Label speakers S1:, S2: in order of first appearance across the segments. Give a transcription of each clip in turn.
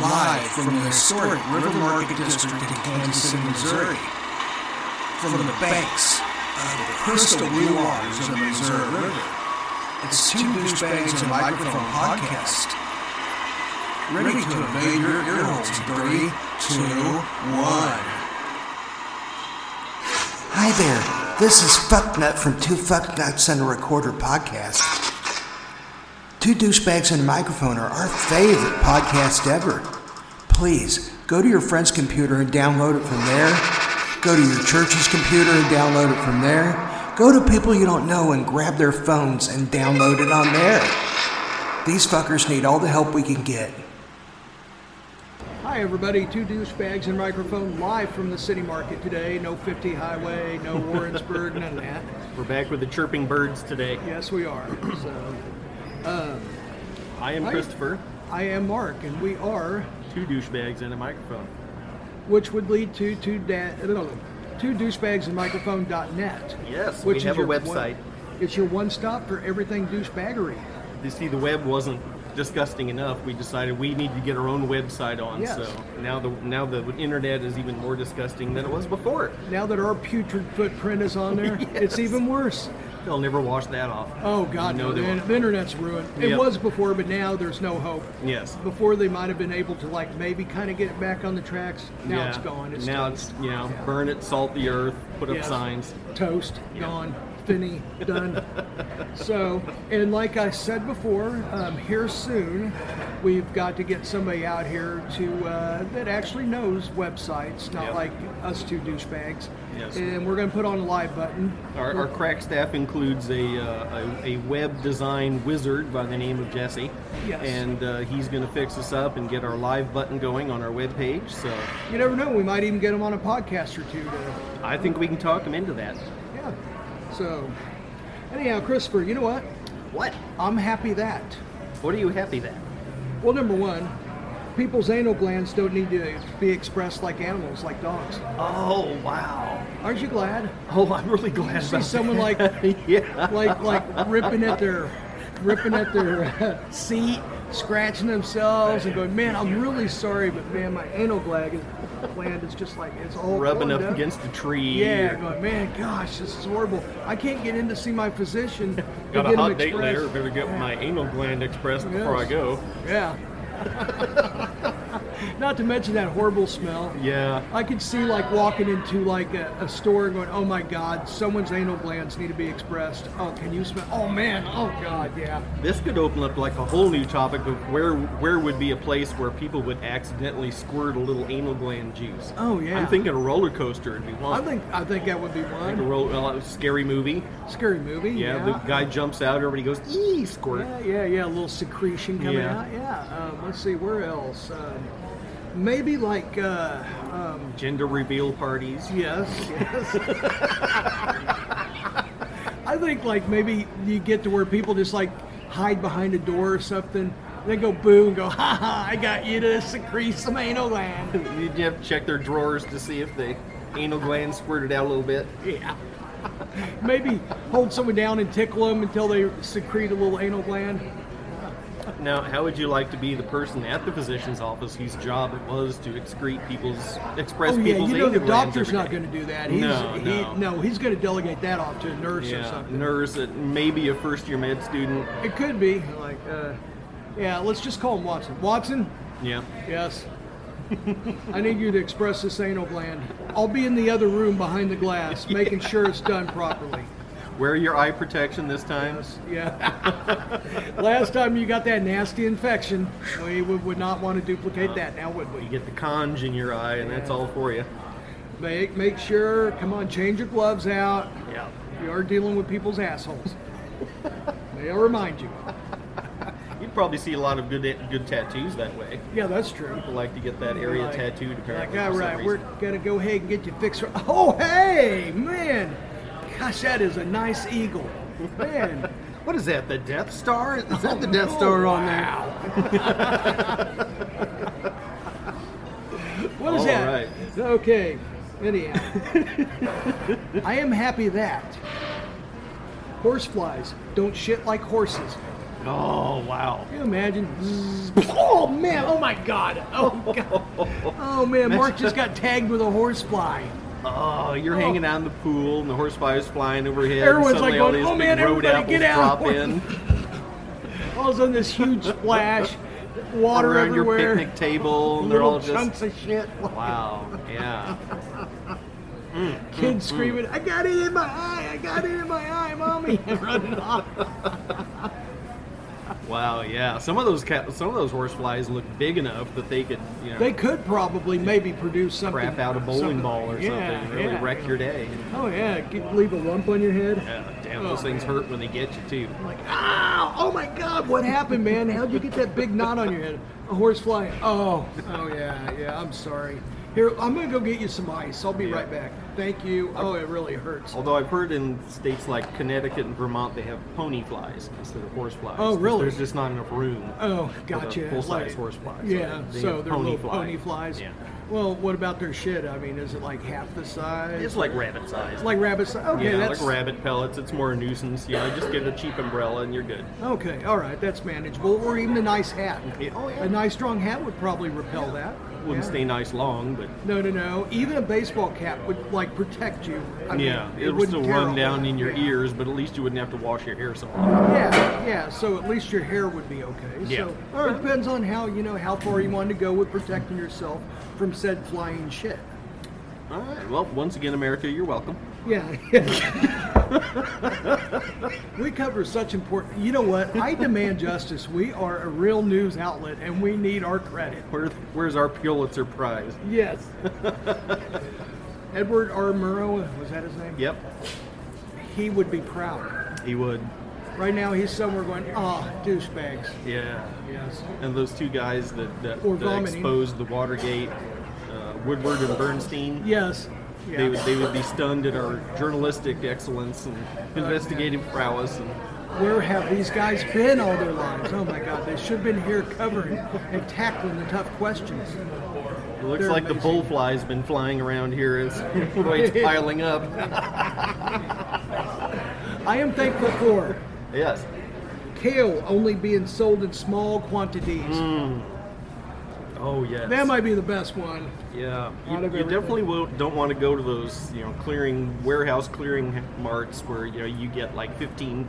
S1: live from the historic River Market District in Kansas City, Missouri. From the banks of the crystal blue waters of the Missouri River. It's Two Douchebags and a Microphone Podcast. Ready to invade your earholes in three, two, one.
S2: Hi there. This is Fucknut from Two Fucknuts and a Recorder podcast. Two Douchebags and a Microphone are our favorite podcast ever. Please go to your friend's computer and download it from there. Go to your church's computer and download it from there. Go to people you don't know and grab their phones and download it on there. These fuckers need all the help we can get.
S3: Hi, everybody. Two douchebags and microphone live from the city market today. No 50 highway, no Warrensburg, none of that.
S4: We're back with the chirping birds today.
S3: Yes, we are. So
S4: I am
S3: Hi.
S4: Christopher,
S3: I am Mark, and we are,
S4: two douchebags and a microphone.
S3: which would lead to two, da- two douchebags and microphone.net.
S4: Yes, we
S3: which is
S4: have a
S3: your one-
S4: website.
S3: it's your one stop for everything douchebaggery.
S4: You see, the web wasn't disgusting enough. We decided we need to get our own website on.
S3: Yes.
S4: So now the now the internet is even more disgusting than it was before.
S3: Now that our putrid footprint is on there, it's
S4: Yes.
S3: even worse.
S4: They'll never wash that off.
S3: Oh, God,
S4: No,
S3: no.
S4: they
S3: the,
S4: won't.
S3: the internet's ruined. It
S4: Yep.
S3: was before, but now there's no hope.
S4: Yes.
S3: Before they might have been able to like maybe kind of get it back on the tracks. Now
S4: Yeah.
S3: it's gone. It's
S4: now
S3: toast.
S4: it's you know
S3: Yeah.
S4: burn it, salt the earth, put up
S3: Yes.
S4: signs.
S3: toast gone, finny done. so, and like I said before, um, here soon we've got to get somebody out here to uh, that actually knows websites, not
S4: Yep.
S3: like us two douchebags.
S4: Yes.
S3: And we're going to put on a live button.
S4: Our, our crack staff includes a, uh, a a web design wizard by the name of Jesse,
S3: Yes.
S4: and uh, he's going to fix us up and get our live button going on our web page. So
S3: You never know. We might even get them on a podcast or two. To,
S4: I think we can talk him into that.
S3: yeah. So, anyhow, Christopher, you know what?
S4: What?
S3: I'm happy that.
S4: What are you happy that?
S3: Well, number one, people's anal glands don't need to be expressed like animals, like dogs.
S4: Oh wow!
S3: Aren't you glad?
S4: Oh, I'm really glad.
S3: See
S4: about
S3: someone like,
S4: that. yeah.
S3: like, like ripping at their, ripping at their uh, seat, scratching themselves, and going, "Man, I'm really sorry, but man, my anal gland is, gland is just like it's all
S4: rubbing
S3: plugged
S4: up against a tree.
S3: Yeah,
S4: or-
S3: going, man, gosh, this is horrible. I can't get in to see my physician. to
S4: Got a
S3: get him
S4: hot date
S3: expressed."
S4: later. Better get my anal gland expressed before I
S3: Yes.
S4: go.
S3: Yeah. Not to mention that horrible smell.
S4: Yeah.
S3: I could see like walking into like a, a store and going, oh my god, someone's anal glands need to be expressed. Oh, can you smell? Oh man, oh god, yeah.
S4: This could open up like a whole new topic of where where would be a place where people would accidentally squirt a little anal gland juice.
S3: Oh, yeah.
S4: I'm thinking a roller coaster would be
S3: I
S4: one.
S3: think I think that would be
S4: like a
S3: one
S4: roll, well, a scary movie.
S3: scary movie.
S4: Yeah,
S3: Yeah,
S4: the guy jumps out. Everybody goes, "Ee, squirt."
S3: Yeah, yeah, yeah, a little secretion coming
S4: Yeah.
S3: out. Yeah. Um, let's see where else. Um, maybe like uh, um,
S4: Gender reveal parties.
S3: yes, yes. I think like maybe you get to where people just like hide behind a door or something. They go boo and go, ha ha! I got you to secrete some anal gland.
S4: You have to check their drawers to see if the anal gland squirted out a little bit.
S3: Yeah. Maybe hold someone down and tickle them until they secrete a little anal gland.
S4: Now, how would you like to be the person at the physician's office whose job it was to excrete people's express
S3: Oh yeah,
S4: people's
S3: you know the
S4: anal glands
S3: doctor's
S4: every
S3: not
S4: day?
S3: going to do that. He's,
S4: No,
S3: he,
S4: no.
S3: he's going to delegate that off to a nurse or
S4: Yeah,
S3: something.
S4: nurse, uh, maybe a first-year med student.
S3: It could be like, uh, yeah, let's just call him Watson. Watson,
S4: Yeah,
S3: yes. I need you to express this anal gland. I'll be in the other room behind the glass, making sure it's done properly.
S4: wear your eye protection this time.
S3: Yeah. Last time you got that nasty infection, we would, would not want to duplicate that now, would we?
S4: You get the conge in your eye, and that's all for you.
S3: Make make sure. Come on, change your gloves out.
S4: Yeah.
S3: You are dealing with people's assholes. They'll remind you.
S4: You'd probably see a lot of good good tattoos that way.
S3: Yeah, that's true.
S4: People like to get that area
S3: Like-
S4: tattooed.
S3: Like,
S4: Apparently,
S3: all
S4: for some
S3: right, we're
S4: reason.
S3: gonna go ahead and get you fixed. Oh, hey, man, gosh, that is a nice eagle, man.
S4: What is that? The Death Star? Is that the Death
S3: Oh,
S4: Star on there?
S3: wow. what is
S4: All
S3: that?
S4: right.
S3: Okay. Anyhow, I am happy that horseflies don't shit like horses.
S4: Oh wow.
S3: Can you imagine? Zzz. Oh man! Oh my God! Oh God! Oh man! Mark just got tagged with a horsefly.
S4: Oh, you're hanging out in the pool, and the horsefly is flying overhead. and
S3: Everyone's
S4: suddenly
S3: like
S4: all
S3: going,
S4: these
S3: "Oh,
S4: big
S3: man,
S4: road
S3: everybody get
S4: apples
S3: out."
S4: Drop in
S3: All of a sudden, this huge splash, water
S4: around
S3: everywhere,
S4: your picnic table, and they're
S3: little
S4: all just
S3: chunks of shit.
S4: wow, yeah. Mm-hmm.
S3: Kids screaming, "I got it in my eye! I got it in my eye, mommy!" and running off.
S4: Wow, yeah. Some of those ca- some of those horseflies look big enough that they could, you know,
S3: They could probably maybe produce something.
S4: crap out a bowling
S3: something-
S4: ball or
S3: yeah,
S4: something and really
S3: yeah.
S4: wreck your day.
S3: Oh yeah, get, leave a lump on your head.
S4: Yeah, damn,
S3: Oh,
S4: those things
S3: man.
S4: hurt when they get you too.
S3: I'm like, ow! Oh my God, what happened, man? How'd you get that big knot on your head? A horsefly. Oh, oh yeah, yeah. I'm sorry. Here, I'm gonna go get you some ice. I'll be
S4: Yeah.
S3: right back. Thank you. Oh, it really hurts.
S4: Although I've heard in states like Connecticut and Vermont, they have pony flies instead of horseflies.
S3: Oh,
S4: 'cause
S3: really?
S4: There's just not enough room.
S3: Oh, gotcha.
S4: full-size
S3: Like-
S4: horseflies.
S3: Yeah,
S4: They
S3: so
S4: have
S3: they're
S4: pony
S3: little
S4: flies.
S3: pony flies.
S4: Yeah.
S3: Well, what about their shit? I mean, is it like half the size?
S4: It's like rabbit size.
S3: like rabbit size. Okay,
S4: yeah,
S3: that's
S4: like rabbit pellets. It's more a nuisance. You know, just get a cheap umbrella and you're good.
S3: okay. All right, that's manageable. Or even a nice hat.
S4: Yeah, oh, yeah.
S3: A nice strong hat would probably repel that.
S4: Wouldn't
S3: Yeah.
S4: stay nice long, but
S3: No, no, no. Even a baseball cap would like protect you. I mean,
S4: yeah, it would
S3: wouldn't
S4: still
S3: tear
S4: run
S3: off.
S4: down in your
S3: Yeah.
S4: ears. But at least you wouldn't have to wash your hair so often.
S3: Yeah, yeah. So at least your hair would be okay.
S4: Yeah.
S3: So or it depends on how you know how far you want to go with protecting yourself from said flying shit.
S4: All right. Well, once again, America, you're welcome.
S3: Yeah. we cover such important. You know what? I demand justice. We are a real news outlet, and we need our credit.
S4: Where, where's our Pulitzer Prize?
S3: Yes. Edward R. Murrow was that his name?
S4: Yep,
S3: He would be proud.
S4: he would.
S3: Right now, he's somewhere going, ah, douchebags.
S4: Yeah.
S3: Yes.
S4: And those two guys that, that,
S3: Or
S4: that
S3: vomiting.
S4: exposed the Watergate, uh, Woodward and Bernstein.
S3: Yes. Yeah.
S4: They would, they would be stunned at our journalistic excellence and
S3: Oh,
S4: investigative prowess. And
S3: Where have these guys been all their lives? Oh my God, they should have been here covering and tackling the tough questions.
S4: it looks
S3: They're
S4: like the
S3: amazing.
S4: bullfly's been flying around here as the way it's piling up.
S3: I am thankful for
S4: Yes.
S3: kale only being sold in small quantities.
S4: Mm. Oh, yes.
S3: That might be the best one.
S4: Yeah, you,
S3: Out of
S4: you
S3: everything.
S4: definitely will, don't want to go to those, you know, clearing warehouse clearing marts where you know you get like fifteen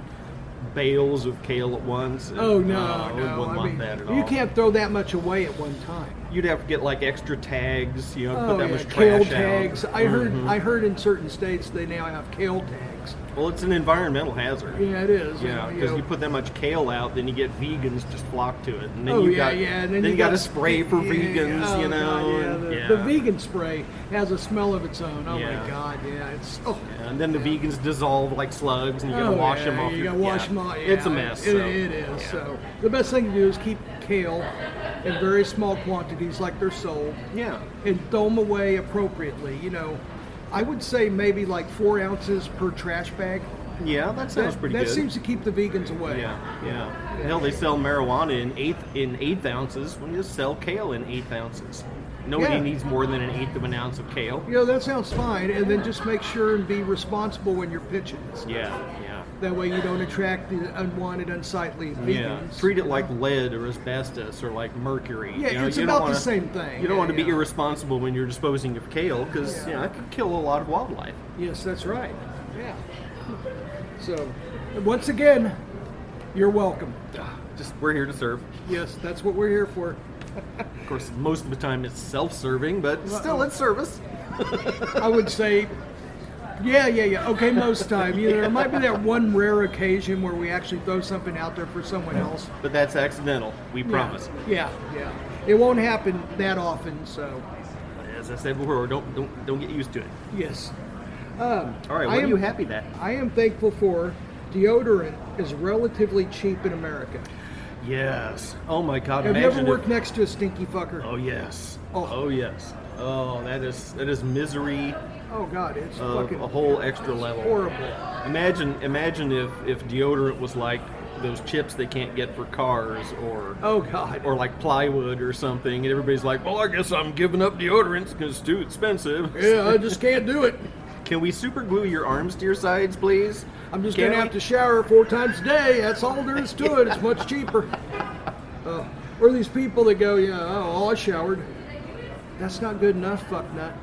S4: bales of kale at once. and,
S3: Oh no,
S4: uh, I
S3: no,
S4: wouldn't
S3: I
S4: want
S3: mean,
S4: that at
S3: you
S4: all.
S3: can't throw that much away at one time.
S4: You'd have to get like extra tags, you know,
S3: oh
S4: put that
S3: yeah,
S4: much
S3: kale
S4: trash
S3: tags.
S4: out. Mm-hmm.
S3: I heard, I heard in certain states they now have kale tags.
S4: Well, it's an environmental hazard.
S3: Yeah, it is.
S4: Yeah,
S3: you
S4: because
S3: know.
S4: you put that much kale out, then you get vegans just flock to it, and then
S3: oh
S4: you
S3: yeah,
S4: got
S3: yeah. And
S4: then, you got to spray for
S3: yeah,
S4: vegans,
S3: oh,
S4: you know.
S3: God,
S4: and-
S3: yeah, the,
S4: yeah.
S3: the vegan spray has a smell of its own. Oh
S4: Yeah.
S3: my god, yeah. It's oh.
S4: And then the vegans dissolve like slugs, and you gotta
S3: Oh,
S4: wash
S3: yeah,
S4: them off.
S3: You
S4: your-
S3: gotta wash
S4: yeah.
S3: them off.
S4: It's a
S3: yeah,
S4: mess.
S3: It,
S4: so,
S3: it is.
S4: yeah.
S3: So the best thing to do is keep kale in very small quantities, like they're sold,
S4: yeah,
S3: and throw them away appropriately. You know, I would say maybe like four ounces per trash bag.
S4: yeah, that sounds pretty
S3: that
S4: good.
S3: seems to keep the vegans away.
S4: yeah, yeah. Hell, they sell marijuana in eighth in eighth ounces. When you just sell kale in eighth ounces, nobody
S3: Yeah.
S4: needs more than an eighth of an ounce of kale.
S3: You know, that sounds fine. And then just make sure and be responsible when you're pitching. it.
S4: Yeah, yeah,
S3: That way you don't attract the unwanted, unsightly vegans.
S4: yeah. Treat it like lead or asbestos or like mercury.
S3: Yeah,
S4: you know,
S3: it's
S4: you
S3: about the
S4: don't wanna,
S3: same thing.
S4: You don't
S3: Yeah,
S4: want to be
S3: yeah.
S4: irresponsible when you're disposing of kale because
S3: Yeah.
S4: you know it could kill a lot of wildlife.
S3: Yes, that's right. Yeah. So, once again, you're welcome.
S4: Ah, Just we're here to serve.
S3: Yes, that's what we're here for.
S4: Of course, most of the time it's self-serving, but still it's service.
S3: I would say, yeah, yeah, yeah. Okay, most time. You know, there might be that one rare occasion where we actually throw something out there for someone else.
S4: But that's accidental. We promise.
S3: Yeah, yeah. It won't happen that often. So,
S4: As I said before, don't don't don't get used to it.
S3: yes.
S4: All right,
S3: I
S4: what are
S3: am-
S4: you happy that?
S3: I am thankful for deodorant is relatively cheap in America.
S4: Yes. Oh my God!
S3: Have you
S4: imagine
S3: ever
S4: if-
S3: worked next to a stinky fucker?
S4: Oh yes.
S3: Oh.
S4: Oh. yes. Oh, that is that is misery
S3: Oh, God, it's
S4: of
S3: fucking
S4: uh, a whole extra level.
S3: horrible.
S4: Imagine imagine if if deodorant was like those chips they can't get for cars or
S3: Oh, God.
S4: or like plywood or something, and everybody's like, well, I guess I'm giving up deodorants because it's too expensive.
S3: Yeah, I just can't do it.
S4: Can we super glue your arms to your sides, please?
S3: I'm just
S4: Can
S3: gonna
S4: we?
S3: have to shower four times a day. That's all there is to it. It's much cheaper. Oh, or these people that go, yeah, oh, I showered. That's not good enough, fuck nut.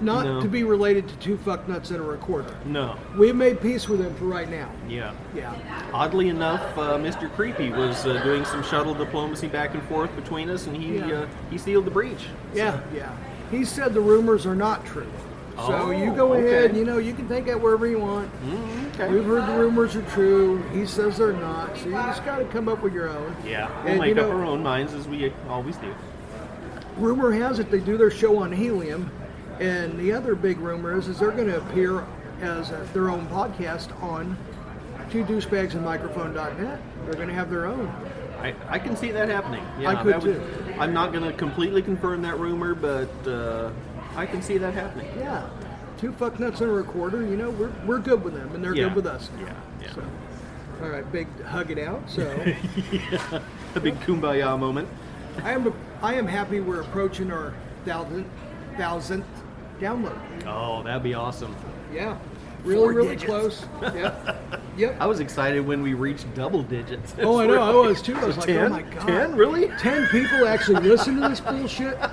S3: Not
S4: No.
S3: to be related to two fuck nuts and a recorder.
S4: No.
S3: We've made peace with them for right now.
S4: Yeah.
S3: Yeah.
S4: Oddly enough, uh, Mr. Creepy was uh, doing some shuttle diplomacy back and forth between us, and he
S3: Yeah.
S4: uh, he sealed the breach.
S3: Yeah, yeah. He said the rumors are not true. So
S4: Oh,
S3: you go ahead,
S4: okay. Hmm?
S3: you know, you can take that wherever you want.
S4: Okay.
S3: We've heard the rumors are true. He says they're not. So you just got to come up with your own.
S4: Yeah, we'll
S3: And,
S4: make
S3: you
S4: up
S3: know-
S4: our own minds as we always do.
S3: Rumor has it they do their show on Helium, and the other big rumor is is they're going to appear as a, their own podcast on two douchebags and microphone.net. They're going to have their own.
S4: I, I can see that happening. Yeah,
S3: I could
S4: that
S3: too.
S4: I'm not going to completely confirm that rumor, but uh, I can see that happening.
S3: Yeah, two fucknuts and a recorder. You know, we're, we're good with them, and they're
S4: Yeah.
S3: good with us. now.
S4: Yeah, yeah.
S3: So, all right, big hug it out. So
S4: A big kumbaya moment.
S3: I am I am happy we're approaching our thousand thousandth download.
S4: Oh, that'd be awesome.
S3: Yeah, really
S4: Four
S3: really
S4: digits.
S3: close. Yep. Yep.
S4: I was excited when we reached double digits.
S3: Oh, I know. I was too. I was like,
S4: ten?
S3: oh my god,
S4: Ten? Really?
S3: Ten people actually listen to this bullshit.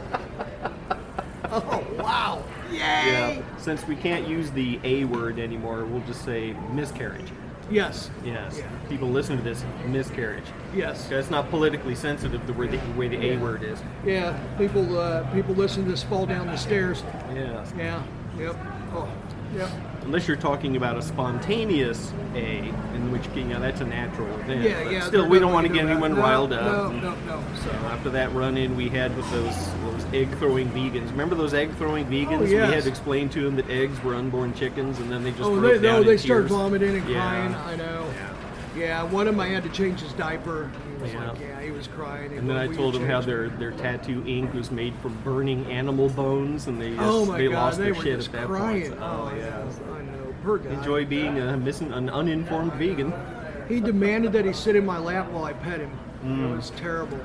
S3: Oh wow! Yay!
S4: Yeah. Since we can't use the A word anymore, we'll just say miscarriage.
S3: Yes.
S4: Yes.
S3: Yeah.
S4: People listen to this miscarriage.
S3: Yes.
S4: That's not politically sensitive the way the, way the A word is.
S3: Yeah. People. Uh, people listen to this fall down the stairs.
S4: Yes.
S3: Yeah. Yep. Oh. Yep.
S4: Unless you're talking about a spontaneous A, in which you know that's a natural event.
S3: Yeah.
S4: but
S3: Yeah.
S4: Still,
S3: they're
S4: we don't
S3: not
S4: want to
S3: gonna
S4: get
S3: do that.
S4: anyone
S3: No,
S4: riled
S3: No.
S4: up.
S3: No. No.
S4: You know,
S3: So.
S4: After that run-in we had with those those egg-throwing vegans, remember those egg-throwing vegans?
S3: Oh, yes.
S4: We had explained to them that eggs were unborn chickens, and then they just
S3: Oh,
S4: broke
S3: they, no,
S4: down in
S3: they start
S4: tears.
S3: vomiting and
S4: Yeah.
S3: crying. I know.
S4: Yeah.
S3: Yeah, one of them I had to change his diaper. He was
S4: Yeah.
S3: like, yeah, he was crying.
S4: And then I told them how their, their tattoo ink was made from burning animal bones, and they just,
S3: oh my
S4: they
S3: god,
S4: lost
S3: they
S4: their
S3: were
S4: shit
S3: just
S4: at that
S3: crying.
S4: point.
S3: Oh, yeah, I know. Poor guy.
S4: Enjoy being a missing an uninformed vegan.
S3: He demanded that he sit in my lap while I pet him.
S4: Mm.
S3: It was terrible.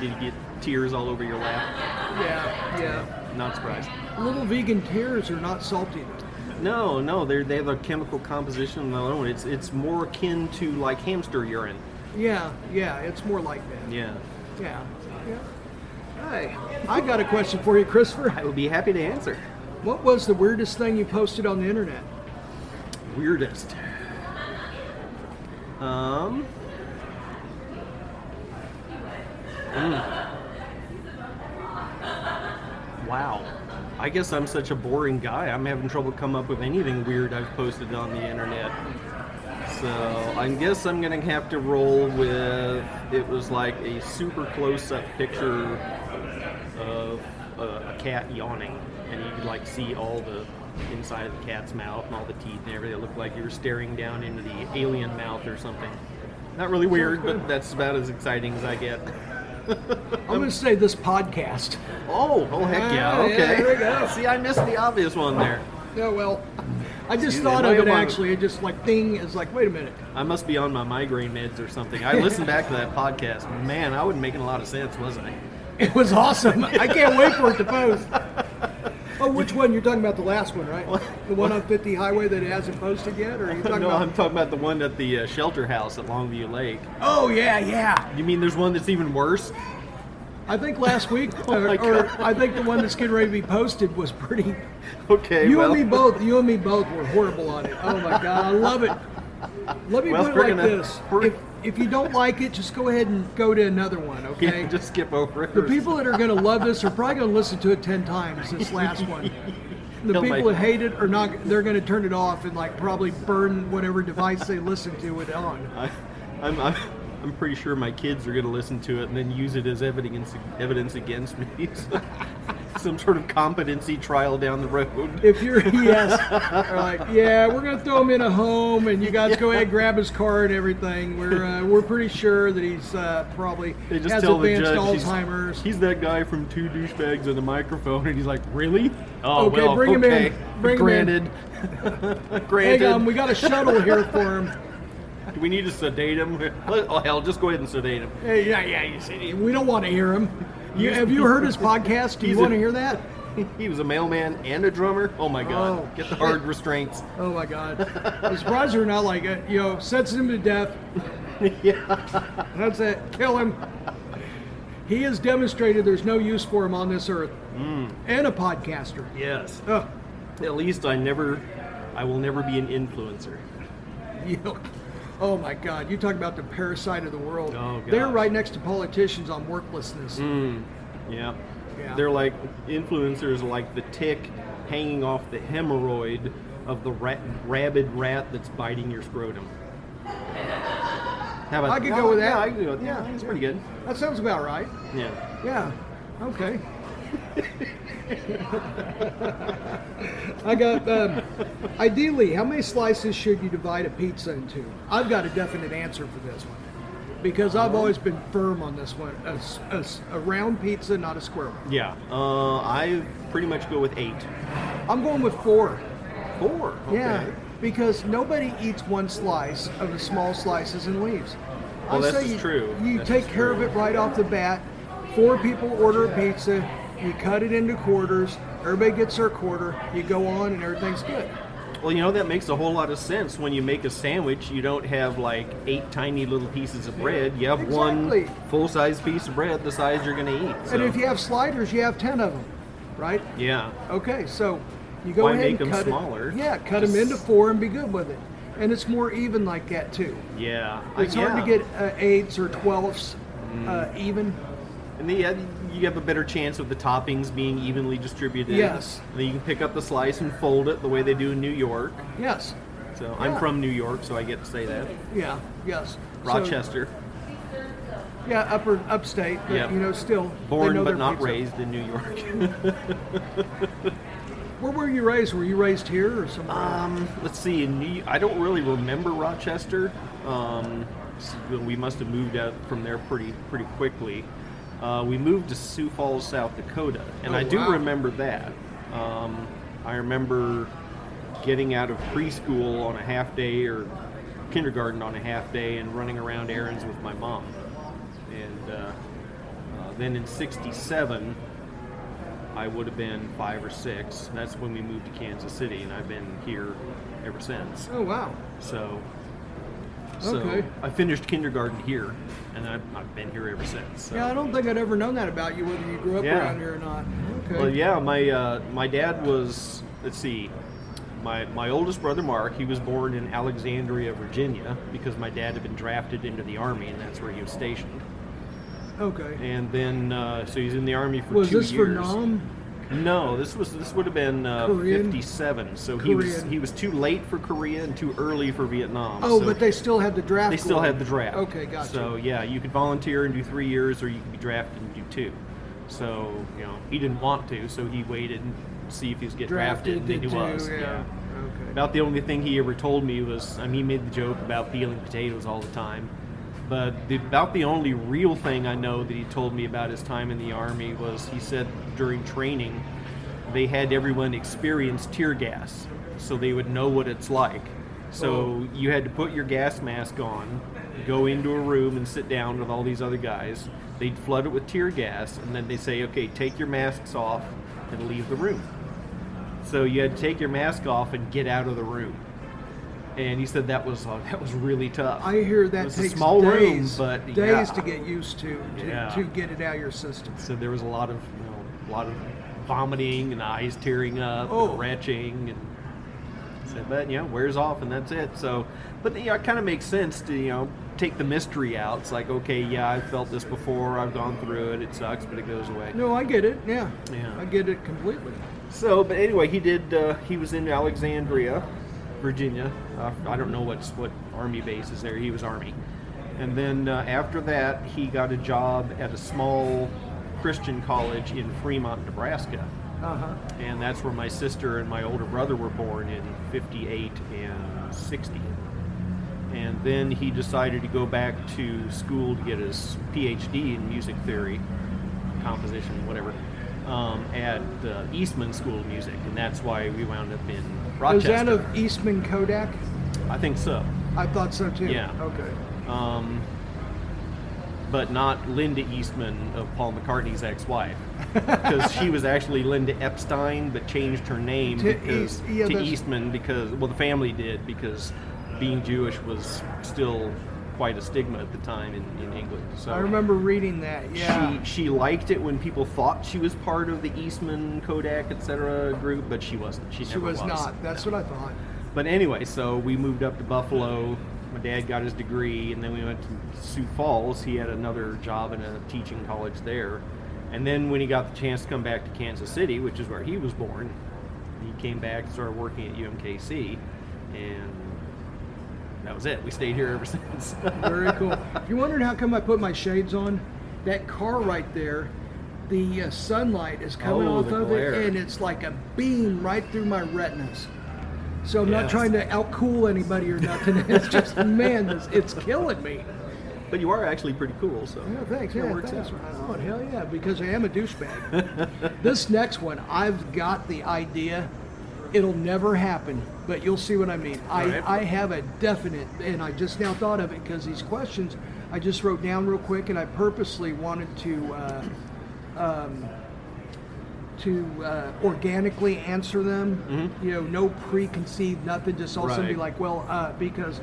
S4: You did get tears all over your lap.
S3: Yeah, yeah.
S4: Not surprised.
S3: Little vegan tears are not salty though.
S4: No, no, they they have a chemical composition of their own. It's it's more akin to like hamster urine.
S3: Yeah, yeah. It's more like that.
S4: Yeah,
S3: Yeah. yeah. Hey, I got a question for you, Christopher.
S4: I would be happy to answer.
S3: What was the weirdest thing you posted on the internet?
S4: Weirdest. Um. mm. Wow. I guess I'm such a boring guy. I'm having trouble come up with anything weird I've posted on the internet. So I guess I'm gonna have to roll with it was like a super close-up picture of a, a cat yawning, and you could like see all the inside of the cat's mouth and all the teeth and everything. It looked like you were staring down into the alien mouth or something. Not really weird, but that's about as exciting as I get.
S3: I'm going to say this podcast.
S4: Oh, oh heck yeah!
S3: Ah, yeah,
S4: Okay,
S3: there we go.
S4: see, I missed the obvious one there.
S3: Yeah, well, I just
S4: Excuse me,
S3: thought of
S4: wait a
S3: it
S4: moment.
S3: actually. It just like thing is like, wait a minute.
S4: I must be on my migraine meds or something. I listened back to that podcast. Man, I wasn't making a lot of sense, wasn't I?
S3: It was awesome. I can't wait for it to post. Oh, which one? You're talking about the last one, right? The one on 50 Highway that it hasn't posted yet, or are you talking
S4: no,
S3: about?
S4: I'm talking about the one at the uh, shelter house at Longview Lake.
S3: Oh yeah, yeah.
S4: You mean there's one that's even worse?
S3: I think last week,
S4: my
S3: or, or I think the one that's getting ready to be posted was pretty.
S4: Okay,
S3: You
S4: well,
S3: and me both. You and me both were horrible on it. Oh my god, I love it. Let me
S4: Well,
S3: put it
S4: we're
S3: like
S4: gonna-
S3: this:
S4: we're-
S3: if, if you don't like it, just go ahead and go to another one,
S4: yeah,
S3: okay?
S4: just skip over it.
S3: The people that are going to love this are probably going to listen to it 10 times, this last one. The
S4: They'll
S3: people
S4: like
S3: that hate it are not, they're going to turn it off and like probably burn whatever device they listen to it on.
S4: I, I'm, I'm, I'm pretty sure my kids are going to listen to it and then use it as evidence evidence against me. So, some sort of competency trial down the road.
S3: If you're, yes, they're like, yeah, we're going to throw him in a home and you guys go ahead and grab his car and everything. We're, uh, we're pretty sure that he's uh, probably
S4: They just
S3: has
S4: tell the
S3: advanced
S4: judge he's-
S3: Alzheimer's.
S4: He's, that guy from Two Douchebags and a Microphone, and he's like, "Really? Oh,
S3: Okay,
S4: well,
S3: bring him
S4: okay.
S3: in. Bring him
S4: Granted.
S3: in.
S4: Granted.
S3: Hey, um, we got a shuttle here for him.
S4: Do we need to sedate him? Oh hell, just go ahead and sedate him.
S3: Hey, yeah, yeah, you see, we don't want to hear him. You, have you heard his podcast? Do you
S4: He's a-
S3: want to hear that?
S4: he was a mailman and a drummer. Oh my god!
S3: Oh,
S4: Get the hard restraints.
S3: Oh my God. I'm surprised they're not like, uh, yo, sets him to death.
S4: yeah.
S3: That's it. Kill him. He has demonstrated there's no use for him on this earth.
S4: Hmm.
S3: And a podcaster.
S4: Yes.
S3: Ugh.
S4: At least I never, I will never be an influencer.
S3: You- oh my God. You talk about the parasite of the world.
S4: Oh, gosh. Hmm.
S3: They're right next to politicians on worklessness.
S4: Yeah.
S3: Yeah.
S4: They're like influencers, are like the tick hanging off the hemorrhoid of the rat, rabid rat that's biting your scrotum. How about
S3: I could
S4: that?
S3: go with
S4: Yeah,
S3: that.
S4: I could go with- yeah,
S3: Yeah,
S4: it's pretty good.
S3: That sounds about right.
S4: Yeah.
S3: Yeah. Okay. I got. Um, ideally, how many slices should you divide a pizza into? I've got a definite answer for this one because I've always been firm on this one: a, s- a s- a round pizza, not a square one.
S4: Yeah. Uh, I pretty much go with eight.
S3: I'm going with four.
S4: Four. Okay.
S3: Yeah, because nobody eats one slice of the small slices and leaves.
S4: Well,
S3: I
S4: this
S3: say
S4: is
S3: you,
S4: true.
S3: You
S4: This
S3: take
S4: is
S3: care
S4: true.
S3: of it right off the bat. Four people order a pizza. You cut it into quarters. Everybody gets their quarter. You go on, and everything's good.
S4: Well, you know that makes a whole lot of sense. When you make a sandwich, you don't have like eight tiny little pieces of bread. You have
S3: Exactly.
S4: one full-size piece of bread the size you're going to eat. So,
S3: And if you have sliders, you have ten of them, right?
S4: yeah,
S3: Okay, so you go
S4: Why
S3: ahead
S4: make
S3: and
S4: them
S3: cut
S4: smaller?
S3: It, yeah, cut them
S4: Just-
S3: into four and be good with it. And it's more even like that too.
S4: yeah, I-
S3: It's hard to
S4: yeah. Mm.
S3: get uh, eights or twelfths uh, even.
S4: And then you have- you have a better chance of the toppings being evenly distributed.
S3: Yes.
S4: And then you can pick up the slice and fold it the way they do in New York.
S3: Yes.
S4: So I'm
S3: Yeah.
S4: from New York, so I get to say that.
S3: Yeah. Yes. So-
S4: Rochester,
S3: Yeah, upper upstate, but
S4: Yeah.
S3: you know, still they
S4: born
S3: know
S4: but
S3: their
S4: not
S3: pizza.
S4: raised in New York.
S3: Where were you raised? Were you raised here or somewhere?
S4: um, let's see. In New, I don't really remember Rochester. Um, s- we must have moved out from there pretty pretty quickly. Uh, we moved to Sioux Falls, South Dakota, and
S3: Oh,
S4: I do
S3: wow.
S4: remember that. Um, I remember getting out of preschool on a half day or kindergarten on a half day and running around errands with my mom. And uh, uh, then in '67, I would have been five or six. That's when we moved to Kansas City, and I've been here ever since.
S3: oh wow.
S4: So, so
S3: Okay.
S4: I finished kindergarten here, and I've, I've been here ever since. So.
S3: Yeah, I don't think I'd ever known that about you, whether you grew up
S4: Yeah.
S3: around here or not. Okay.
S4: Well, yeah, my uh, my dad was. Let's see, my my oldest brother Mark. He was born in Alexandria, Virginia, because my dad had been drafted into the army, and that's where he was stationed.
S3: Okay.
S4: And then, uh, so he's in the army for
S3: Was
S4: two
S3: this
S4: years.
S3: for Nam?
S4: No, this was this would have been uh,
S3: Korean?
S4: 57. So he was
S3: Korean.
S4: he was too late for Korea and too early for Vietnam.
S3: Oh,
S4: so
S3: but they still had the draft.
S4: they still
S3: going.
S4: had the draft.
S3: Okay, gotcha.
S4: So yeah, you could volunteer and do three years, or you could be drafted and do two. So you know he didn't want to, so he waited and see if he was get drafted,
S3: did
S4: and then he
S3: do,
S4: was.
S3: Yeah. Okay.
S4: About the only thing he ever told me was, I mean, he made the joke about peeling potatoes all the time. But the, about the only real thing I know that he told me about his time in the Army was he said during training they had everyone experience tear gas so they would know what it's like. So you had to put your gas mask on, go into a room and sit down with all these other guys. They'd flood it with tear gas and then they say, okay, take your masks off and leave the room. So you had to take your mask off and get out of the room. And he said that was uh, that was really tough.
S3: I hear that
S4: it was
S3: takes
S4: a small
S3: days,
S4: room, but
S3: days
S4: yeah.
S3: to get used to to,
S4: Yeah.
S3: to get it out of your system.
S4: So there was a lot of you know, a lot of vomiting and eyes tearing up,
S3: Oh.
S4: and retching, and so, but you know, wears off and that's it. So, but you know, it kind of makes sense to you know take the mystery out. It's like okay, yeah, I've felt this before. I've gone through it. It sucks, but it goes away.
S3: No, I get it. Yeah.
S4: Yeah.
S3: I get it completely.
S4: So, but anyway, he did. Uh, he was in Alexandria, Virginia. Uh, I don't know what's what army base is there. He was army, and then uh, after that, he got a job at a small Christian college in Fremont, Nebraska,
S3: Uh huh.
S4: and that's where my sister and my older brother were born in '58 and '60. And then he decided to go back to school to get his PhD in music theory composition, whatever, um, at uh, Eastman School of Music, and that's why we wound up in
S3: Is
S4: Rochester.
S3: that of Eastman Kodak?
S4: I think so.
S3: I thought so too.
S4: Yeah.
S3: Okay.
S4: Um, but not Linda Eastman of Paul McCartney's ex-wife, because she was actually Linda Epstein, but changed her name
S3: To
S4: because,
S3: East- yeah,
S4: to
S3: that's-
S4: Eastman because well, the family did because being Jewish was still quite a stigma at the time in, in England. So
S3: I remember reading that. Yeah.
S4: She, she liked it when people thought she was part of the Eastman, Kodak, etc. group, but she wasn't. She,
S3: She
S4: never
S3: was not. That's what I thought.
S4: But anyway, so we moved up to Buffalo. My dad got his degree, and then we went to Sioux Falls. He had another job in a teaching college there. And then when he got the chance to come back to Kansas City, which is where he was born, he came back and started working at UMKC, and that was it. We stayed here ever since.
S3: Very cool. If you're wondering how come I put my shades on, that car right there, the uh, sunlight is coming
S4: Oh,
S3: off
S4: the
S3: of
S4: glare.
S3: it, and it's like a beam right through my retinas. So I'm not
S4: Yes.
S3: trying to outcool anybody or nothing. It's just man, this, it's killing me.
S4: but you are actually pretty cool, so
S3: Yeah, thanks. Yeah,
S4: It works
S3: thanks.
S4: out.
S3: Oh, hell yeah, because I am a douchebag. this next one, I've got the idea. It'll never happen, but you'll see what I mean. I,
S4: All right.
S3: I have a definite, and I just now thought of it because these questions I just wrote down real quick, and I purposely wanted to uh, um, to uh, organically answer them. You know, no preconceived nothing. Just all of a sudden be
S4: Mm-hmm. Right.
S3: like, well, uh, because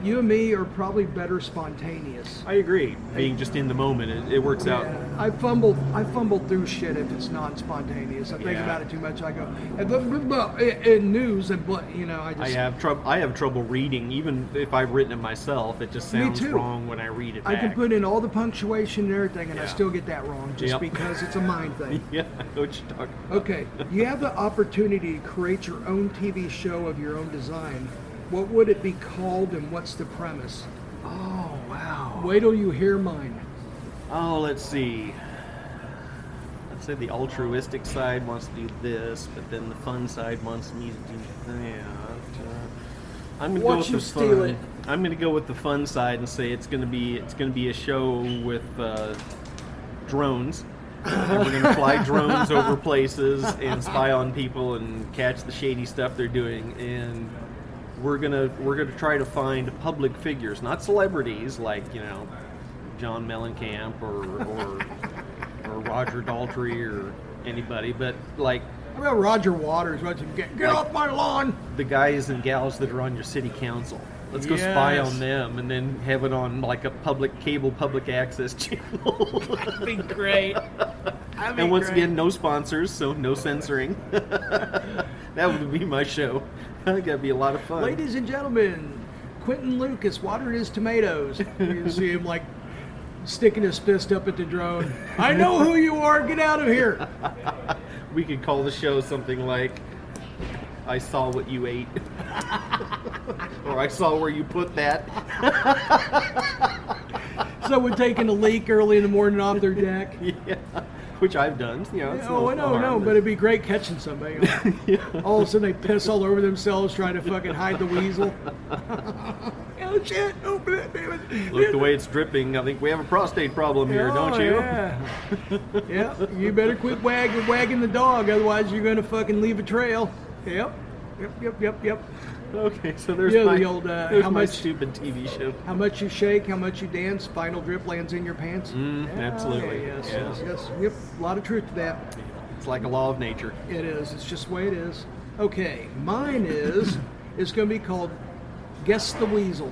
S3: you and me are probably better spontaneous.
S4: I agree. Being just in the moment, it, it works out.
S3: Yeah, I fumbled. I fumbled through shit if it's non-spontaneous. I think
S4: Yeah.
S3: about it too much. I go and blah, blah, blah, in- eh, in news and but you know I just
S4: I have trouble. I have trouble reading, even if I've written it myself. It just
S3: Me
S4: sounds
S3: too.
S4: wrong when I read it.
S3: I can
S4: back.
S3: put in all the punctuation and everything, and I
S4: Yeah.
S3: still get that wrong just
S4: Yep.
S3: because it's a mind thing.
S4: Yeah, I know what you're talking.
S3: Okay, you have the opportunity to create your own TV show of your own design. What would it be called, and what's the premise?
S4: Oh wow.
S3: Wait till you hear mine.
S4: Oh, let's see. Let's say the altruistic side wants to do this, but then the fun side wants me to do that. Uh, I'm gonna
S3: What
S4: go with
S3: you
S4: the
S3: stealing?
S4: fun. I'm gonna go with the fun side and say it's gonna be it's gonna be a show with uh, drones. and we're gonna fly drones over places and spy on people and catch the shady stuff they're doing and we're gonna we're gonna try to find public figures, not celebrities like you know John Mellencamp or or, or Roger Daltrey or anybody, but like
S3: How about Roger Waters? Roger, get, get off my lawn.
S4: the guys and gals that are on your city council. Let's go spy
S3: Yes.
S4: on them and then have it on like a public cable public access channel.
S3: That'd be great.
S4: and once again, no sponsors, so no censoring. that would be my show. That'd be a lot of fun.
S3: Ladies and gentlemen, Quentin Lucas watered his tomatoes. You see him like sticking his fist up at the drone. I know who you are. Get out of here.
S4: We could call the show something like I saw what you ate. or I saw where you put that.
S3: Someone taking a leak early in the morning off their deck.
S4: yeah. Which I've done. You know, it's
S3: Oh, no,
S4: no,
S3: no,
S4: harm.
S3: but it'd be great catching somebody. All of a sudden, they piss all over themselves trying to fucking hide the weasel. oh shit! Open it, damn it.
S4: Look the way it's dripping. I think we have a prostate problem here,
S3: Oh,
S4: don't you?
S3: Yeah. yep. You better quit wagging wagging the dog, otherwise you're gonna fucking leave a trail. Yep. Yep. Yep. Yep. Yep.
S4: Okay, so there's
S3: Yeah,
S4: my,
S3: the old, uh,
S4: there's
S3: how
S4: my
S3: much-
S4: stupid TV show.
S3: How much you shake, how much you dance, final drip lands in your pants. Oh,
S4: Mm, absolutely.
S3: yes,
S4: Yeah.
S3: yes. Yes. Yep. A lot of truth to that.
S4: It's like a law of nature.
S3: It is. It's just the way it is. Okay. Mine is. it's gonna be called Guess the Weasel.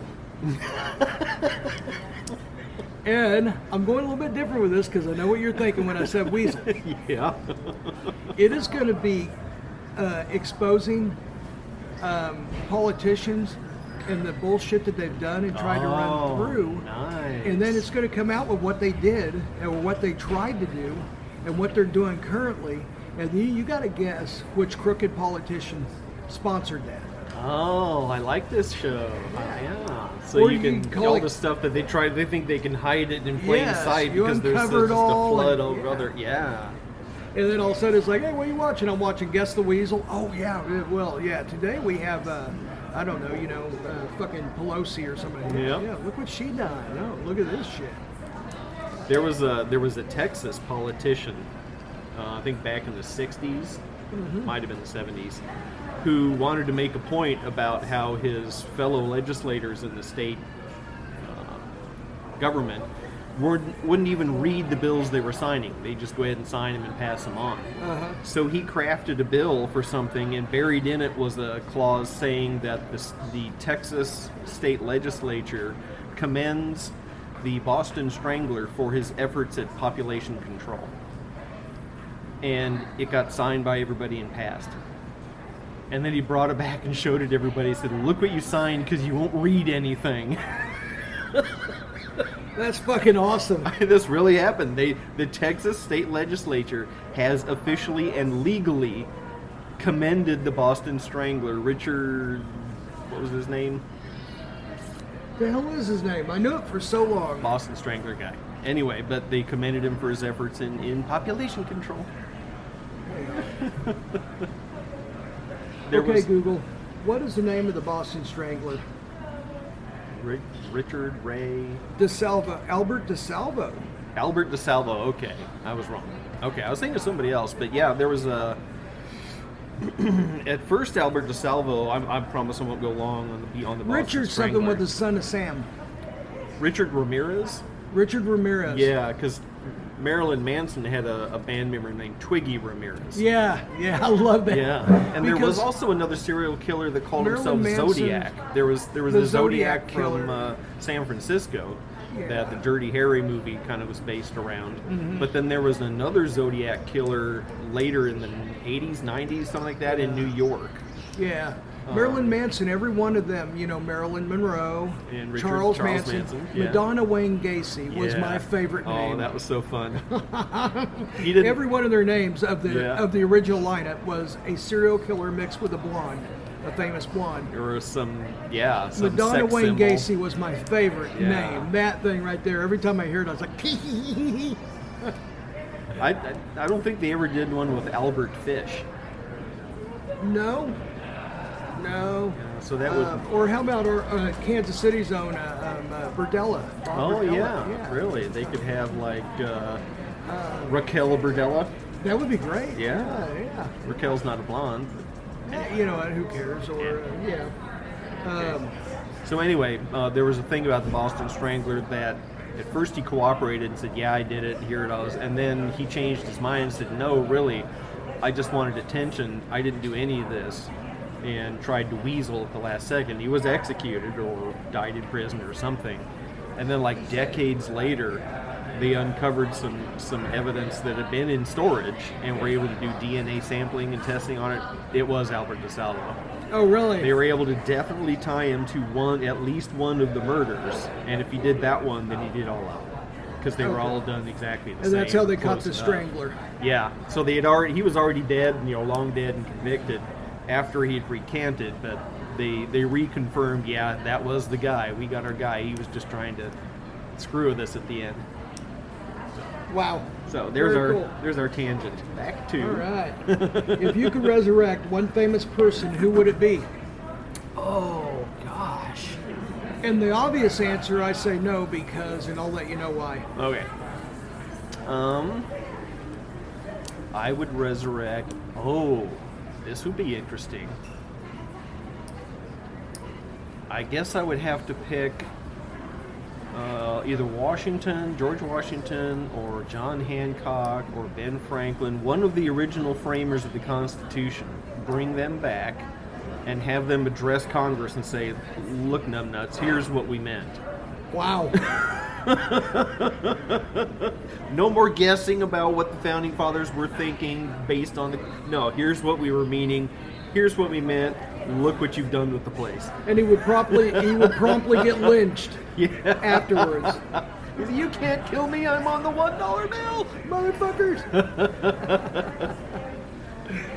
S3: and I'm going a little bit different with this because I know what you're thinking when I said weasel.
S4: Yeah.
S3: it is going to be uh, exposing um, politicians and the bullshit that they've done and tried to run
S4: Oh,
S3: through.
S4: Nice.
S3: And then it's going to come out with what they did and what they tried to do and what they're doing currently. And you, you got to guess which crooked politician sponsored that.
S4: Oh, I like this show. Ah, Yeah. So
S3: Or
S4: you
S3: you
S4: can
S3: can call
S4: all
S3: it-
S4: the stuff that they try. They think they can hide it in plain
S3: Yes,
S4: sight
S3: you
S4: because there's such
S3: uncover it
S4: just a
S3: all
S4: flood
S3: and-
S4: of
S3: yeah.
S4: other. Yeah.
S3: And then all of a sudden it's like, hey, what are you watching? I'm watching Guess the Weasel. Oh, yeah. uh, Well, yeah. Today we have, uh, I don't know, you know, uh, fucking Pelosi or somebody.
S4: Yep.
S3: Yeah, look what she done. Oh, look at this shit.
S4: There was a there was a Texas politician, uh, I think back in the '60s, might have been the '70s, who wanted to make a point about how his fellow legislators in the state government wouldn't, wouldn't even read the bills they were signing. They just go ahead and sign them and pass them on.
S3: Uh-huh.
S4: So he crafted a bill for something, and buried in it was a clause saying that the, s- the Texas state legislature commends the Boston Strangler for his efforts at population control. And it got signed by everybody and passed. And then he brought it back and showed it to everybody. Said, "Look what you signed, because you won't read anything."
S3: That's fucking awesome.
S4: this really happened. They, the Texas state legislature has officially and legally commended the Boston Strangler, Richard. What was his name?
S3: the hell is his name? I knew it for so long.
S4: Boston Strangler guy. Anyway, but they commended him for his efforts in, in population control. there
S3: okay,
S4: was
S3: Google. What is the name of the Boston Strangler?
S4: Ri- Richard Ray
S3: DeSalvo. Albert DeSalvo.
S4: Albert DeSalvo. Okay, I was wrong. Okay, I was thinking of somebody else, but yeah, there was a. at first, Albert DeSalvo. I, I promise I won't go long on the be on the Boston
S3: Richard
S4: Strangler.
S3: something with the son of Sam.
S4: Richard Ramirez.
S3: Richard Ramirez.
S4: Yeah, because Marilyn Manson had a, a band member named Twiggy Ramirez.
S3: Yeah, yeah, I love that.
S4: Yeah, and there was
S3: Because-
S4: also another serial killer that called
S3: Marilyn
S4: himself
S3: Manson-
S4: Zodiac. There was there was
S3: the
S4: a Zodiac,
S3: Zodiac
S4: from
S3: killer.
S4: uh, San Francisco
S3: Yeah. Mm-hmm.
S4: that the Dirty Harry movie kind of was based around. But then there was another Zodiac killer later in the 80s, 90s, something like that in New York.
S3: Yeah.
S4: Um,
S3: Marilyn Manson, every one of them, you know, Marilyn Monroe,
S4: And Richard-
S3: Charles,
S4: Charles
S3: Manson,
S4: Manson, yeah.
S3: Madonna Wayne Gacy was
S4: Yeah.
S3: my favorite
S4: Oh,
S3: name.
S4: that was so fun. he didn't
S3: Every one of their names of the
S4: Yeah.
S3: of the original lineup was a serial killer mixed with a blonde, a famous blonde.
S4: there was some yeah, some
S3: Madonna
S4: sex
S3: Wayne
S4: symbol.
S3: Gacy was my favorite
S4: Yeah.
S3: name. That thing right there. Every time I hear it, I was like,
S4: I, I I don't think they ever did one with Albert Fish.
S3: no, no.
S4: Yeah, so that would
S3: Uh, or how about our uh, Kansas City's own uh, um, uh, Berdella? Bob
S4: Oh
S3: Berdella,
S4: yeah, really? They could have like uh, Raquel Burdella.
S3: That would be great.
S4: Yeah.
S3: yeah.
S4: Raquel's not a blonde.
S3: Yeah, You know, and who cares? Or uh, yeah. Um,
S4: So anyway, uh, there was a thing about the Boston Strangler that at first he cooperated and said, "Yeah, I did it. Here it is," and then he changed his mind and said, "No, really, I just wanted attention. I didn't do any of this." And tried to weasel at the last second. He was executed or died in prison or something. And then, like decades later, they uncovered some some evidence that had been in storage and were able to do DNA sampling and testing on it. It was Albert DeSalvo.
S3: oh really?
S4: They were able to definitely tie him to one, at least one of the murders. And if he did that one, then he did all of them because they were
S3: Okay.
S4: all done exactly the
S3: and
S4: same.
S3: that's how they caught
S4: close
S3: the
S4: enough.
S3: strangler.
S4: Yeah. So they had already he was already dead, you know, long dead and convicted after he had recanted, but they they reconfirmed, yeah, that was the guy. We got our guy. He was just trying to screw with us at the end.
S3: Wow.
S4: So there's
S3: Very
S4: our
S3: cool.
S4: there's our tangent. Back to
S3: All right. if you could resurrect one famous person, who would it be?
S4: Oh gosh.
S3: And the obvious answer, I say no because, and I'll let you know why.
S4: Okay. Um, I would resurrect. Oh, this would be interesting. I guess I would have to pick uh, either Washington, George Washington, or John Hancock, or Ben Franklin, one of the original framers of the Constitution. Bring them back and have them address Congress and say, look, numbnuts, here's what we meant.
S3: Wow.
S4: No more guessing about what the founding fathers were thinking based on the. No, here's what we were meaning. Here's what we meant. Look what you've done with the place.
S3: and he would promptly he would promptly get lynched
S4: Yeah.
S3: afterwards.
S4: You can't kill me. I'm on the one dollar bill.
S3: Motherfuckers.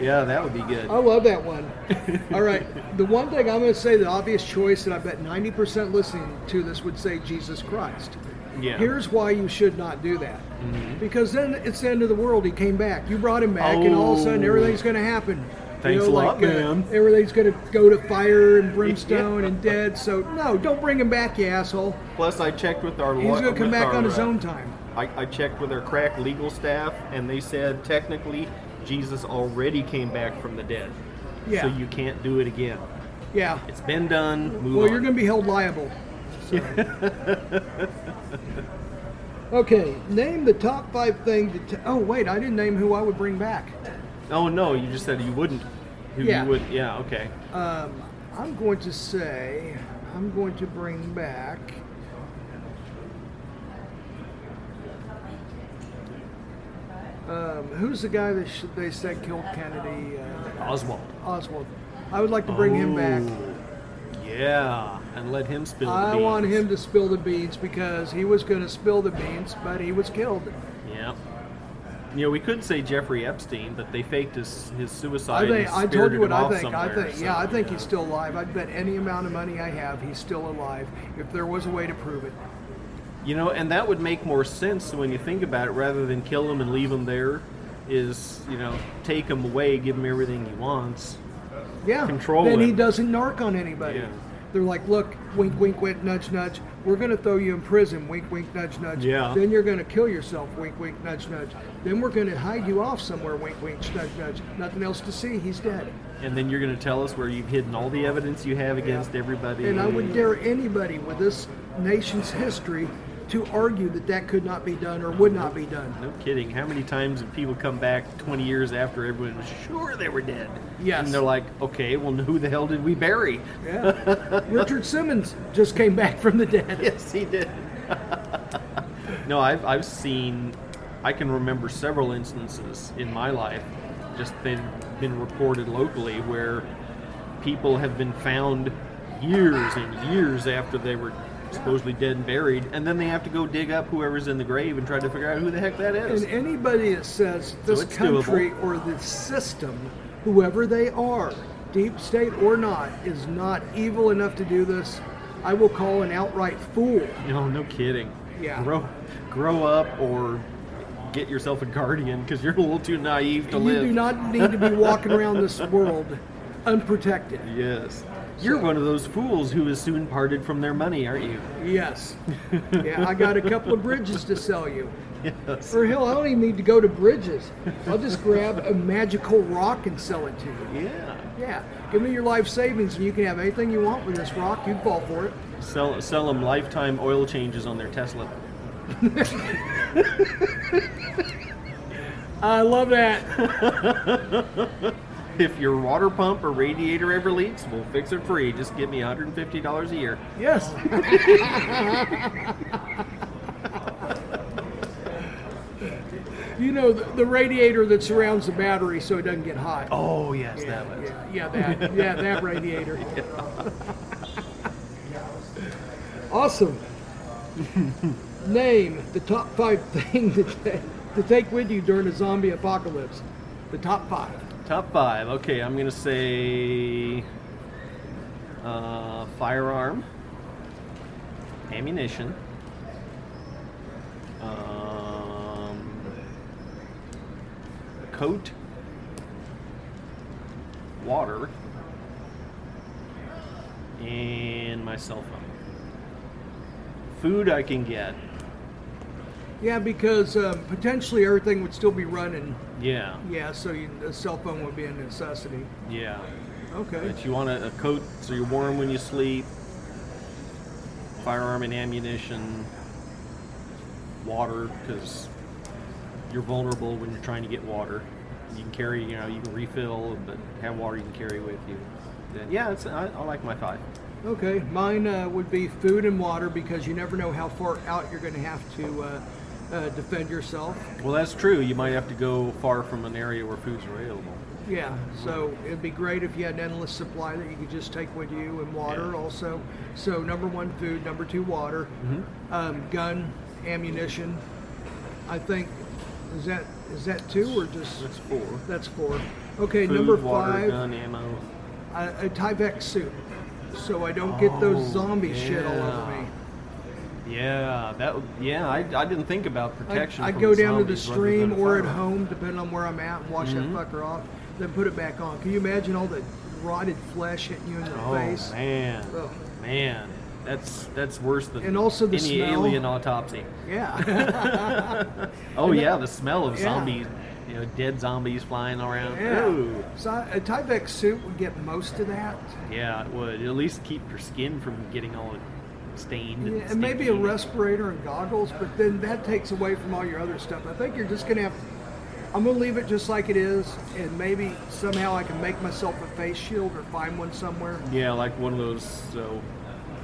S4: Yeah, that would be good.
S3: I love that one. All right. The one thing I'm going to say, the obvious choice that I bet 90% listening to this would say Jesus Christ.
S4: Yeah. Mm-hmm.
S3: Here's why you should not do that. Because then it's the end of the world. He came back. You brought him back, and all of a sudden
S4: Oh.
S3: everything's going to happen.
S4: Thanks a lot,
S3: uh,
S4: man.
S3: everything's going to go to fire and brimstone and dead. So no, don't bring him back, you asshole.
S4: Plus, I checked with our.
S3: He's
S4: law-
S3: going to come
S4: with
S3: back
S4: our,
S3: on his
S4: uh,
S3: own time.
S4: I, I checked with our crack legal staff, and they said technically Jesus already came back from the dead.
S3: Yeah.
S4: So you can't do it again.
S3: Yeah.
S4: It's been done. Move
S3: Well,
S4: on.
S3: you're going to be held liable. So. Okay, name the top five thing. To t- oh wait, I didn't name who I would bring back.
S4: Oh no, you just said you wouldn't. Who
S3: Yeah.
S4: You would, yeah. Okay.
S3: Um, I'm going to say I'm going to bring back. Um, who's the guy that sh- they said killed Kennedy? Uh,
S4: Oswald.
S3: Oswald. I would like to bring him back.
S4: Ooh, Yeah, and let him spill.
S3: I
S4: the beans.
S3: want him to spill the beans because he was going to spill the beans, but he was killed.
S4: Yeah. You know, we could say Jeffrey Epstein, but they faked his his
S3: I
S4: suicide.
S3: think
S4: and
S3: I told
S4: spirited
S3: you what
S4: him
S3: I
S4: off
S3: think. I
S4: somewhere,
S3: think yeah,
S4: so,
S3: I think
S4: you
S3: he's
S4: know.
S3: still alive. I'd bet any amount of money I have he's still alive. If there was a way to prove it,
S4: You know, and that would make more sense when you think about it, rather than kill him and leave him there. Is you know, take him away, give him everything he wants.
S3: yeah,
S4: Control
S3: Then he
S4: him.
S3: doesn't narc on anybody.
S4: Yeah.
S3: They're like, look, wink, wink, wink, nudge, nudge. We're gonna throw you in prison. Wink, wink, nudge, nudge.
S4: Yeah.
S3: Then you're gonna kill yourself. Wink, wink, nudge, nudge. Then we're gonna hide you off somewhere. Wink, wink, nudge, nudge. Nothing else to see. He's dead.
S4: And then you're going to tell us where you've hidden all the evidence you have against everybody.
S3: And I would dare anybody with this nation's history to argue that that could not be done or would not be done.
S4: No kidding. How many times have people come back 20 years after everyone was sure they were dead?
S3: Yes.
S4: And they're like, okay, well, who the hell did we bury?
S3: Yeah. Richard Simmons just came back from the dead.
S4: Yes, he did. no, I've, I've seen, I can remember several instances in my life, just been, been reported locally, where people have been found years and years after they were supposedly dead and buried, and then they have to go dig up whoever's in the grave and try to figure out who the heck that is.
S3: And anybody that says this
S4: it's doable.
S3: country or this system, whoever they are, deep state or not, is not evil enough to do this, I will call an outright fool.
S4: No, no kidding.
S3: Yeah.
S4: Grow, grow up or get yourself a guardian because you're a little too naive
S3: you
S4: to live.
S3: do not need to be walking around this world unprotected.
S4: Yes. You're one of those fools who is soon parted from their money, aren't you?
S3: Yes. Yeah, I got a couple of bridges to sell you.
S4: Yes.
S3: Or hell, I don't even need to go to bridges. I'll just grab a magical rock and sell it to you.
S4: Yeah.
S3: Yeah, give me your life savings and you can have anything you want with this rock. You'd fall for it.
S4: Sell sell them lifetime oil changes on their Tesla.
S3: I love that.
S4: If your water pump or radiator ever leaks, we'll fix it free. Just give me $150 a year.
S3: Yes. you know, the, the radiator that surrounds the battery so it doesn't get hot.
S4: Oh, yes,
S3: yeah,
S4: that was.
S3: yeah, yeah, that, yeah, that radiator. awesome. Name the top five thing to, ta- to take with you during a zombie apocalypse. The top five.
S4: Top five. Okay, I'm gonna say uh, firearm, ammunition, um, coat, water, and my cell phone. Food I can get.
S3: Yeah, because um, potentially everything would still be running.
S4: Yeah,
S3: Yeah, so you, a cell phone would be a necessity.
S4: yeah.
S3: Okay.
S4: But you want a, a coat so you're warm when you sleep, firearm and ammunition, water, because you're vulnerable when you're trying to get water. You can carry, you know, you can refill, but have water you can carry with you. Then, yeah, it's, I, I like my five.
S3: Okay. Mine uh, would be food and water because you never know how far out you're going to have to uh, uh, defend yourself.
S4: Well, that's true. You might have to go far from an area where food's available.
S3: Yeah. So it'd be great if you had an endless supply that you could just take with you and water
S4: Yeah.
S3: also. So number one, food. Number two, water.
S4: Mm-hmm.
S3: Um, gun, ammunition. I think is that is that two or just
S4: That's four.
S3: that's four. Okay.
S4: Food,
S3: number
S4: water,
S3: five.
S4: gun, ammo.
S3: a, a Tyvek suit, so I don't get
S4: Oh,
S3: those zombie shit all over
S4: yeah.
S3: me.
S4: Yeah, that. w- Yeah, I, I didn't think about
S3: I,
S4: protection.
S3: I
S4: from
S3: go down to the
S4: zombies rather
S3: stream
S4: than a Mm-hmm.
S3: or at
S4: firearm.
S3: home, depending on where I'm at, and wash that fucker off, then put it back on. Can you imagine all the rotted flesh hitting you in the
S4: Oh
S3: face?
S4: man,
S3: Ugh.
S4: man, that's that's worse than
S3: And also the
S4: any
S3: smell.
S4: alien autopsy.
S3: Yeah,
S4: Oh yeah, the smell of
S3: Yeah.
S4: zombies, you know, dead zombies flying around.
S3: yeah.
S4: Ooh.
S3: So a Tyvek suit would get most of that.
S4: yeah, it would at least keep your skin from getting all
S5: stained.
S3: Yeah,
S5: and
S3: and maybe a
S5: stinky.
S3: respirator and goggles, but then that takes away from all your other stuff. I think you're just gonna have. I'm gonna leave it just like it is, and maybe somehow I can make myself a face shield or find one somewhere.
S4: Yeah, like one of those so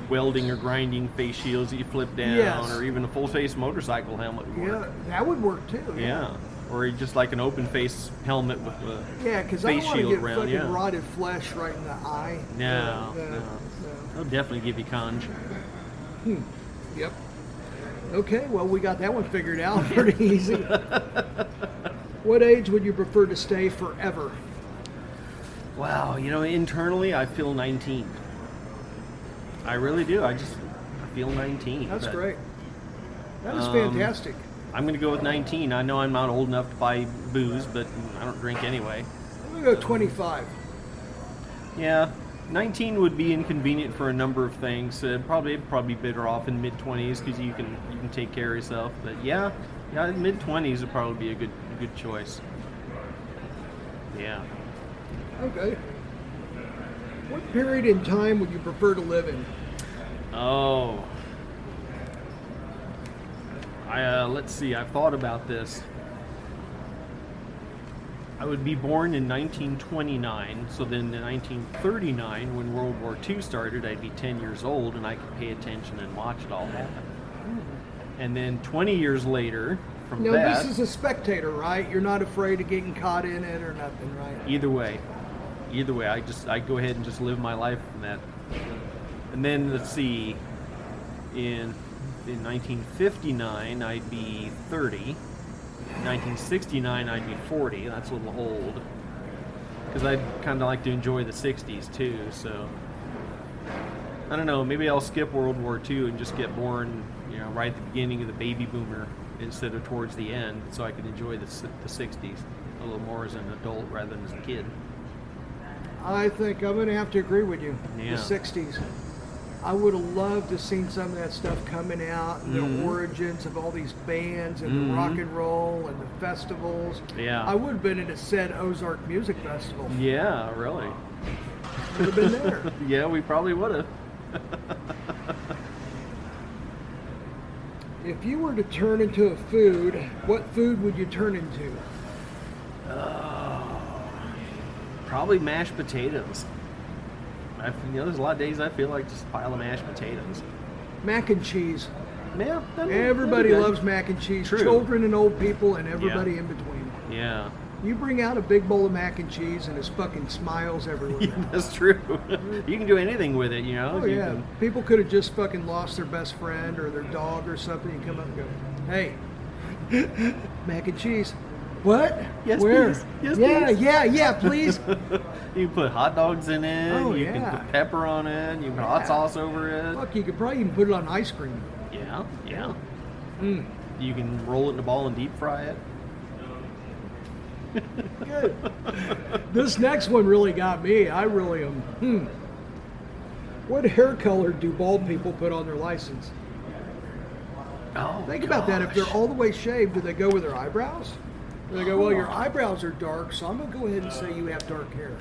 S4: welding or grinding face shields that you flip down,
S3: Yes.
S4: or even a full face motorcycle helmet. would
S3: Yeah,
S4: work.
S3: that would work too.
S4: Yeah. Or just like an open face helmet with a
S3: Yeah, because I don't
S4: Face
S3: want to
S4: shield
S3: get
S4: round,
S3: fucking
S4: yeah.
S3: rotted flesh right in the eye.
S5: No,
S3: Uh,
S5: no.
S3: so-
S5: They'll definitely give you conj.
S3: Yep. Okay, well, we got that one figured out pretty easy. what age would you prefer to stay forever?
S4: Wow, you know, internally I feel 19. I really do. I just feel 19.
S3: That's
S4: but
S3: great. That is
S4: Um,
S3: fantastic.
S4: I'm going to go with 19. I know I'm not old enough to buy booze, but I don't drink anyway.
S3: I'm going to go 25.
S4: Yeah, 19 would be inconvenient for a number of things. Uh, probably probably better off in mid 20s because you can you can take care of yourself. But yeah, yeah, mid 20s would probably be a good good choice. Yeah.
S3: Okay. What period in time would you prefer to live in?
S4: Oh. I uh, let's see. I've thought about this. I would be born in 1929, so then in 1939, when World War II started, I'd be 10 years old and I could pay attention and watch it all happen. And then 20 years later, from
S3: Now,
S4: that,
S3: this is a spectator, right? You're not afraid of getting caught in it or nothing, right?
S4: either way either way i just i go ahead and just live my life from that and then let's see in in 1959 i'd be 30 1969 i'd be 40 that's a little old because i'd kind of like to enjoy the 60s too so i don't know maybe i'll skip world war ii and just get born you know right at the beginning of the baby boomer instead of towards the end so i can enjoy the, s- the 60s a little more as an adult rather than as a kid
S3: I think I'm going to have to agree with you.
S4: Yeah.
S3: The 60s. I would have loved to seen some of that stuff coming out, and
S4: Mm-hmm.
S3: the origins of all these bands and the rock and roll and the festivals.
S4: Yeah.
S3: I would have been at a said Ozark Music Festival.
S4: Yeah, really.
S3: Would have been there.
S4: Yeah, we probably would have.
S3: if you were to turn into a food, what food would you turn into?
S4: Uh, Probably mashed potatoes. I, you know, there's a lot of days I feel like just a pile of mashed potatoes.
S3: Mac and cheese.
S4: Yeah, that'd be-
S3: Everybody
S4: that'd be
S3: loves
S4: good.
S3: mac and cheese.
S4: True.
S3: Children and old people and everybody in between.
S4: Yeah,
S3: You bring out a big bowl of mac and cheese and there's fucking smiles everywhere.
S4: that's true. you can do anything with it, you know.
S3: Oh
S4: you
S3: yeah,
S4: can-
S3: people could have just fucking lost their best friend or their dog or something. You come up and go, "Hey, mac and cheese." What?
S4: Yes,
S3: Where?
S4: please. Yes,
S3: yeah,
S4: please."
S3: yeah, yeah. Please.
S4: you can put hot dogs in it.
S3: Oh,
S4: you
S3: yeah.
S4: can put pepper on it. You can put
S3: Yeah.
S4: hot sauce over it.
S3: Fuck, you could probably even put it on ice cream.
S4: Yeah, yeah.
S3: Mm.
S4: You can roll it in a ball and deep fry it.
S3: Good. this next one really got me. I really am. Hmm. What hair color do bald people put on their license?
S4: Oh,
S3: Think about that. If they're
S4: gosh.
S3: all the way shaved, do they go with their eyebrows? Do they go, well, your eyebrows are dark, so I'm going to go ahead and say you have dark hair.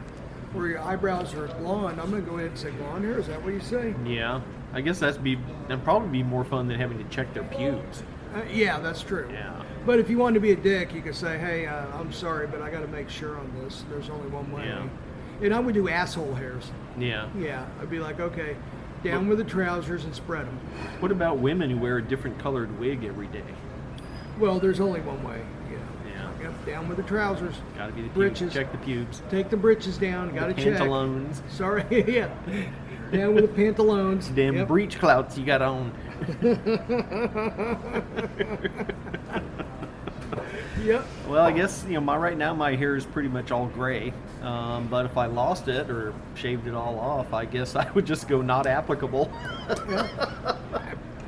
S3: Or your eyebrows are blonde, I'm going to go ahead and say blonde hair. Is that what you say?
S4: Yeah, I guess that's be that'd probably be more fun than having to check their pubes.
S3: Uh, yeah, that's true.
S4: Yeah.
S3: But if you wanted to be a dick, you could say, hey, uh, I'm sorry, but I got to make sure on this. There's only one way.
S4: Yeah.
S3: And I would do asshole hairs.
S4: Yeah.
S3: Yeah, I'd be like, okay, down with the trousers and spread them.
S4: What about women who wear a different colored wig every day?
S3: Well, there's only one way. Yeah.
S4: Yeah.
S3: Yep, down with the trousers.
S4: Gotta be the
S3: Britches.
S4: pubes. Check the pubes.
S3: Take the britches down. Got to check.
S4: Pantaloons.
S3: Sorry, yeah. Down with the pantaloons.
S4: Damn
S3: Yep.
S4: breech clouts you got on.
S3: Yep.
S4: Well, I guess you know my right now my hair is pretty much all gray. Um, but if I lost it or shaved it all off, I guess I would just go not applicable.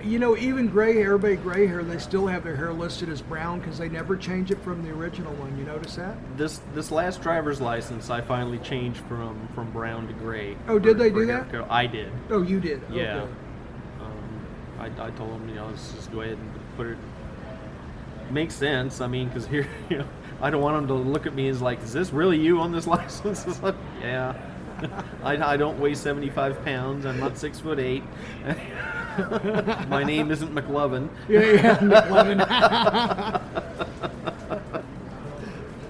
S3: You know, even gray hair, everybody gray hair, they still have their hair listed as brown because they never change it from the original one. You notice that?
S4: This this last driver's license, I finally changed from from brown to gray.
S3: Oh, did
S4: for-
S3: they
S4: for
S3: do
S4: hair
S3: that?
S4: color. I did.
S3: Oh, you did.
S4: Yeah.
S3: Okay.
S4: Um, I, I told him, you know, let's just go ahead and put it. Makes sense. I mean, because here, you know, I don't want him to look at me as like, is this really you on this license? It's like, yeah. I, I don't weigh 75 pounds. I'm not six foot eight. My name isn't McLovin.
S3: Yeah, yeah, McLovin.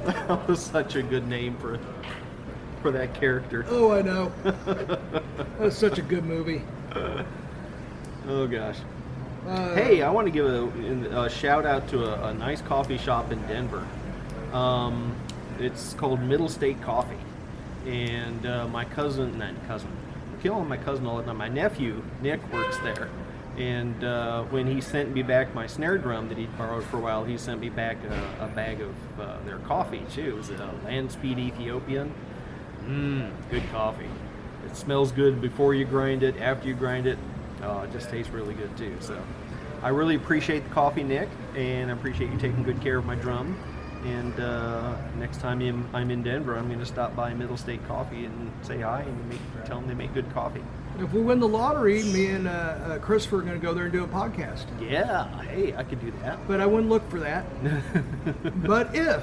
S4: That was such a good name for for that character.
S3: oh, I know. That's such a good movie.
S4: Oh gosh. hey, I want to give a, a shout out to a, a nice coffee shop in Denver. Um, it's called Middle State Coffee, and uh, my cousin, not cousin, I'm killing my cousin all the time. My nephew Nick works there, and uh, when he sent me back my snare drum that he'd borrowed for a while, he sent me back a, a bag of uh, their coffee too. It was a Land Speed Ethiopian. Mmm, good coffee. It smells good before you grind it, after you grind it. Uh, it just tastes really good too. So I really appreciate the coffee, Nick, and I appreciate you taking good care of my drum. And uh, next time I'm, I'm in Denver, I'm going to stop by Middle State Coffee and say hi and make, tell them they make good coffee.
S3: If we win the lottery, me and uh, uh, Christopher are going to go there and do a podcast.
S4: Yeah, hey, I could do that.
S3: But I wouldn't look for that. but if,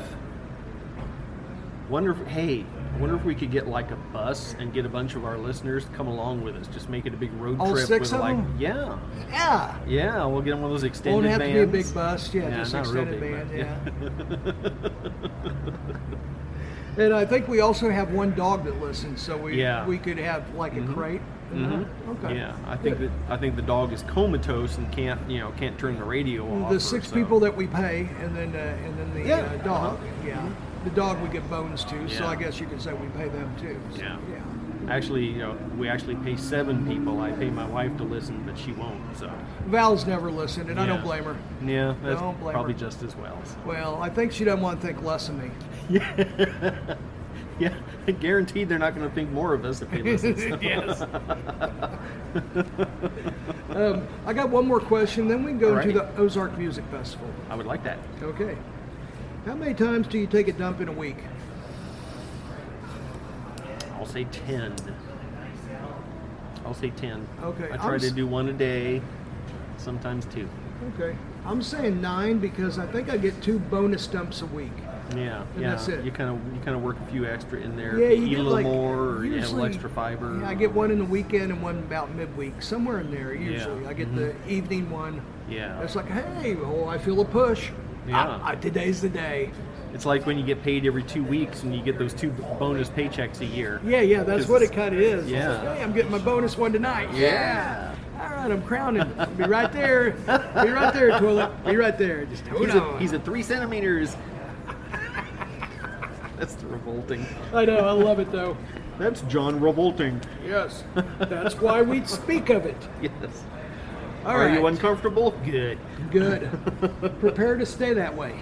S4: Wonder if, hey, wonder if we could get like a bus and get a bunch of our listeners to come along with us. Just make it a big road
S3: All
S4: trip
S3: Oh, six
S4: with
S3: of
S4: like,
S3: them?
S4: yeah,
S3: yeah,
S4: yeah, we'll get them one of those extended
S3: won't have
S4: vans.
S3: to be a big bus. Yeah,
S4: Yeah,
S3: just
S4: not a real
S3: extended
S4: big
S3: band.
S4: bus,
S3: Yeah. and I think we also have one dog that listens, so we
S4: Yeah.
S3: we could have like a crate.
S4: Mhm.
S3: Okay.
S4: Yeah, I think
S3: Good.
S4: that I think the dog is comatose and can't you know can't turn the radio off. or
S3: the six
S4: so.
S3: people that we pay, and then uh, and then the
S4: Yeah,
S3: uh, dog.
S4: uh-huh.
S3: Yeah, the dog we give bones to, so
S4: Yeah.
S3: I guess you could say we pay them too. So,
S4: Yeah. Actually, you know, we actually pay seven people. I pay my wife to listen, but she won't. So
S3: Val's never listened, and I don't
S4: Yeah.
S3: blame her.
S4: yeah, that's
S3: Don't blame
S4: probably
S3: her.
S4: just as well. so.
S3: Well, I think she doesn't want to think less of me.
S4: Yeah, yeah. Guaranteed, they're not going to think more of us if they listen. so.
S3: yes. um, I got one more question, then we can go to
S4: Alrighty.
S3: the Ozark Music Festival.
S4: I would like that.
S3: Okay. How many times do you take a dump in a week?
S4: I'll say ten. I'll say ten.
S3: Okay,
S4: I
S3: I'm
S4: try to
S3: s-
S4: do one a day, sometimes two.
S3: Okay. I'm saying nine because I think I get two bonus dumps a week.
S4: Yeah,
S3: And
S4: yeah.
S3: that's it.
S4: You kind of you kind of work a few extra in there.
S3: Yeah, you
S4: eat
S3: get
S4: a little
S3: like-
S4: more, or you have a
S3: usually-
S4: little extra fiber.
S3: Yeah, I get one in the weekend and one about midweek, somewhere in there.
S4: Yeah, Mm-hmm.
S3: Usually, I get the evening one.
S4: Yeah,
S3: It's like, hey, oh, I feel a push.
S4: Yeah.
S3: I, I, today's the day.
S4: it's like when you get paid every two weeks and you get those two bonus paychecks a year.
S3: Yeah, yeah, that's
S4: 'Cause
S3: what it
S4: it's-
S3: kind of is. It's
S4: Yeah.
S3: like, hey, I'm getting my bonus one tonight.
S4: Yeah.
S3: All right, I'm crowning. Be right there. Be right there, toilet. Be right there. Just hold
S4: He's,
S3: on.
S4: a, he's at three centimeters. That's revolting.
S3: I know. I love it though.
S4: That's John revolting.
S3: Yes. That's why we speak of it.
S4: Yes.
S3: All
S4: Are
S3: right.
S4: you uncomfortable? Good.
S3: Good. Prepare to stay that way.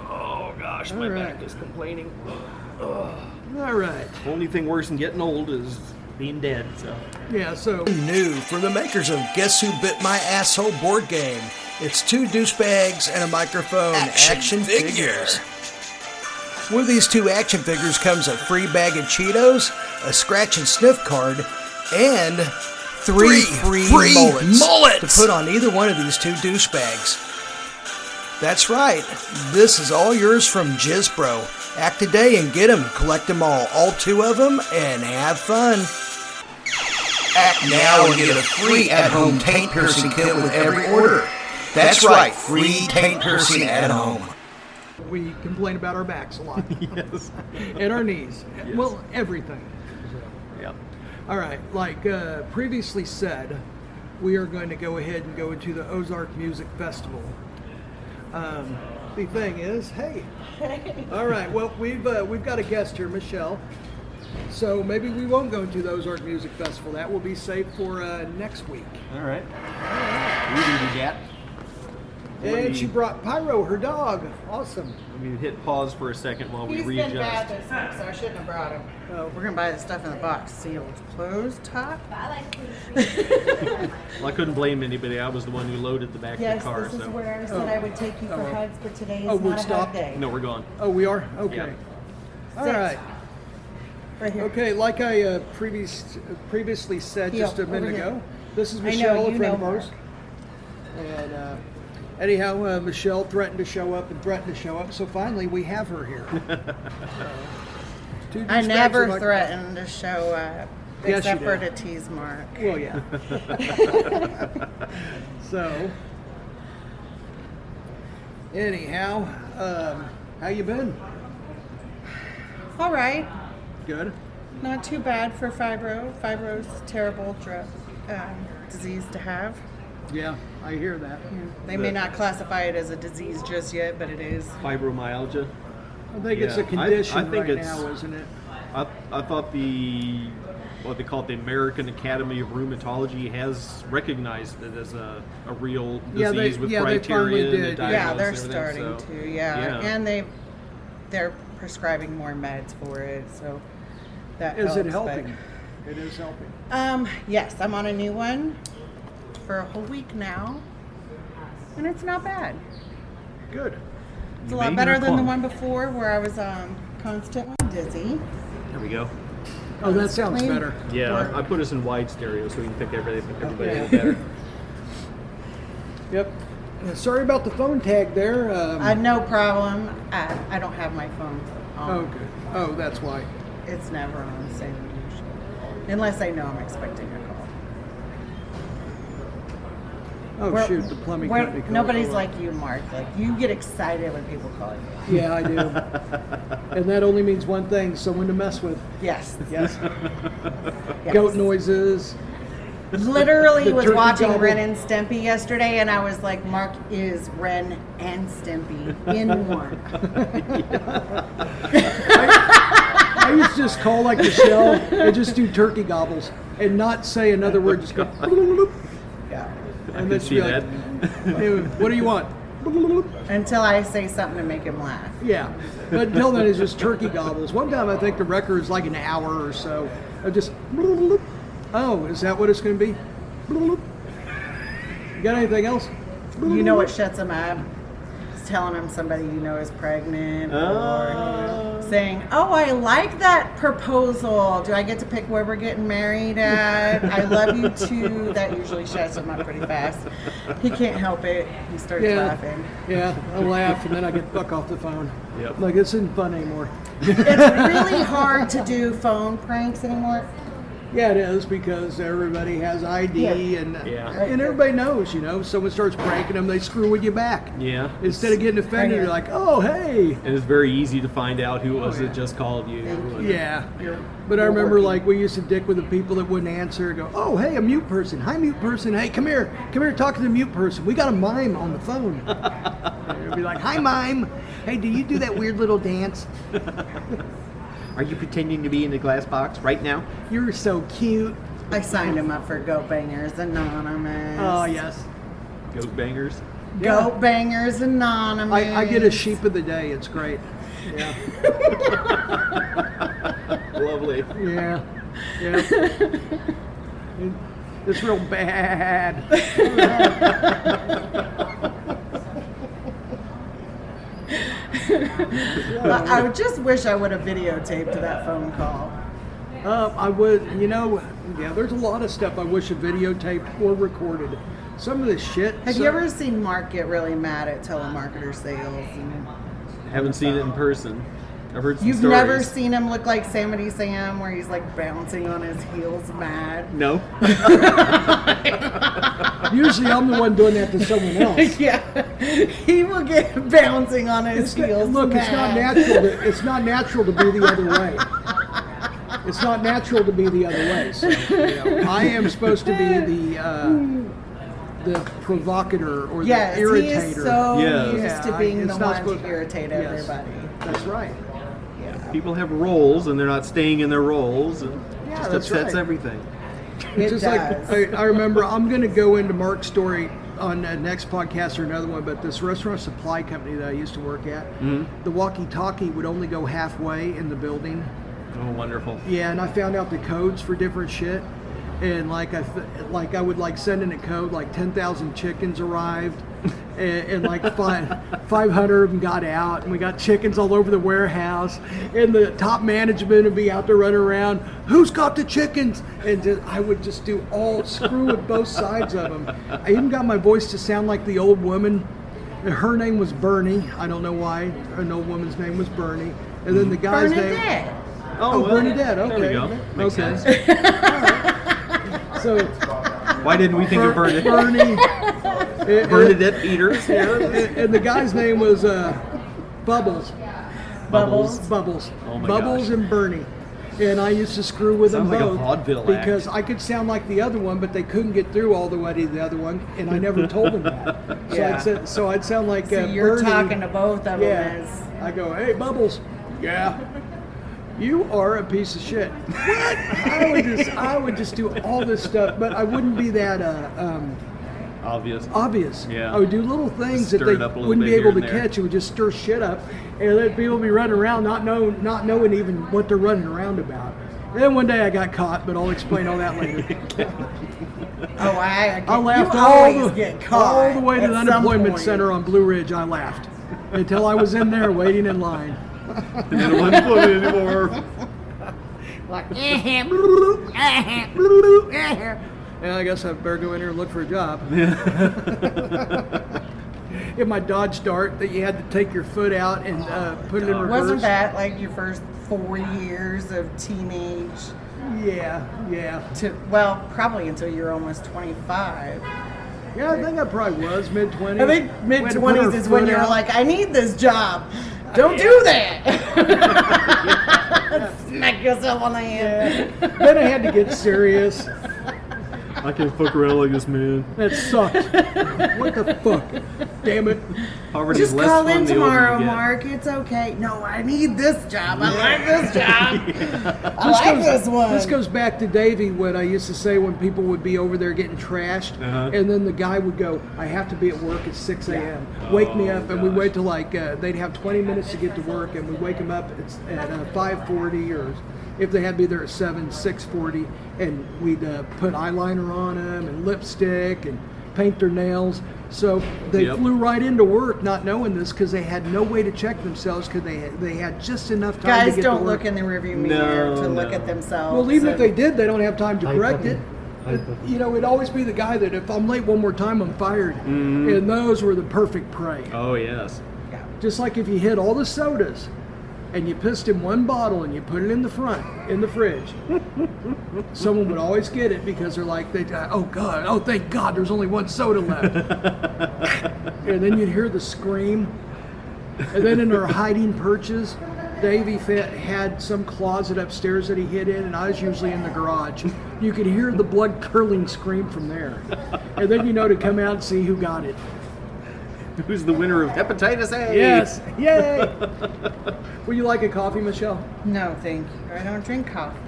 S4: Oh gosh,
S3: All
S4: my
S3: right.
S4: back is complaining.
S3: All right.
S4: Only thing worse than getting old is being dead. So.
S3: Yeah. So.
S2: New from the makers of Guess Who Bit My Asshole board game.
S1: It's two douchebags and a microphone action, figures.
S2: With these two action figures comes a free bag of Cheetos, a scratch and sniff card, and three,
S1: Three
S2: free,
S1: free
S2: mullets,
S1: mullets.
S2: to put on either one of these two douchebags. That's right. This is all yours from Jizzbro. Act today and get 'em. Collect 'em all, all two of 'em, and have fun. Act now and get a free at-home taint piercing kit with every order. That's right, free taint piercing at home.
S3: we complain about our backs a lot
S4: Yes.
S3: and our knees.
S4: Yes.
S3: Well, everything.
S4: yep.
S3: All right, like uh, previously said, we are going to go ahead and go into the Ozark Music Festival. Um, the thing is, hey, all right. Well, we've uh, we've got a guest here, Michelle. So maybe we won't go into the Ozark Music Festival. That will be safe for uh, next week.
S4: All right. We do the gap. Let
S3: And
S4: me-
S3: she brought Pyro, her dog. Awesome.
S4: Let me hit pause for a second while we
S5: He's been bad
S4: readjust.
S5: this week, so I shouldn't have brought him.
S3: Oh.
S5: We're gonna buy the stuff in the box sealed. Closed top?
S6: I like food.
S4: Well, I couldn't blame anybody. I was the one who loaded the back
S6: Yes,
S4: of the car.
S6: this is
S4: so
S6: where I said I would take you for
S5: Oh.
S6: hugs, but today is
S3: Oh, we're
S6: not a
S3: stopped?
S6: hug day.
S4: no, we're gone.
S3: Oh, we are okay. All
S6: Sit.
S3: right.
S5: Right here.
S3: Okay, like I uh, previous, previously said
S5: Heel,
S3: just a
S5: over
S3: minute
S5: here.
S3: ago, this is
S5: I know,
S3: Michelle, a
S5: you
S3: friend of
S5: know
S3: ours. And uh, anyhow, uh, Michelle threatened to show up and threatened to show up, so finally we have her here. Uh, Two
S5: I
S3: douchebags
S5: never
S3: are like-
S5: threatened to show up.
S3: Yes, you
S5: Except for
S3: did.
S5: the tease mark.
S3: Well, yeah. so, anyhow, um, how you been?
S5: All right.
S3: Good.
S5: Not too bad for fibro. Fibro's a terrible dr- um, disease to have.
S3: Yeah, I hear that.
S5: They may
S4: The-
S5: not classify it as a disease just yet, but it is.
S4: Fibromyalgia.
S3: I think it's a
S4: Yeah, I- I
S3: condition
S4: think
S3: right
S4: it's-
S3: now, isn't it?
S4: I, I thought the what they call it, the American Academy of Rheumatology has recognized it as a, a real disease
S3: Yeah, they-
S4: with
S3: yeah, they finally
S4: criteria. and
S3: did.
S4: a
S3: Yeah,
S5: Yeah,
S4: diagnosis
S5: they're
S4: and
S5: starting
S4: everything, so,
S5: to. Yeah. and they they're prescribing more meds for it, so that
S3: Is it
S5: helps, but-
S3: helping? It is helping.
S5: Um, yes, I'm on a new one for a whole week now, and it's not bad.
S3: Good.
S5: It's a lot
S4: Main
S5: better than the
S4: reform.
S5: one before where I was um, constantly dizzy.
S4: there we go.
S3: Oh, that sounds
S5: clean.
S3: better.
S4: Yeah, I, I put us in wide stereo so we can pick everybody, everybody up better.
S3: Yep. Yeah, sorry about the phone tag there. Um,
S5: Uh, no problem. I, I don't have my phone on.
S3: oh, good. Oh, that's why.
S5: It's never on the same usually. Unless I know I'm expecting a call.
S3: Oh
S5: We're-
S3: shoot, the plumbing
S5: we're-
S3: company. called.
S5: Nobody's
S3: Oh,
S5: like you, Mark. Like you get excited when people call you.
S3: Yeah, I do. and that only means one thing: someone to mess with.
S5: Yes.
S3: Yes.
S5: yes.
S3: Goat noises.
S5: Literally
S3: The
S5: was
S3: turkey
S5: watching
S3: gobble.
S5: Ren and Stimpy yesterday, and I was like, Mark is Ren and Stimpy in one.
S3: I used to just call like Michelle and just do turkey gobbles and not say another word. Just go.
S5: yeah.
S3: And
S4: I
S3: then
S4: can
S3: she'd
S4: see
S3: be
S4: that.
S3: like, "Hey, "What do you want?"
S5: Until I say something to make him laugh.
S3: Yeah. But until then, it's just turkey gobbles. One time, I think the record is like an hour or so of just. Oh, is that what it's going to be? You got anything else?
S5: You know what shuts him up? It's telling him somebody you know is pregnant or saying, Oh, I like that proposal. Do I get to pick where we're getting married at? I love you too. That usually shuts him up pretty fast. He can't help it. He starts
S3: Yeah.
S5: laughing.
S3: Yeah, I laugh and then I get the fuck off the phone.
S4: Yep.
S3: Like, this isn't fun anymore.
S5: It's really hard to do phone pranks anymore.
S3: Yeah, it is because everybody has ID
S5: Yeah.
S3: and
S4: Yeah.
S3: and everybody knows, you know. Someone starts pranking them, they screw with you back.
S4: Yeah.
S3: Instead of getting offended, you're like, oh hey.
S4: And it's very easy to find out who it was
S3: Oh, yeah.
S4: that just called you.
S3: Yeah. But I remember like we used to dick with the people that wouldn't answer. Go, oh hey, a mute person. Hi mute person. Hey, come here. Come here. Talk to the mute person. We got a mime on the phone. It'd be like, hi mime. Hey, do you do that weird little dance?
S4: Are you pretending to be in the glass box right now?
S3: You're so cute.
S5: I signed him up for Goat Bangers Anonymous.
S3: Oh yes.
S4: Goat bangers.
S5: Goat Bangers Anonymous.
S3: I, I get a sheep of the day. It's great. Yeah.
S4: Lovely.
S3: Yeah. Yeah. And it's real bad.
S5: But I would just wish I would have videotaped that phone call.
S3: Um, I would, you know, yeah, there's a lot of stuff I wish I videotaped or recorded. Some of this shit.
S5: Have
S3: so-
S5: you ever seen Mark get really mad at telemarketer sales?
S3: Mm-hmm.
S5: And
S4: Haven't seen it in person. I've heard some
S5: you've
S4: stories.
S5: never seen him look like Samity Sam, where he's like bouncing on his heels, mad.
S4: No.
S3: Usually I'm the one doing that to someone else.
S5: Yeah, he will get bouncing on his
S3: It's-
S5: heels.
S3: look,
S5: mad.
S3: it's not natural. To, it's not natural to be the other way. It's not natural to be the other way. So, you know, I am supposed to be the uh, the provocateur or
S5: Yes,
S3: the
S5: he
S3: irritator.
S5: is so
S4: Yeah.
S5: used to
S3: Yeah,
S5: being
S3: it's
S5: the
S3: not
S5: one
S3: supposed-
S5: to irritate
S3: Yes.
S5: everybody.
S3: That's right.
S4: People have roles and they're not staying in their roles. And
S3: Yeah,
S4: just
S3: that's
S4: upsets
S3: right.
S4: everything.
S5: It
S3: just
S5: does.
S3: like I, I remember, I'm going to go into Mark's story on the next podcast or another one. But this restaurant supply company that I used to work at,
S5: Mm-hmm.
S3: the walkie-talkie would only go halfway in the building.
S4: Oh, wonderful.
S3: Yeah, and I found out the codes for different shit. And like I, f- like I would like send in a code like ten thousand chickens arrived, and, and like five five hundred of them got out, and we got chickens all over the warehouse. And the top management would be out there running around, who's got the chickens? And just, I would just do all screw with both sides of them. I even got my voice to sound like the old woman. Her name was Bernie. I don't know why an old woman's name was Bernie. And then the guy's name.
S5: Bernadette.
S3: Oh,
S4: well,
S3: Bernadette. Okay.
S4: There we go. Makes
S3: okay.
S4: sense.
S3: So
S4: Why didn't we think of Bernadette?
S3: Bernie. and- and-
S4: Bernadette Peters. Yeah.
S3: and the guy's name was uh, Bubbles.
S5: Bubbles.
S3: Bubbles.
S4: Oh my
S3: Bubbles
S4: gosh.
S3: and Bernie. And I used to screw with
S4: Sounds
S3: them
S4: like a
S3: both
S4: vaudeville act.
S3: because I could sound like the other one, but they couldn't get through all the way to the other one, and I never told them that. So,
S5: Yeah.
S3: I'd, sa- so I'd sound like
S5: So
S3: uh,
S5: you're
S3: Bernie.
S5: talking to both of them as
S3: Yeah. I go, hey, Bubbles. Yeah. You are a piece of shit. What? I would just, I would just do all this stuff, but I wouldn't be that. Uh, um,
S4: Obvious.
S3: obvious.
S4: Yeah.
S3: I would do little things that
S4: Stir
S3: they
S4: it up a little
S3: wouldn't be
S4: bit
S3: able
S4: here
S3: to
S4: and there.
S3: catch. It would just stir shit up and let people be running around not know not knowing even what they're running around about. Then one day I got caught, but I'll explain all that later.
S5: Oh, I,
S3: I laughed
S5: you
S3: all
S5: always
S3: the,
S5: get caught
S3: all the way to
S5: at
S3: the
S5: some
S3: unemployment
S5: point.
S3: center on Blue Ridge. I laughed until I was in there waiting in line.
S4: And I don't want to play it anymore.
S3: Yeah, I guess I better go in here and look for a job. In my Dodge Dart that you had to take your foot out and uh, put it in reverse.
S5: Oh, Wasn't that like your first four years of teenage?
S3: Yeah, yeah.
S5: To well, probably until you're almost 25.
S3: Yeah, I think I probably was mid twenties.
S5: I think mid 20s is when you're like, I need this job. Don't do that. Smack yourself on the hand.
S3: then I had to get serious.
S4: I can't fuck around like this, man.
S3: That sucked. what the fuck? Damn it.
S4: Poverty
S5: Just
S4: is less
S5: call
S4: fun
S5: in
S4: the older you
S5: tomorrow,
S4: get.
S5: Mark. It's okay. No, I need this job. I like this job. I like this one.
S3: This goes back to Davey. What I used to say when people would be over there getting trashed,
S4: Uh-huh.
S3: and then the guy would go, "I have to be at work at 6 a.m. Wake me
S4: Oh,
S3: up." And we
S4: gosh.
S3: wait till like uh, they'd have 20 minutes to get to work, and we wake them up it's at uh, 5:40 or if they had to be there at 7, 6:40, and we'd uh, put eyeliner on them and lipstick and paint their nails. So they
S4: Yep.
S3: flew right into work, not knowing this, because they had no way to check themselves, because they they had just enough time. to
S5: Guys
S3: get to
S5: don't
S3: work.
S5: look in the rearview
S4: No,
S5: mirror to
S4: no.
S5: look at themselves.
S3: Well, even if
S5: and-
S3: they did, they don't have time to correct it. You know, it'd always be the guy that if I'm late one more time, I'm fired. And those were the perfect prey.
S4: Oh yes.
S3: Just like if you hid all the sodas and you pissed in one bottle and you put it in the front, in the fridge, someone would always get it because they're like, they, oh God, oh thank God, there's only one soda left. and then you'd hear the scream. And then in their hiding perches, Davey fa- had some closet upstairs that he hid in, and I was usually in the garage. You could hear the blood curdling scream from there. And then you know to come out and see who got it.
S4: Who's the winner of hepatitis A?
S3: Yes. Yay. Would you like a coffee, Michelle?
S5: No, thank you. I don't drink coffee.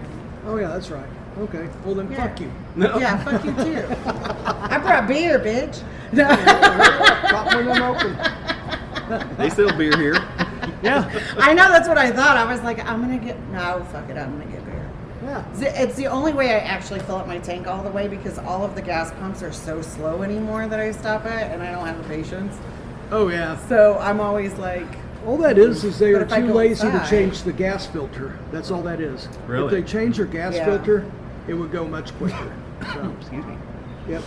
S3: Oh yeah, that's right. Okay. Well then,
S5: Yeah.
S3: fuck you.
S5: Yeah, fuck you too. I brought beer, bitch.
S3: Pop one of them open.
S4: They sell beer here.
S3: Yeah.
S5: I know that's what I thought. I was like, I'm gonna get no, fuck it, I'm gonna get beer.
S3: Yeah.
S5: It's the- It's the only way I actually fill up my tank all the way because all of the gas pumps are so slow anymore that I stop at, and I don't have the patience.
S3: Oh yeah.
S5: So I'm always like,
S3: All that is is they
S5: But
S3: are
S5: if I
S3: too
S5: go
S3: lazy to
S5: outside-
S3: change the gas filter. That's all that is.
S4: Really?
S3: If they change their gas
S5: Yeah.
S3: filter, it would go much quicker. So,
S4: Excuse me.
S3: yep.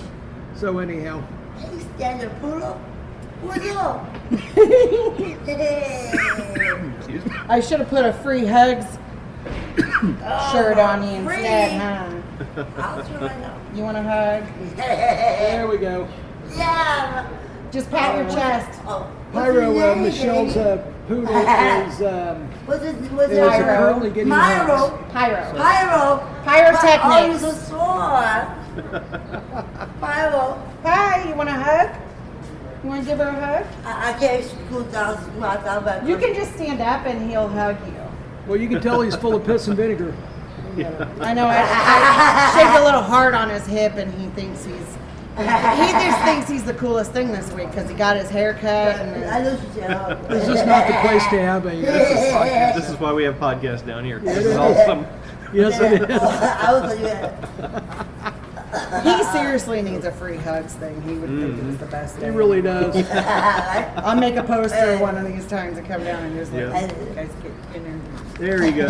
S3: So anyhow,
S6: Hey, Stanley Poodle. What's up?
S4: Excuse me.
S5: I should have put a free hugs shirt on you instead, huh?
S6: I'll try now.
S5: You want a hug?
S3: there we go.
S6: Yeah.
S5: Just pat your chest.
S6: Oh, what's his
S3: Pyro uh,
S6: name,
S3: Michelle's
S6: baby?
S3: uh, poodle is um,
S6: What's his, what's
S3: is
S6: his name?
S3: currently getting
S6: Myro.
S3: hugs.
S5: Pyro.
S6: Pyro.
S5: Pyrotechnics.
S6: Oh, you're so smart. Pyro.
S5: Hi, you want a hug? You want to give her a hug?
S6: I, I can't school down myself. but-
S5: You can just stand up and he'll hug you.
S3: well, you can tell he's full of piss and vinegar.
S5: I know. I, I shake a little hard on his hip, and he thinks he's he just thinks he's the coolest thing this week because he got his hair cut. And
S6: I know she's
S3: This is not the place to have a.
S4: This is, podcast. this is why we have podcasts down here. This is awesome.
S3: Yes, it is.
S6: I was like, yeah.
S5: he seriously needs a free hugs thing. He would think it was the best.
S3: He
S5: thing.
S3: really does.
S5: I'll make a poster one of these times and come down and just like,
S4: Yeah.
S5: "You guys get in there.
S4: There he goes.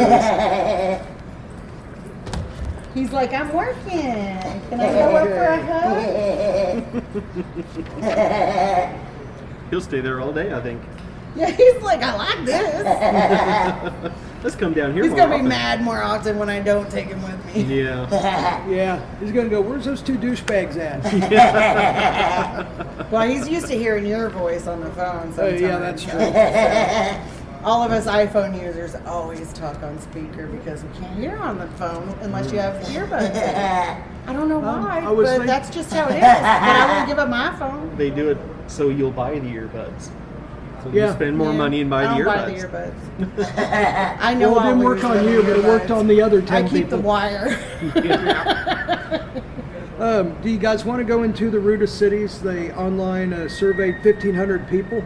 S5: He's like, I'm working. Can I go up for a hug?
S4: He'll stay there all day, I think.
S5: Yeah, he's like, I like this.
S4: Let's come down here.
S5: He's
S4: more
S5: gonna be
S4: often.
S5: mad more often when I don't take him with me.
S4: Yeah.
S3: Yeah, he's gonna go. Where's those two douchebags at?
S5: Well, he's used to hearing your voice on the phone.
S3: Oh,
S5: Sometimes.
S3: yeah, that's true.
S5: All of us iPhone users always talk on speaker because we can't hear on the phone unless you have earbuds. in. I don't know why,
S3: I was
S5: but
S3: think-
S5: that's just how it is. But I won't give up my phone.
S4: They do it so you'll buy the earbuds. So
S3: Yeah.
S4: you spend more
S5: Yeah.
S4: money and buy
S5: I
S4: the
S5: don't
S4: earbuds.
S5: buy the earbuds. I know
S3: Well, it
S5: I'll
S3: didn't work
S5: lose
S3: on
S5: the
S3: you, but it worked
S5: earbuds.
S3: on the other
S5: I
S3: ten
S5: keep
S3: people.
S5: the wire.
S3: Um, do you guys want to go into the root of cities? They online uh, surveyed 1,500 people.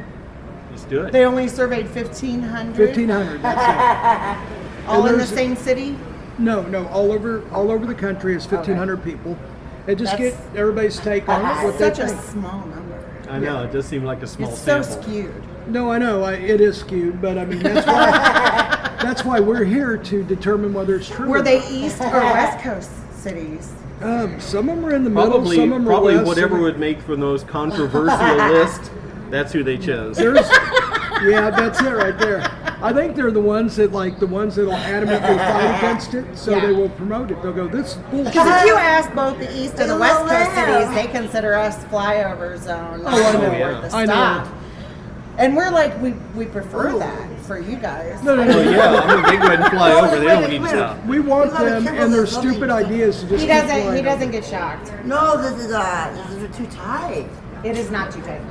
S4: Let's do it.
S5: they only surveyed 1,500.
S3: 1,500. That's
S5: All in the
S3: there's-
S5: same city?
S3: it. No, no, all over all over the country is 1,500 people, and just
S5: That's- Ah,
S3: get everybody's take on it. What they
S5: Such a
S3: think.
S5: small number.
S4: I know it does seem like a small
S5: It's so
S4: sample.
S5: skewed.
S3: No, I know I, it is skewed, but I mean that's why that's why we're here to determine whether it's true.
S5: Were
S3: or
S5: they
S3: not.
S5: east or west coast cities?
S3: Um, some of them are in the middle.
S4: Probably,
S3: Some of them are
S4: probably
S3: west,
S4: whatever
S3: some-
S4: would make for the most controversial list. That's who they chose.
S3: There's, yeah, that's it right there. I think they're the ones that like the ones that'll adamantly fight against it, so they
S5: Yeah.
S3: will promote it. They'll go, "This is bullshit."
S5: Because if you ask both the east and the west coast
S6: Hello.
S5: cities, they consider us flyover zone. Oh,
S3: I
S4: know.
S3: I know.
S5: And we're like, we, we prefer that for you guys.
S3: No, no, no.
S4: Oh yeah, I mean they go ahead and fly
S6: Wait,
S4: over. They don't
S6: wait,
S4: need
S6: wait.
S4: stop.
S3: We want
S6: You gotta
S3: them
S6: kill
S3: and their
S6: this zombie.
S3: stupid ideas to just.
S5: He
S3: keep
S5: doesn't. He
S3: flying.
S5: doesn't get shocked.
S6: No, this is uh, this is too tight.
S5: It is not too tight.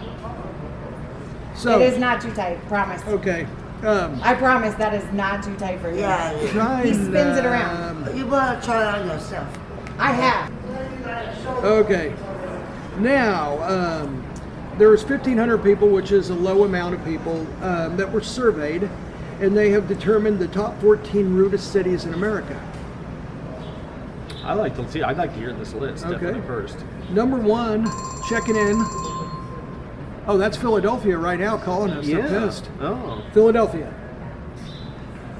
S3: So
S5: It is not too tight. Promise.
S3: okay. Um,
S5: I promise that is not too tight for you.
S6: Yeah, yeah.
S3: try
S5: He
S3: and,
S5: spins it around.
S6: you want to try it on yourself.
S5: I have.
S3: um, okay. Now um, there was 1,500 people, which is a low amount of people um, that were surveyed, and they have determined the top 14 rudest cities in America.
S4: I like to see. I'd like to hear this list
S3: Okay.
S4: definitely first.
S3: Number one, checking in. Oh, that's Philadelphia right now calling us. They're pissed.
S4: Oh.
S3: Philadelphia.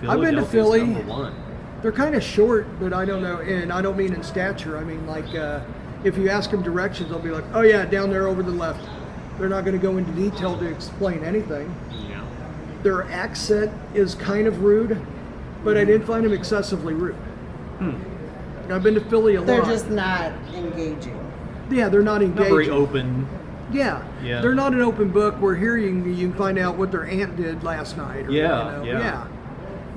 S3: I've been to
S4: Philadelphia's
S3: Philly.
S4: number one.
S3: They're kind of short, but I don't know, and I don't mean in stature. I mean like uh, if you ask them directions, they'll be like, "Oh yeah, down there over the left." They're not going to go into detail to explain anything.
S4: Yeah.
S3: Their accent is kind of rude, but I didn't find them excessively rude. I've been to Philly a lot.
S5: They're just not engaging.
S3: yeah, they're not
S4: Not
S3: engaged.
S4: very open.
S3: Yeah.
S4: Yeah.
S3: They're not an open book where here you can, you can find out what their aunt did last night. Or,
S4: Yeah,
S3: You know,
S4: yeah.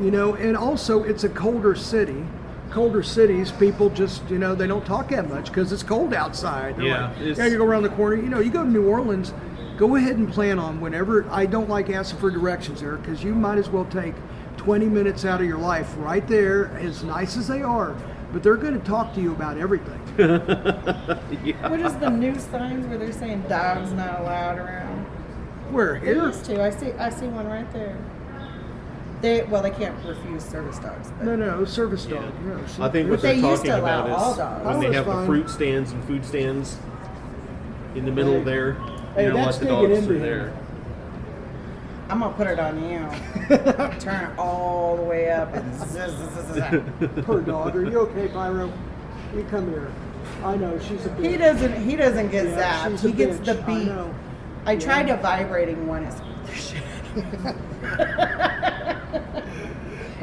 S3: You know, and also it's a colder city. Colder cities, people just, you know, they don't talk that much because it's cold outside. They're
S4: Yeah,
S3: Like,
S4: it's-
S3: yeah, you go around the corner. You know, you go to New Orleans, go ahead and plan on whenever. I don't like asking for directions there because you might as well take 20 minutes out of your life right there, as nice as they are. But they're going to talk to you about everything.
S5: What is the new signs where they're saying dogs not allowed around?
S3: We're
S5: They
S3: here.
S5: used to. I see. I see one right there. They well, they can't refuse service dogs. But
S3: No, no, service dog.
S4: Yeah.
S3: Yeah, so-
S4: I think what
S5: They
S4: they're
S5: used
S4: talking
S5: to allow
S4: about
S5: all
S4: is
S5: dogs.
S4: when
S3: That
S4: they
S3: was
S4: have the
S3: fine.
S4: fruit stands and food stands in the middle there.
S3: Hey,
S4: you know,
S3: that's
S4: let the
S3: digging
S4: dogs
S3: into
S4: through
S3: him.
S4: there.
S5: I'm gonna put it on you. Turn it all the way up and zzz, zzz, zzz, zzz.
S3: Her dog. Are you okay, Pyro? You come here. I know she's a bitch.
S5: He doesn't. He doesn't get
S3: Yeah,
S5: zapped.
S3: she's
S5: He
S3: a
S5: gets
S3: bitch.
S5: the
S3: I
S5: beat.
S3: know.
S5: I, tried a vibrating one. It's, it's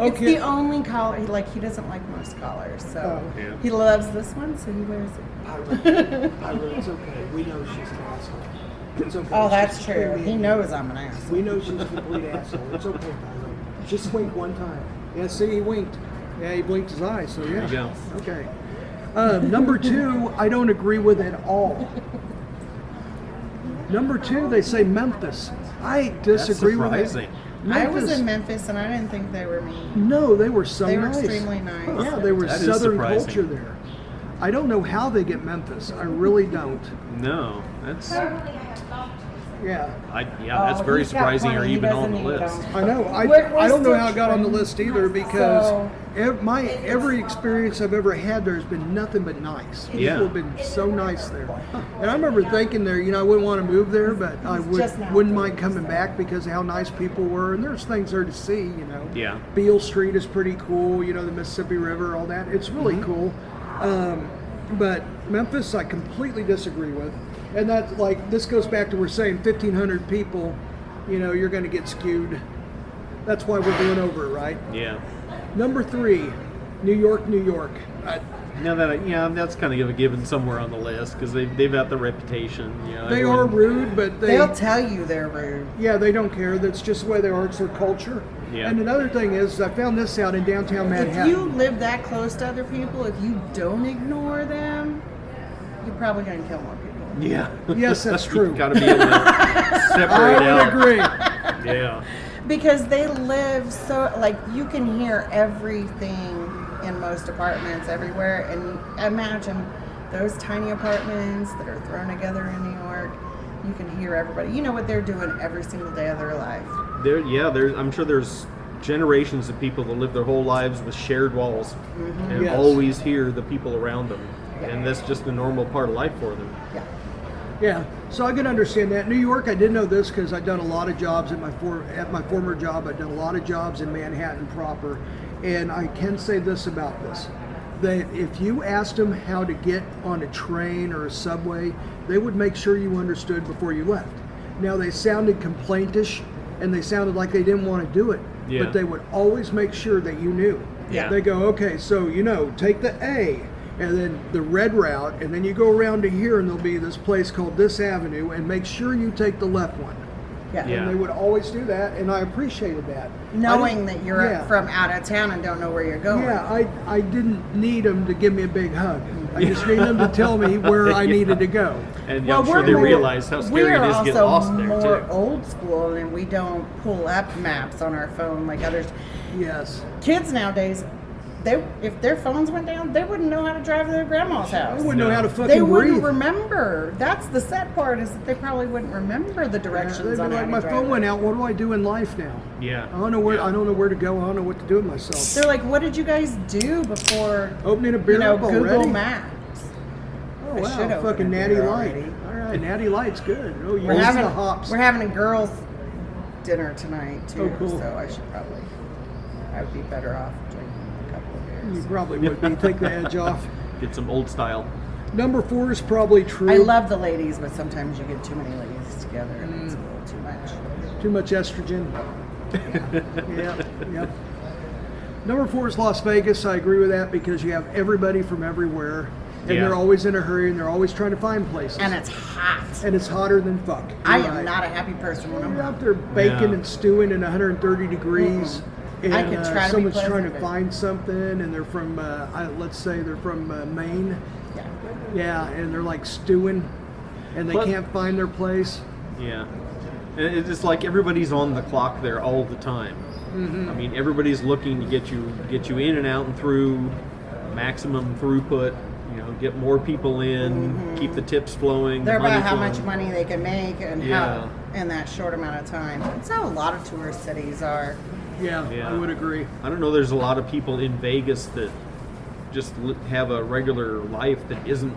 S3: Okay.
S5: the only collar. he- Like he doesn't like most collars, so
S3: Oh.
S4: Yeah.
S5: he loves this one, so he wears it.
S3: Pyro. Pyro, it's okay. We know she's an asshole. It's okay.
S5: Oh, that's
S3: She's
S5: true.
S3: complete-
S5: He knows I'm an asshole.
S3: We know she's a complete asshole. It's okay, Pyro. Just wink one time. Yeah, see, he winked. Yeah, he blinked his eyes. So yeah.
S4: you go.
S3: Okay. Um, number two, I don't agree with at all. Number two, they say Memphis. I disagree with it.
S4: surprising.
S5: I was
S3: Memphis-
S5: in Memphis and I didn't think they were mean.
S3: No, they were so
S5: They were
S3: nice.
S5: extremely nice.
S3: Yeah, they were
S4: That is
S3: Southern
S4: surprising.
S3: culture there. I don't know how they get Memphis. I really don't.
S4: No, that's I,
S3: Yeah,
S4: yeah, that's
S5: Oh,
S4: very
S5: he's got
S4: surprising. Or
S5: plenty. He
S4: even on the
S5: doesn't need
S4: list.
S5: them.
S3: I know. I,
S5: We're- we're
S3: I don't know
S5: still
S3: how it got on the
S5: trying.
S3: list either because
S5: So-
S3: ev- my every experience I've ever had there has been nothing but nice.
S4: Yeah.
S3: People have been so nice there. And I remember thinking there, you know, I wouldn't want to move there, but I
S5: It's
S3: would,
S5: just now
S3: wouldn't mind coming back because of how nice people were. And there's things there to see, you know.
S4: Yeah.
S3: Beale Street is pretty cool, you know, the Mississippi River, all that. It's really
S4: Mm-hmm.
S3: cool. Um, but Memphis, I completely disagree with. And that's like, this goes back to we're saying 1,500 people you know, you're going to get skewed. That's why we're going over it, right?
S4: Yeah.
S3: Number three, New York, New York. I,
S4: Now that I, yeah, that's kind of a given somewhere on the list because they they've got the reputation. You know,
S3: they are
S4: everyone-
S3: rude, but they
S5: They'll tell you they're rude.
S3: yeah they don't care. That's just the way they are. It's their culture.
S4: Yeah.
S3: And another thing is, I found this out in downtown
S5: If
S3: Manhattan.
S5: you live that close to other people, if you don't ignore them, you're probably going to kill more people.
S4: Yeah.
S3: Yes, that's true.
S4: Got to be able to
S3: I
S4: separate
S3: would
S4: out.
S3: agree.
S4: Yeah.
S5: because they live so like you can hear everything in most apartments everywhere and imagine those tiny apartments that are thrown together in new york you can hear everybody you know what they're doing every single day of their life
S4: There. Yeah. There's. I'm sure there's generations of people that live their whole lives with shared walls
S5: Mm-hmm.
S4: and
S3: Yes.
S4: always hear the people around them, and that's just a normal part of life for them.
S5: yeah
S3: Yeah, so I can understand that. New York, I did know this because I'd done a lot of jobs at my for, at my former job. I'd done a lot of jobs in Manhattan proper, and I can say this about this: that if you asked them how to get on a train or a subway, they would make sure you understood before you left. Now they sounded complaintish, and they sounded like they didn't want to do it,
S4: Yeah.
S3: but they would always make sure that you knew.
S4: Yeah.
S3: They go, okay, so you know, take the A and then the red route, and then you go around to here, and there'll be this place called this avenue, and make sure you take the left one.
S5: yeah,
S4: Yeah.
S3: And they would always do that, and I appreciated that. I
S5: knowing
S3: didn't-
S5: that you're
S3: yeah.
S5: from out of town and don't know where you're going
S3: Yeah, I, I didn't need them to give me a big hug. I just need them to tell me where I needed to go.
S4: And
S5: Well,
S4: I'm sure
S5: we're
S4: they
S5: more-
S4: realize how scary
S5: we're
S4: it is to get
S5: also
S4: lost there
S5: more
S4: too.
S5: old school and we don't pull up maps on our phone like others
S3: Yes.
S5: kids nowadays, they if their phones went down, they wouldn't know how to drive to their grandma's
S3: I
S5: house.
S3: wouldn't know how to fucking
S5: They wouldn't
S3: breathe.
S5: remember. That's the sad part is that they probably wouldn't remember the
S3: Yeah,
S5: directions
S3: they'd be
S5: on how
S3: like,
S5: to
S3: my
S5: drive
S3: phone
S5: it."
S3: went out. What do I do in life now?
S4: Yeah.
S3: I don't know where
S4: Yeah.
S3: I don't know where to go. I don't know what to do with myself.
S5: They're like, what did you guys do before
S3: Opening a beer
S5: you know
S3: up
S5: Google
S3: already?
S5: Maps?
S3: Oh
S5: I should
S3: wow,
S5: open
S3: fucking
S5: a
S3: natty
S5: beer
S3: light.
S5: already.
S3: All right, natty light's good. Oh, you
S5: We're
S3: use
S5: having
S3: the hops.
S5: we're having a girls' dinner tonight too,
S3: Oh, cool.
S5: so I should probably I would be better off drinking a couple of
S3: you
S5: beers.
S3: probably would be take the edge off.
S4: Get some old style.
S3: Number four is probably true.
S5: I love the ladies, but sometimes you get too many ladies together and it's a little too much.
S3: too much estrogen. Yeah, yeah, yep. Number four is Las Vegas. I agree with that because you have everybody from everywhere, and
S4: Yeah.
S3: they're always in a hurry and they're always trying to find places.
S5: and it's hot.
S3: And it's hotter than fuck.
S5: I
S3: You're
S5: am
S3: right.
S5: not a happy person when I'm
S3: You're out
S5: hot.
S3: there baking
S4: No.
S3: and stewing in 130 degrees, and
S5: I could
S3: uh,
S5: try to be
S3: someone's trying
S5: pleasant,
S3: to
S5: but-
S3: find something, and they're from, uh, I, let's say they're from uh, Maine.
S5: Yeah.
S3: Yeah, and they're like stewing, and they
S4: But-
S3: can't find their place.
S4: Yeah. And It's just like everybody's on the clock there all the time.
S5: Mm-hmm.
S4: I mean, everybody's looking to get you get you in and out and through, maximum throughput. You know, get more people in, keep the tips flowing.
S5: Mm-hmm. They're
S4: the money
S5: about how much
S4: flowing.
S5: money they can make and
S4: Yeah.
S5: how in that short amount of time. That's how a lot of tourist cities are.
S3: Yeah, I
S4: Yeah.
S3: would agree.
S4: I don't know. There's a lot of people in Vegas that just li- have a regular life that isn't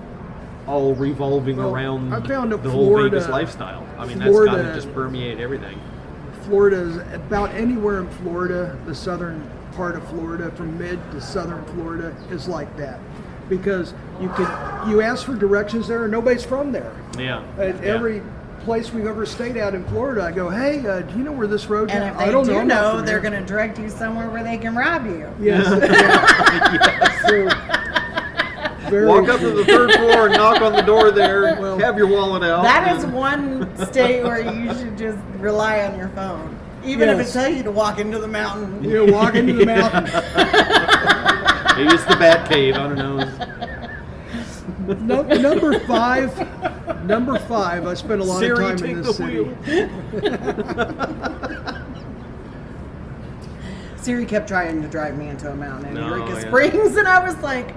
S4: all revolving
S3: Well,
S4: around
S3: I found that
S4: the whole Vegas
S3: Florida-
S4: lifestyle. I mean, that's got
S3: Florida-
S4: to just permeate everything.
S3: Florida is about anywhere in Florida, the southern part of Florida, from mid to southern Florida is like that, because you could you ask for directions there, and nobody's from there.
S4: Yeah.
S3: At
S4: Yeah.
S3: every place we've ever stayed out in Florida, I go, hey, uh, do you know where this road?
S5: And
S3: goes?"
S5: if they
S3: I don't
S5: do
S3: know.
S5: know,
S3: I'm not from
S5: they're
S3: here."
S5: going to direct you somewhere where they can rob you.
S3: Yes. yeah. So, very
S4: Walk up to
S3: true.
S4: the third floor and knock on the door there.
S3: Well-
S4: have your wallet out.
S5: That is
S4: and-
S5: one state where you should just rely on your phone. Even if
S3: Yes.
S5: it tells you to walk into the mountain.
S3: You know, walk into the mountain.
S4: Maybe it's the Bat Cave. I don't know.
S3: No, number five, number five. I spent a lot
S4: Siri,
S3: of time
S4: take
S3: in
S4: the
S3: this city.
S4: wheel.
S5: Siri kept trying to drive me into a mountain in
S4: No,
S5: Eureka
S4: yeah.
S5: Springs, and I was like,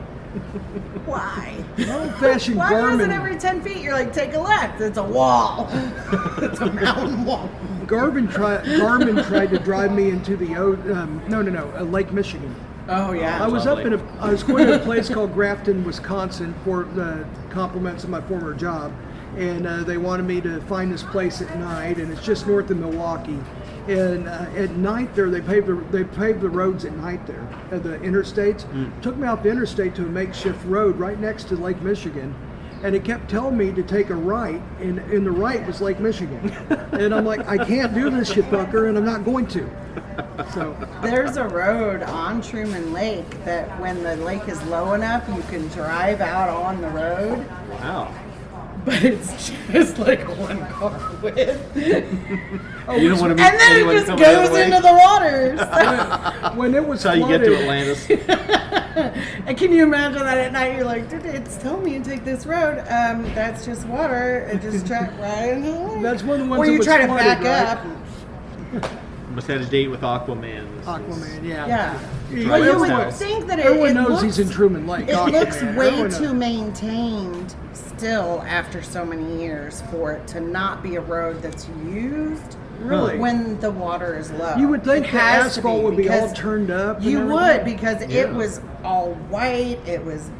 S5: why?
S3: Old-fashioned
S5: Why is it
S3: Garmin.
S5: every 10 feet you're like, take a left? It's a wall. it's a mountain wall.
S3: Garvin tried. Garmin tried to drive me into the O. Um, no, no, no. Uh, Lake Michigan.
S5: Oh, yeah.
S3: I was up in
S4: lovely.
S3: a. I was going to a place called Grafton, Wisconsin, for the compliments of my former job, and uh, they wanted me to find this place at night, and it's just north of Milwaukee. And uh, at night there, they paved the they paved the roads at night there,
S4: Hmm.
S3: uh, the interstates. Took me off the interstate to a makeshift road right next to Lake Michigan, and it kept telling me to take a right, and, and the right was Lake Michigan. and I'm like, I can't do this, you fucker, and I'm not going to. So,
S5: There's a road on Truman Lake that when the lake is low enough, you can drive out on the road,
S4: Wow.
S5: but it's just like one car width.
S4: you don't want to
S5: And then it just goes into the water. So.
S3: when it was
S4: That's how you get
S3: flooded,
S4: to Atlantis.
S5: and can you imagine that at night? You're like, "Dude, it's telling me to take this road. Um, that's just water. It just trapped right into the lake.
S3: That's one of the ones
S5: Or
S3: that
S5: you
S3: was
S5: try to
S3: flooded,
S5: back
S3: right?
S5: up.
S4: Must have a date with Aquaman. This is-
S3: Aquaman, yeah.
S5: Yeah.
S3: Yeah,
S5: Well, you
S4: Everyone
S5: would
S4: knows.
S5: think that it,
S3: Everyone
S5: it
S3: knows
S5: looks,
S3: he's in Truman Lake.
S5: It
S3: Aquaman.
S5: looks way
S3: Everyone
S5: too
S3: knows.
S5: maintained still after so many years for it to not be a road that's used.
S4: Really?
S5: When the water is low.
S3: You would think
S5: It
S3: the
S5: has to
S3: asphalt would be all
S5: because
S3: turned up and
S5: You would
S3: everything.
S5: because it
S4: Yeah.
S5: was all white. It was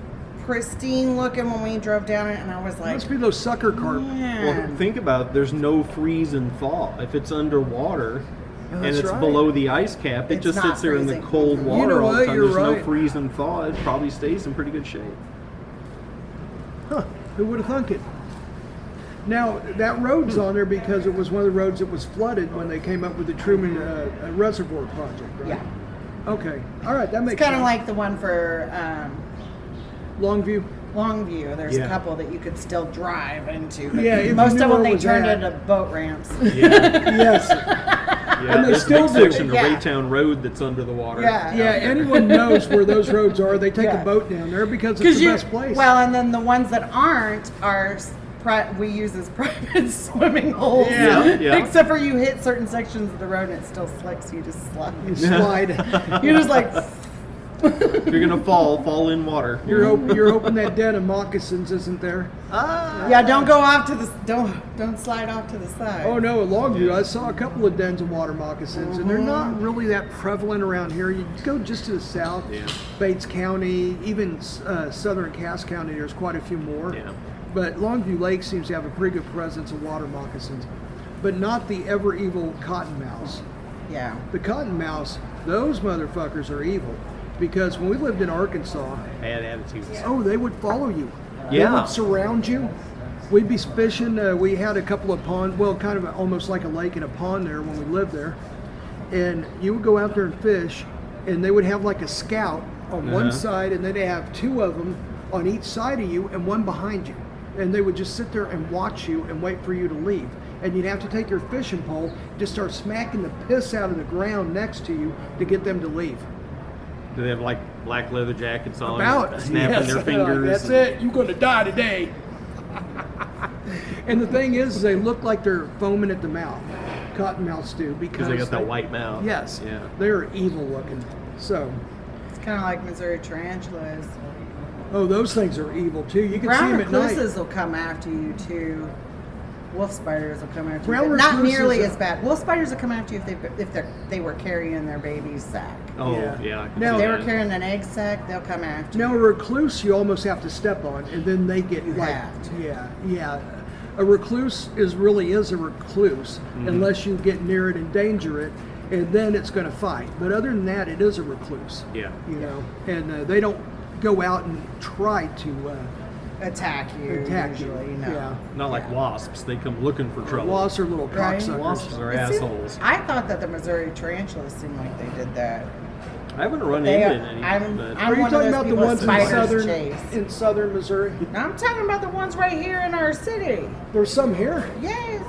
S5: pristine looking when we drove down it, and I was like,
S3: Must be those sucker carp.
S5: man.
S4: Well, think about it. there's no freeze and thaw. If it's underwater and
S3: that's
S4: it's
S3: right.
S4: below the ice cap, it
S5: It's
S4: just
S5: not
S4: sits there in the
S5: freezing.
S4: cold
S5: You
S4: water
S3: know
S4: all the
S3: what?
S4: time.
S3: You're
S4: there's no
S3: right.
S4: freeze and thaw. It probably stays in pretty good shape.
S3: Huh, who would have thunk it? Now, that road's on there because it was one of the roads that was flooded when they came up with the Truman uh, uh, Reservoir Project, right?
S5: yeah.
S3: Okay, all right, that
S5: It's
S3: makes
S5: kind of
S3: sense.
S5: like the one for um,
S3: Longview.
S5: Longview. There's
S4: Yeah.
S5: a couple that you could still drive into. But
S3: Yeah, if you
S5: most
S3: knew
S5: of
S3: where
S5: them
S3: it
S5: they
S3: was
S5: turned
S3: at.
S5: into boat ramps.
S4: Yeah,
S3: Yes.
S4: yeah.
S3: And they
S4: there's
S3: still
S4: a big
S3: do.
S4: section of
S5: Yeah.
S4: Raytown Road that's under the water.
S5: Yeah.
S3: Yeah, anyone knows where those roads are. They take
S5: Yeah.
S3: a boat down there because it's the
S5: you,
S3: best place.
S5: well, and then the ones that aren't are s- pri- we use as private swimming holes.
S4: Yeah, yeah.
S5: Except for you hit certain sections of the road and it still slicks you just
S3: you
S5: slide.
S3: slide.
S5: You're just like,
S4: If you're gonna fall, fall in water.
S3: you're, hop- you're hoping that den of moccasins isn't there.
S5: yeah, don't go off to the s- don't don't slide off to the side.
S3: Oh no, at Longview, I saw a couple of dens of water moccasins, and they're
S4: Uh-huh.
S3: not really that prevalent around here. You go just to the south,
S4: Yeah.
S3: Bates County, even uh, southern Cass County, there's quite a few more.
S4: Yeah.
S3: But Longview Lake seems to have a pretty good presence of water moccasins, but not the ever evil cottonmouths.
S5: Yeah.
S3: The cottonmouths, those motherfuckers are evil. Because when we lived in Arkansas,
S4: Bad attitudes.
S3: oh, they would follow you. They
S4: Yeah.
S3: would surround you. We'd be fishing. Uh, we had a couple of pond, well, kind of a, almost like a lake and a pond there when we lived there. And you would go out there and fish, and they would have like a scout on
S4: Uh-huh.
S3: one side, and then they have two of them on each side of you and one behind you. And they would just sit there and watch you and wait for you to leave. And you'd have to take your fishing pole, just start smacking the piss out of the ground next to you to get them to leave.
S4: Do they have like black leather jackets on?
S3: About
S4: snapping
S3: yes.
S4: their fingers.
S3: That's
S4: and-
S3: it. You're gonna die today. and the thing is, is they look like they're foaming at the mouth. Cottonmouths do because
S4: Because they got that white mouth.
S3: Yes.
S4: Yeah.
S3: They are evil looking. So,
S5: It's kind of like Missouri tarantulas.
S3: oh, those things are evil too. You can see
S5: Brown
S3: them at night.
S5: recluses will come after you too. Wolf spiders will come after
S3: Brown
S5: you. but Not
S3: recluses
S5: nearly
S3: are-
S5: as bad. Wolf spiders will come after you if they if they're, they were carrying their baby's sack.
S4: Oh
S3: Yeah.
S4: yeah. I can
S3: Now-
S4: see
S5: If they were
S4: that.
S5: carrying an egg sack, they'll come after you.
S3: Now a recluse, you almost have to step on, and then they get
S5: You
S3: like,
S5: have to.
S3: yeah, yeah. A recluse is really is a recluse unless you get near it, endanger it, and then it's going to fight. But other than that, it is a recluse.
S4: Yeah.
S3: you know, and uh, they don't go out and try to uh,
S5: attack you
S3: attack you.
S5: usually. No.
S3: Yeah,
S4: Not like wasps. They come looking for trouble.
S3: wasps are little
S5: Right?
S3: cocksuckers.
S4: Wasps are
S5: It seemed-
S4: assholes.
S5: I thought that the Missouri tarantulas seemed like they did that.
S4: I haven't run
S5: They
S4: into
S5: are-
S4: any.
S5: I'm-
S4: but
S5: I'm-
S3: Are you
S5: one
S3: talking
S5: of those
S3: about the
S5: people
S3: ones in
S5: spiders
S3: southern
S5: chase.
S3: in southern Missouri?
S5: I'm talking about the ones right here in our city.
S3: There's some here.
S5: Yes.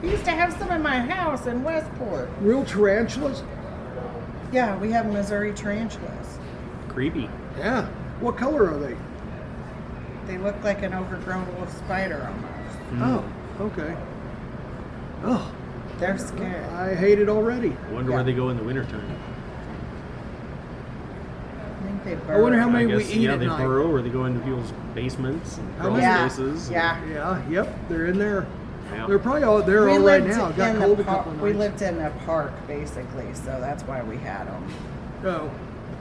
S5: We used to have some in my house in Westport.
S3: Real tarantulas.
S5: Yeah, we have Missouri tarantulas.
S4: creepy.
S3: Yeah. What color are they?
S5: They look like an overgrown wolf spider almost.
S4: Mm.
S3: Oh, okay. Oh,
S5: They're scary.
S3: I hate it already.
S4: Wonder where
S5: Yeah.
S4: they go in the wintertime.
S5: I think they
S3: I wonder how
S5: burrow.
S4: I
S3: many we
S4: guess,
S3: eat
S4: yeah,
S3: at
S4: they
S3: night.
S4: burrow or they go into people's basements and
S3: How
S4: crawl
S3: many-
S5: yeah.
S4: spaces.
S5: Yeah.
S3: Yeah. Yep. They're in there.
S4: Yeah.
S3: They're probably all there all right now. It Got
S5: in
S3: cold
S5: the
S3: a couple
S5: park.
S3: of
S5: We
S3: nights.
S5: lived in a park basically, so that's why we had them
S3: Oh.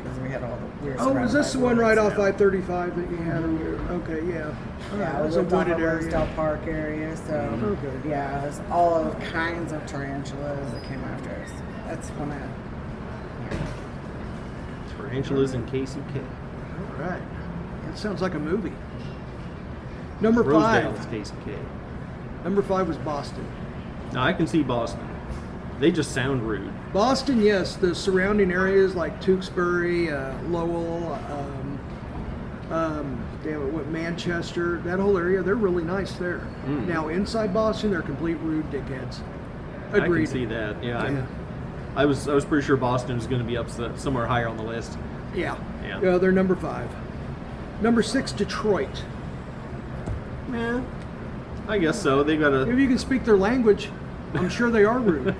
S5: because we had all the. We were
S3: Oh, was
S5: surrounded
S3: this the
S5: by
S3: one right
S5: woods,
S3: off
S5: so-
S3: I thirty five that you had? earlier? Okay, yeah. All right,
S5: Yeah,
S3: it
S5: it
S3: was
S5: was
S3: a
S5: off of
S3: wooded area. Oh,
S5: Rosedale Park area, so
S3: Okay.
S5: yeah, it was all kinds of tarantulas that came after us. That's when I.
S4: Tarantulas and KCK.
S3: All right, that sounds like a movie. Number
S4: Rosedale
S3: five.
S4: is Casey K.
S3: Number five was Boston.
S4: Now I can see Boston. They just sound rude.
S3: Boston, yes, the surrounding areas like Tewksbury, uh, Lowell, um, um, damn it, what Manchester, that whole area, they're really nice there.
S4: Mm.
S3: Now inside Boston, they're complete rude dickheads. Agreed.
S4: I can see that. Yeah, I'm-
S3: Yeah.
S4: I was I was pretty sure Boston was going to be up s- somewhere higher on the list.
S3: Yeah.
S4: Yeah.
S3: Yeah, they're number five. Number six, Detroit.
S4: Yeah, I guess so. They got
S3: If
S4: a
S3: you can speak their language, I'm sure they are rude.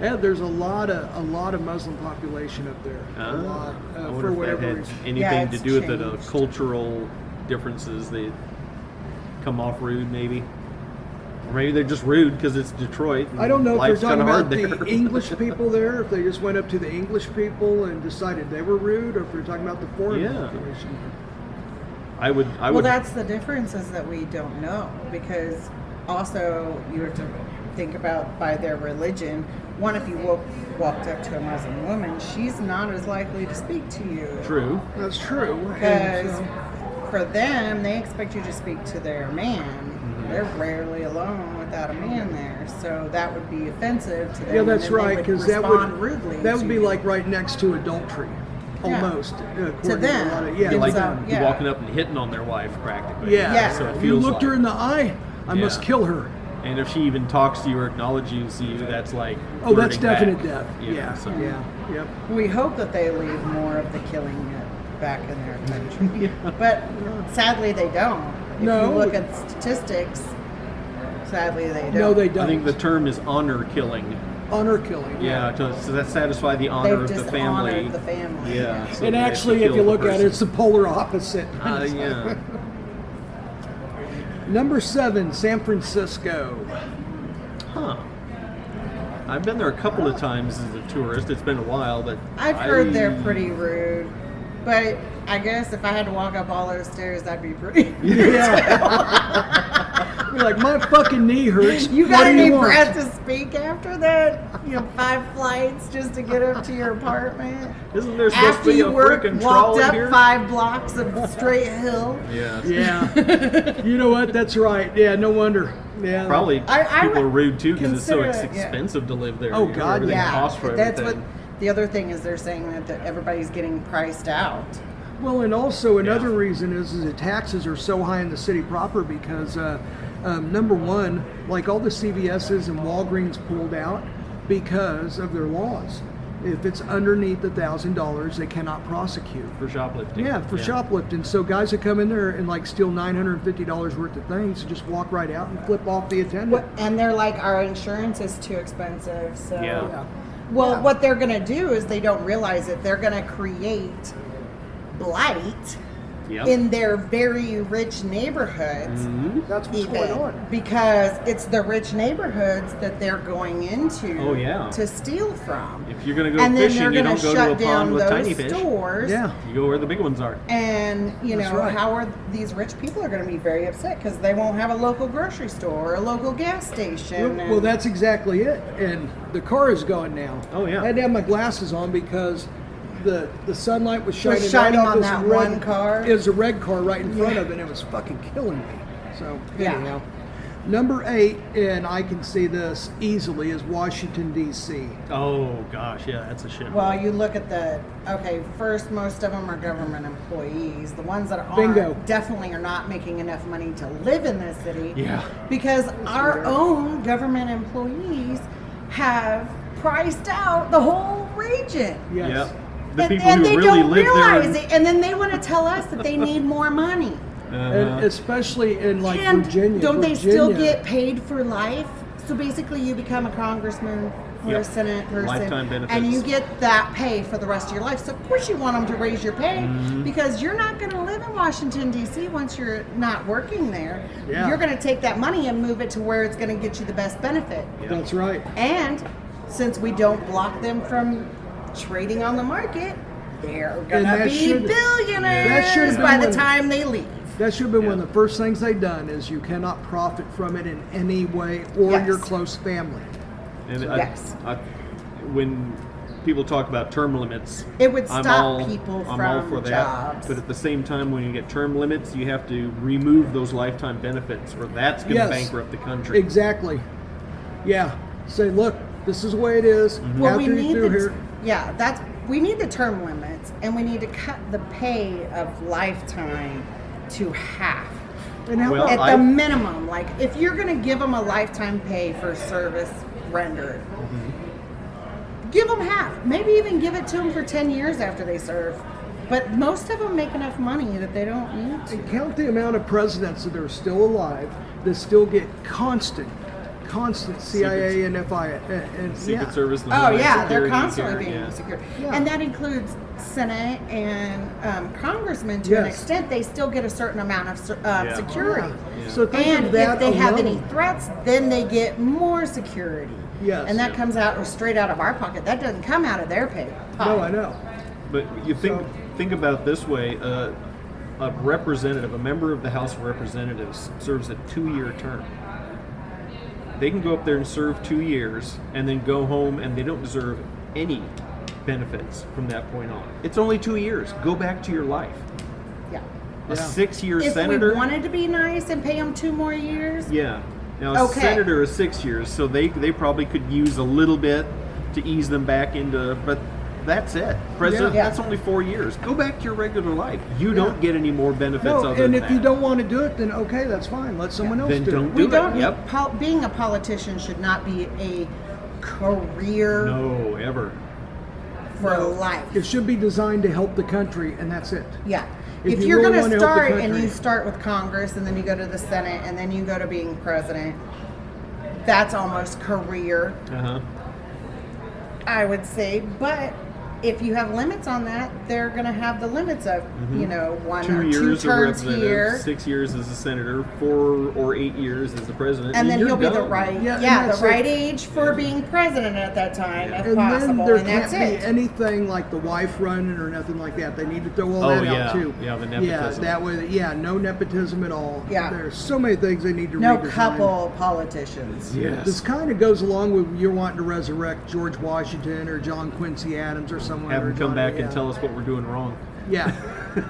S3: Yeah, there's a lot of a lot of Muslim population up there.
S4: Ah,
S3: a lot
S4: I
S3: uh,
S4: wonder
S3: for
S4: if that
S3: whatever
S4: had
S3: reason.
S4: anything
S5: Yeah,
S4: to
S5: it's
S4: do with it. Uh,
S5: changed.
S4: cultural differences. They come off rude, maybe, or maybe they're just rude because it's Detroit. and
S3: I don't know if
S4: life's
S3: they're talking
S4: kinda
S3: about
S4: hard
S3: the
S4: there.
S3: English people there, if they just went up to the English people and decided they were rude, or if they're talking about the foreign
S4: Yeah.
S3: population.
S4: I would. I
S5: Well,
S4: would.
S5: that's the difference is that we don't know because also you have to think about by their religion. One, if you woke, walked up to a Muslim woman, she's not as likely to speak to you.
S4: true.
S3: That's true. and
S5: Because
S3: so-
S5: for them, they expect you to speak to their man.
S3: Mm-hmm.
S5: They're rarely alone without a man there, so that would be offensive to them.
S3: yeah,
S5: and
S3: that's
S5: then they
S3: right.
S5: would
S3: Because that would
S5: respond rudely.
S3: that would
S5: to
S3: be
S5: you.
S3: like right next to adultery,
S5: Yeah.
S3: almost. according a
S5: them.
S3: lot of-
S5: It's
S3: yeah,
S4: Like
S5: so- um,
S4: you're
S5: yeah.
S4: walking up and hitting on their wife practically.
S3: yeah.
S5: Yeah.
S4: So it
S3: If
S4: feels
S3: you looked
S4: like,
S3: her in the eye, I must
S4: Yeah.
S3: kill her.
S4: And if she even talks to you or acknowledges you, that's like
S3: Oh, that's
S4: flirting back.
S3: definite death.
S4: You
S3: Yeah,
S4: know,
S3: yeah,
S4: so-
S3: yep.
S5: We hope that they leave more of the killing back in their country, but sadly they don't. If
S3: No.
S5: you look at statistics, sadly they don't.
S3: No, they don't.
S4: I think the term is honor killing.
S3: honor killing.
S4: Yeah, to, so that satisfy the
S5: They've
S4: honor of the
S5: just
S4: family.
S5: honored the family.
S4: Yeah. so
S3: And
S4: they have to
S3: actually,
S4: kill
S3: if you
S4: the
S3: look at it,
S4: person.
S3: it's the polar opposite.
S4: Uh, yeah.
S3: Number seven, San Francisco.
S4: Huh. I've been there a couple of times as a tourist. It's been a while, but
S5: I've heard
S4: I-
S5: they're pretty rude, but I guess if I had to walk up all those stairs, I'd be pretty.
S3: Yeah. You're like, my fucking knee hurts.
S5: You
S3: What
S5: got
S3: do
S5: any
S3: you want?"
S5: breath to speak after that? You know, five flights just to get up to your apartment.
S4: Isn't there supposed
S5: After
S4: to be a
S5: you work,
S4: freaking trolley
S5: walked up
S4: here?
S5: five blocks of straight hill.
S4: Yeah.
S3: Yeah. you know what? That's right. Yeah, no wonder. Yeah.
S4: Probably
S5: I- I
S4: people
S5: would
S4: are rude too because it's so
S5: consider
S4: ex-
S5: it, yeah.
S4: expensive to live there.
S3: Oh,
S4: You know,
S3: God,
S4: everything
S5: Yeah,
S4: costs for
S5: that's
S4: everything.
S5: what the other thing is. They're saying that, that everybody's getting priced out.
S3: Well, and also another reason is, is the taxes are so high in the city proper because, uh, um, number one, like all the CVSs and Walgreens pulled out because of their laws. If it's underneath a thousand dollars, they cannot prosecute.
S4: for shoplifting.
S3: Yeah, for shoplifting. So guys would come in there and like steal nine hundred and fifty dollars worth of things and just walk right out and flip off the attendant.
S5: And they're like, our insurance is too expensive. So,
S4: Yeah.
S3: Yeah.
S5: well, what they're going to do is they don't realize it. They're going to create blight
S4: Yep. Mm-hmm.
S5: in their very rich neighborhoods.
S3: That's what's
S5: even
S3: going on.
S5: because it's the rich neighborhoods that they're going into
S4: Oh, yeah.
S5: to steal from.
S4: If you're gonna go
S5: and
S4: fishing,
S5: then
S4: you
S5: they're
S4: don't go
S5: going
S4: to
S5: shut
S4: a pond
S5: down
S4: with
S5: those
S4: tiny fish.
S5: stores.
S3: Yeah.
S4: You go where the big ones are.
S5: And you
S3: That's
S5: know
S3: right.
S5: how are these rich people are going to be very upset because they won't have a local grocery store or a local gas station.
S3: Well,
S5: and-
S3: well, that's exactly it. And the car is gone now.
S4: Oh, yeah.
S3: I had to have my glasses on because the the sunlight was shining, right
S5: shining
S3: off
S5: on
S3: this
S5: that
S3: red,
S5: one car.
S3: It was a red car right in front of it. and It was fucking killing me. So
S5: Yeah.
S3: anyhow, number eight, and I can see this easily is Washington D.C.
S4: Oh gosh, yeah, that's a shit.
S5: well, you look at the okay. First, most of them are government employees. The ones that are
S3: Bingo.
S5: definitely are not making enough money to live in this city.
S4: Yeah.
S5: because our own government employees have priced out the whole region.
S3: Yes.
S4: Yep. The
S5: and,
S4: people
S5: and
S4: who
S5: they
S4: really
S5: don't
S4: live there.
S5: realize
S4: and-
S5: it, and then they want to tell us that they need more money.
S4: Uh-huh.
S3: And especially in like
S5: and
S3: Virginia.
S5: don't they still
S3: Virginia-
S5: get paid for life? So basically, you become a congressman or
S4: Yep.
S5: a senate person,
S4: Lifetime benefits.
S5: and you get that pay for the rest of your life. So of course, you want them to raise your pay
S4: Mm-hmm.
S5: because you're not going to live in Washington D.C. once you're not working there.
S3: Yeah.
S5: You're going to take that money and move it to where it's going to get you the best benefit.
S3: That's right.
S5: And since we don't block them from trading on the market, they're gonna
S3: that
S5: be
S3: should- that should have
S5: billionaires
S3: been
S5: by the
S3: when-
S5: time they leave.
S3: That should have been one of the first things they done is you cannot profit from it in any way or
S5: Yes.
S3: your close family.
S4: And
S5: Yes.
S4: I, I, when people talk about term limits.
S5: It would
S4: I'm
S5: stop
S4: all-
S5: people
S4: I'm all
S5: from
S4: for that.
S5: jobs.
S4: But at the same time, when you get term limits, you have to remove those lifetime benefits, or that's going to
S3: Yes.
S4: bankrupt the country.
S3: Exactly. Yeah. Say, look, this is the way it is.
S4: Mm-hmm.
S5: Well,
S3: After
S5: we
S3: you
S5: need
S3: do
S5: the,
S3: here,
S5: yeah, that's we need the term limits, and we need to cut the pay of lifetime to half
S3: and how
S4: Well,
S5: at
S3: about
S4: I-
S5: the minimum. Like, if you're going to give them a lifetime pay for service rendered,
S4: Mm-hmm.
S5: give them half. Maybe even give it to them for ten years after they serve. But most of them make enough money that they don't need to.
S3: count the amount of presidents that are still alive that still get constant, constant CIA and FIA and
S4: Secret
S3: yeah.
S4: Service. and
S5: Oh
S4: Homeland
S5: yeah, they're
S4: Security,
S5: constantly
S4: Karen,
S5: being
S4: yeah.
S5: secured,
S3: Yeah.
S5: and that includes Senate and um, congressmen to an
S3: Yes.
S5: extent. They still get a certain amount of se- uh,
S4: Yeah.
S5: security,
S3: So think
S5: and
S3: of that
S5: if they have any
S3: alone.
S5: threats, then they get more security.
S3: Yes.
S5: and that comes out straight out of our pocket. That doesn't come out of their pay.
S3: No,
S5: pocket.
S3: I know.
S4: But you think
S3: So-
S4: think about it this way: uh, a representative, a member of the House of Representatives, serves a two-year term. They can go up there and serve two years, and then go home, and they don't deserve any benefits from that point on. It's only two years. Go back to your life.
S5: Yeah.
S4: A six-year
S5: If
S4: senator.
S5: we wanted to be nice and pay them two more years,
S4: yeah. Now a
S5: Okay.
S4: senator is six years, so they they probably could use a little bit to ease them back into, but. That's it, President.
S5: Yeah.
S4: That's only four years. Go back to your regular life. You don't get any more benefits.
S3: No,
S4: other
S3: and
S4: than
S3: if you
S4: that.
S3: don't want to do it, then okay, that's fine. Let someone else
S4: Then
S3: do
S4: don't
S3: it.
S5: we
S4: do
S5: don't.
S4: it.
S5: need-
S4: Yep.
S5: pol- being a politician should not be a career
S4: No, ever.
S5: for life.
S3: It should be designed to help the country, and that's it.
S5: Yeah.
S3: If
S5: If,
S3: you
S5: you're
S3: really
S5: going
S3: wanna
S5: to
S3: help the
S5: start and
S3: country.
S5: you start with Congress and then you go to the Senate and then you go to being president, that's almost career,
S4: Uh huh.
S5: I would say. But if you have limits on that, they're going to have the limits of,
S3: Mm-hmm.
S5: you know, one
S4: Two
S5: or
S4: years
S5: two
S4: a
S5: terms
S4: representative,
S5: here.
S4: six years as a senator, four or eight years as the president,
S5: and then
S4: you're
S5: he'll be the
S4: done.
S5: right,
S3: Yeah,
S5: yeah,
S3: and that's
S5: the right
S3: it.
S5: age for being president at that time, if
S3: And
S5: possible,
S3: then there
S5: and
S3: can't
S5: that's
S3: be
S5: it.
S3: anything like the wife running or nothing like that. They need to throw all
S4: Oh,
S3: that
S4: yeah.
S3: out too.
S4: Yeah, the
S3: Yeah,
S4: nepotism.
S3: that way. Yeah, no nepotism at all.
S5: Yeah.
S3: there's so many things they need to
S5: no
S3: redesign.
S5: couple politicians.
S4: Yes.
S3: This kind of goes along with you're wanting to resurrect George Washington or John Quincy Adams or someone.
S4: Have
S3: or
S4: him come
S3: John-
S4: back
S3: yeah.
S4: and tell us what we're doing wrong.
S3: Yeah,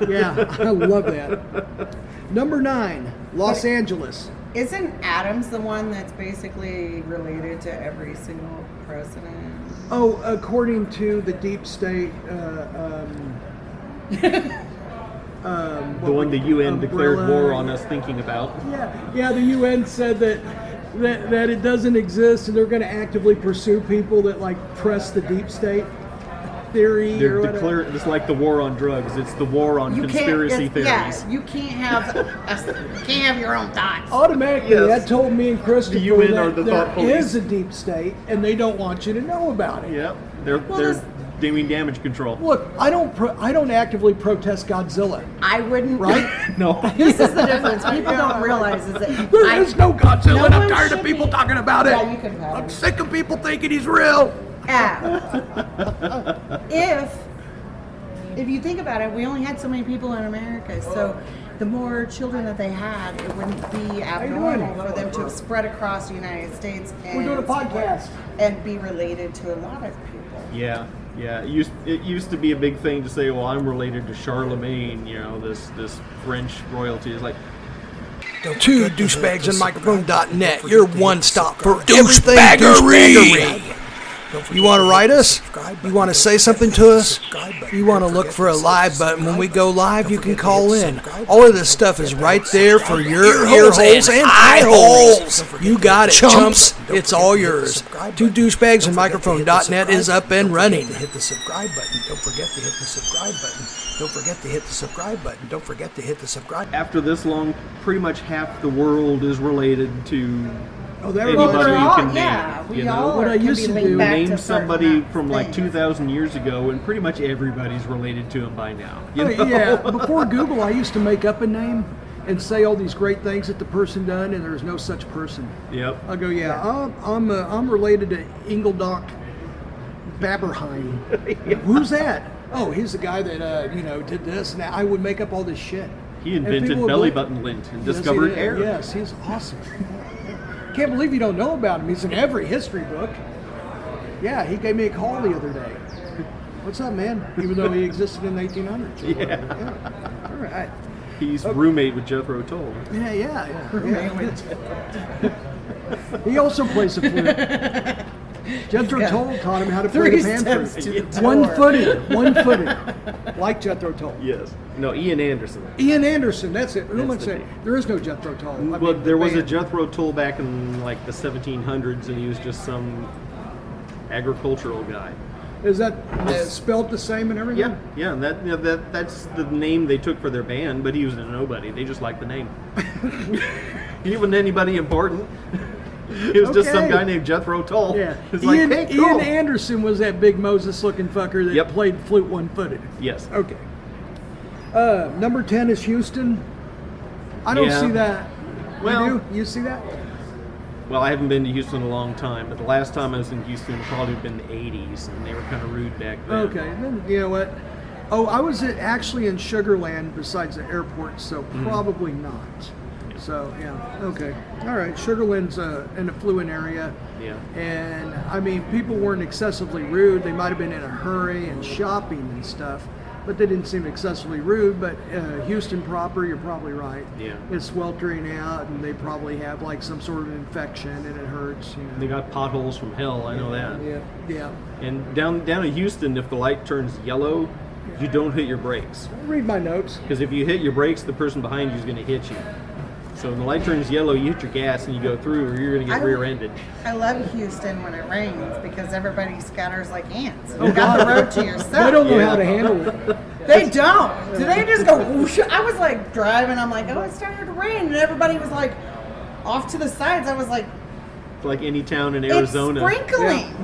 S3: yeah, I love that. Number nine, Los Angeles.
S5: Isn't Adams the one that's basically related to every single president?
S3: Oh, according to the deep state, uh, um, um,
S4: The
S3: what
S4: one
S3: we-
S4: the UN declared
S3: umbrella-
S4: war on us thinking about.
S3: Yeah, yeah. The UN said that that, that it doesn't exist, and they're going to actively pursue people that like press the deep state theory or
S4: They're
S3: whatever.
S4: declare, it's like the war on drugs. It's the war on conspiracy
S5: it's- yeah,
S4: theories.
S5: you can't have a, you can't have your own thoughts.
S3: Automatically,
S4: Yes.
S3: that told me and Christopher
S4: The UN
S3: that
S4: are the
S3: there
S4: thought police.
S3: is a deep state, and they don't want you to know about it.
S4: Yep. They're
S5: Well,
S4: they're
S5: this-
S4: doing damage control.
S3: Look, I don't pro- I don't actively protest Godzilla,
S5: I wouldn't.
S3: right?
S4: No.
S5: This is the difference. People don't realize is that
S3: There is
S5: I-
S3: no Godzilla,
S5: no
S3: and I'm
S5: one
S3: tired of
S5: should
S3: people
S5: be.
S3: talking about it.
S5: Yeah, you can have
S3: I'm
S5: it.
S3: sick of people thinking he's real.
S5: F. if if you think about it, we only had so many people in America, so the more children that they had, it wouldn't be abnormal for them to have spread across the United States and
S3: We're doing a podcast.
S5: and be related to a lot of people.
S4: Yeah, yeah. It used, it used to be a big thing to say, "Well, I'm related to Charlemagne." You know, this this French royalty is like,
S7: to douchebagsinmicrophone.net, your one stop for
S2: Everything
S7: douchebaggery.
S2: You want to write us? You want to say something to us?
S7: You want to look for a live button. When we go live, you can call in. All of this stuff is right there for your ear holes and eye holes. You got it, chumps. It's all yours. To douchebagsinmicrophone.net is up and running.
S2: Hit the subscribe button. Don't forget to hit the subscribe button. Don't forget to hit the subscribe button. Don't forget to hit the subscribe.
S4: after this long, pretty much half the world is related to
S3: Oh, there
S4: Anybody
S5: Well,
S4: you
S5: we're all,
S4: can name,
S5: yeah, we
S4: you know?
S5: all
S3: What I
S5: can
S3: used
S5: be
S3: to
S5: linked
S3: do-
S5: back
S4: name
S5: to
S4: somebody
S5: certain
S4: from like
S5: things.
S4: 2,000 years ago, and pretty much everybody's related to him by now. You know?
S3: Oh, yeah, before Google, I used to make up a name and say all these great things that the person done, and there's no such person.
S4: Yep.
S3: I go, yeah, I'm I'm, uh, I'm related to Engeldock Baberheim. Who's that? Oh, he's the guy that uh, you know did this, and that. I would make up all this shit.
S4: He
S3: And
S4: invented
S3: people would
S4: belly
S3: look-
S4: button lint
S3: Yes,
S4: and
S3: he
S4: discovered
S3: did.
S4: air.
S3: Yes, he's awesome. Can't believe you don't know about him. He's in every history book. Yeah, he gave me a call the other day. What's up, man? Even though he existed in the 1800s. or
S4: Yeah.
S3: whatever. yeah. All right.
S4: He's roommate with Jethro Tull.
S3: Yeah, yeah. yeah. he also plays the flute. Jethro Tull taught him how to play the
S5: Three
S3: pan
S5: steps
S3: flute.
S5: to the
S3: One
S5: door.
S3: footed, one footed, like Jethro Tull.
S4: Yes. No, Ian Anderson.
S3: Ian Anderson, that's it. Who am I
S4: That's the
S3: saying?
S4: name.
S3: There is no Jethro Tull. I
S4: well,
S3: mean,
S4: there was a
S3: band.
S4: Jethro Tull back in like the 1700s, and he was just some agricultural guy.
S3: Is that spelled the same and everything?
S4: Yeah, yeah, and that, yeah, that that's the name they took for their band, but he was a nobody. They just liked the name. he wasn't anybody important. It was just some
S3: Okay.
S4: guy named Jethro Tull.
S3: Yeah.
S4: It's like,
S3: Oh, Ian,
S4: hey, cool.
S3: Ian Anderson was that big Moses looking fucker that
S4: Yep.
S3: played flute one footed.
S4: yes.
S3: Okay. Uh, number 10 is Houston. I don't
S4: Yeah.
S3: see that.
S4: Well-
S3: you do? You see that?
S4: Well, I haven't been to Houston in a long time, but the last time I was in Houston would probably have been the 80s, and they were kind of rude back then.
S3: Okay. Then you know what? Oh, I was at, actually in Sugarland besides the airport, so
S4: Mm-hmm.
S3: probably not. So yeah. Okay. All right. Sugarland's uh, an affluent area.
S4: Yeah.
S3: And I mean, people weren't excessively rude. They might have been in a hurry and shopping and stuff, but they didn't seem excessively rude. But uh, Houston proper, you're probably right.
S4: Yeah.
S3: It's sweltering out, and they probably have like some sort of infection, and it hurts. You know.
S4: They got potholes from hell. I know that.
S3: yeah. Yeah.
S4: And down down in Houston, if the light turns yellow, you don't hit your brakes
S3: Read my notes.
S4: because if you hit your brakes, the person behind you is going to hit you. So when the light turns yellow, you hit your gas and you go through, or you're going to get
S5: I-
S4: rear-ended.
S5: I love Houston when it rains because everybody scatters like ants.
S3: Oh,
S5: You got the
S3: God.
S5: road to yourself.
S3: They don't know
S4: Yeah.
S3: how to handle it.
S5: They don't. Do they just go? Whoosh? I was like driving. I'm like, oh, it started to rain, and everybody was like off to the sides. I was like,
S4: It's Like any town in
S5: it's
S4: Arizona.
S5: sprinkling.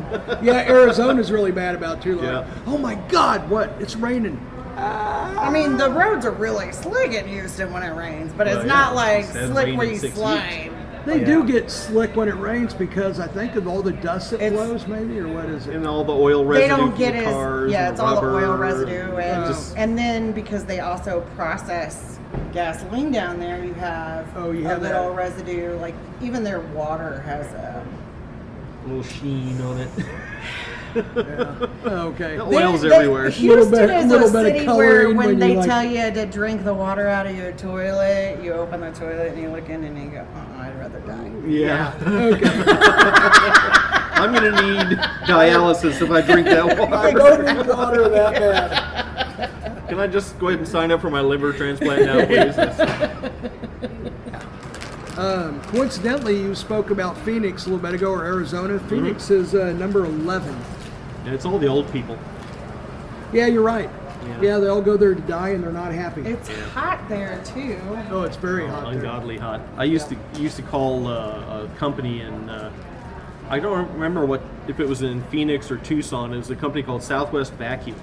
S3: Yeah, Arizona's really bad about too. Like,
S4: Yeah.
S3: oh my God, what? It's raining.
S5: I mean, the roads are really slick in Houston when it rains, but it's
S4: Well,
S5: not
S4: yeah.
S5: like
S4: It's been
S5: slick
S4: raining
S5: where you
S4: six
S5: slide.
S3: They
S4: Yeah.
S3: do get slick when it rains because I think of all the dust that
S5: It's-
S3: blows, maybe, or what is it?
S4: And all the oil
S5: They
S4: residue
S5: don't
S4: from
S5: get
S4: the
S5: as
S4: cars.
S5: yeah,
S4: and
S5: it's all the
S4: rubber,
S5: oil residue, and
S4: and just-
S5: and then because they also process gasoline down there, you have
S3: Oh, you
S5: a
S3: have that.
S5: little residue. Like even their water has a
S4: a little sheen on it.
S3: Okay.
S4: No. Oil's
S5: They-
S4: everywhere.
S5: They, Houston
S3: Little bit-
S5: is
S3: little
S5: a
S3: bit of
S5: city where
S3: coloring
S5: when,
S3: when
S5: they
S3: you, like-
S5: tell you to drink the water out of your toilet, you open the toilet and you look in and you go, uh-uh, I'd rather die.
S4: Yeah. I'm gonna need dialysis if I drink that water.
S2: need water that bad.
S4: Can I just go ahead and sign up for my liver transplant now, please?
S3: Um, coincidentally, you spoke about Phoenix a little bit ago, or Arizona.
S4: Mm-hmm.
S3: Phoenix is uh, number 11.
S4: And it's all the old people.
S3: Yeah, you're right. Yeah.
S4: Yeah.
S3: they all go there to die and they're not happy.
S5: It's hot there too.
S3: oh, it's very hot there.
S4: Ungodly hot. I used to used to call uh, a company in uh, I don't remember what if it was in Phoenix or Tucson. It was a company called Southwest Vacuum,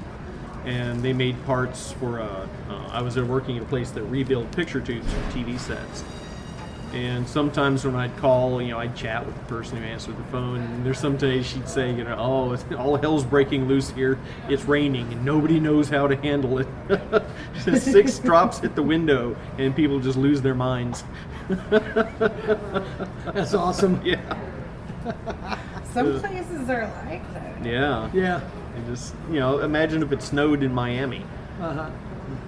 S4: and they made parts for. Uh, uh, I was there working at a place that rebuilt picture tubes for TV sets. And sometimes when I'd call, you know, I'd chat with the person who answered the phone. And there's some days she'd say, you know, oh, it's, all hell's breaking loose here. It's raining and nobody knows how to handle it. Six drops hit the window and people just lose their minds.
S3: That's awesome. yeah.
S4: Yeah.
S5: Some places are like that.
S4: Yeah. And just, you know, imagine if it snowed in Miami.
S3: Uh-huh.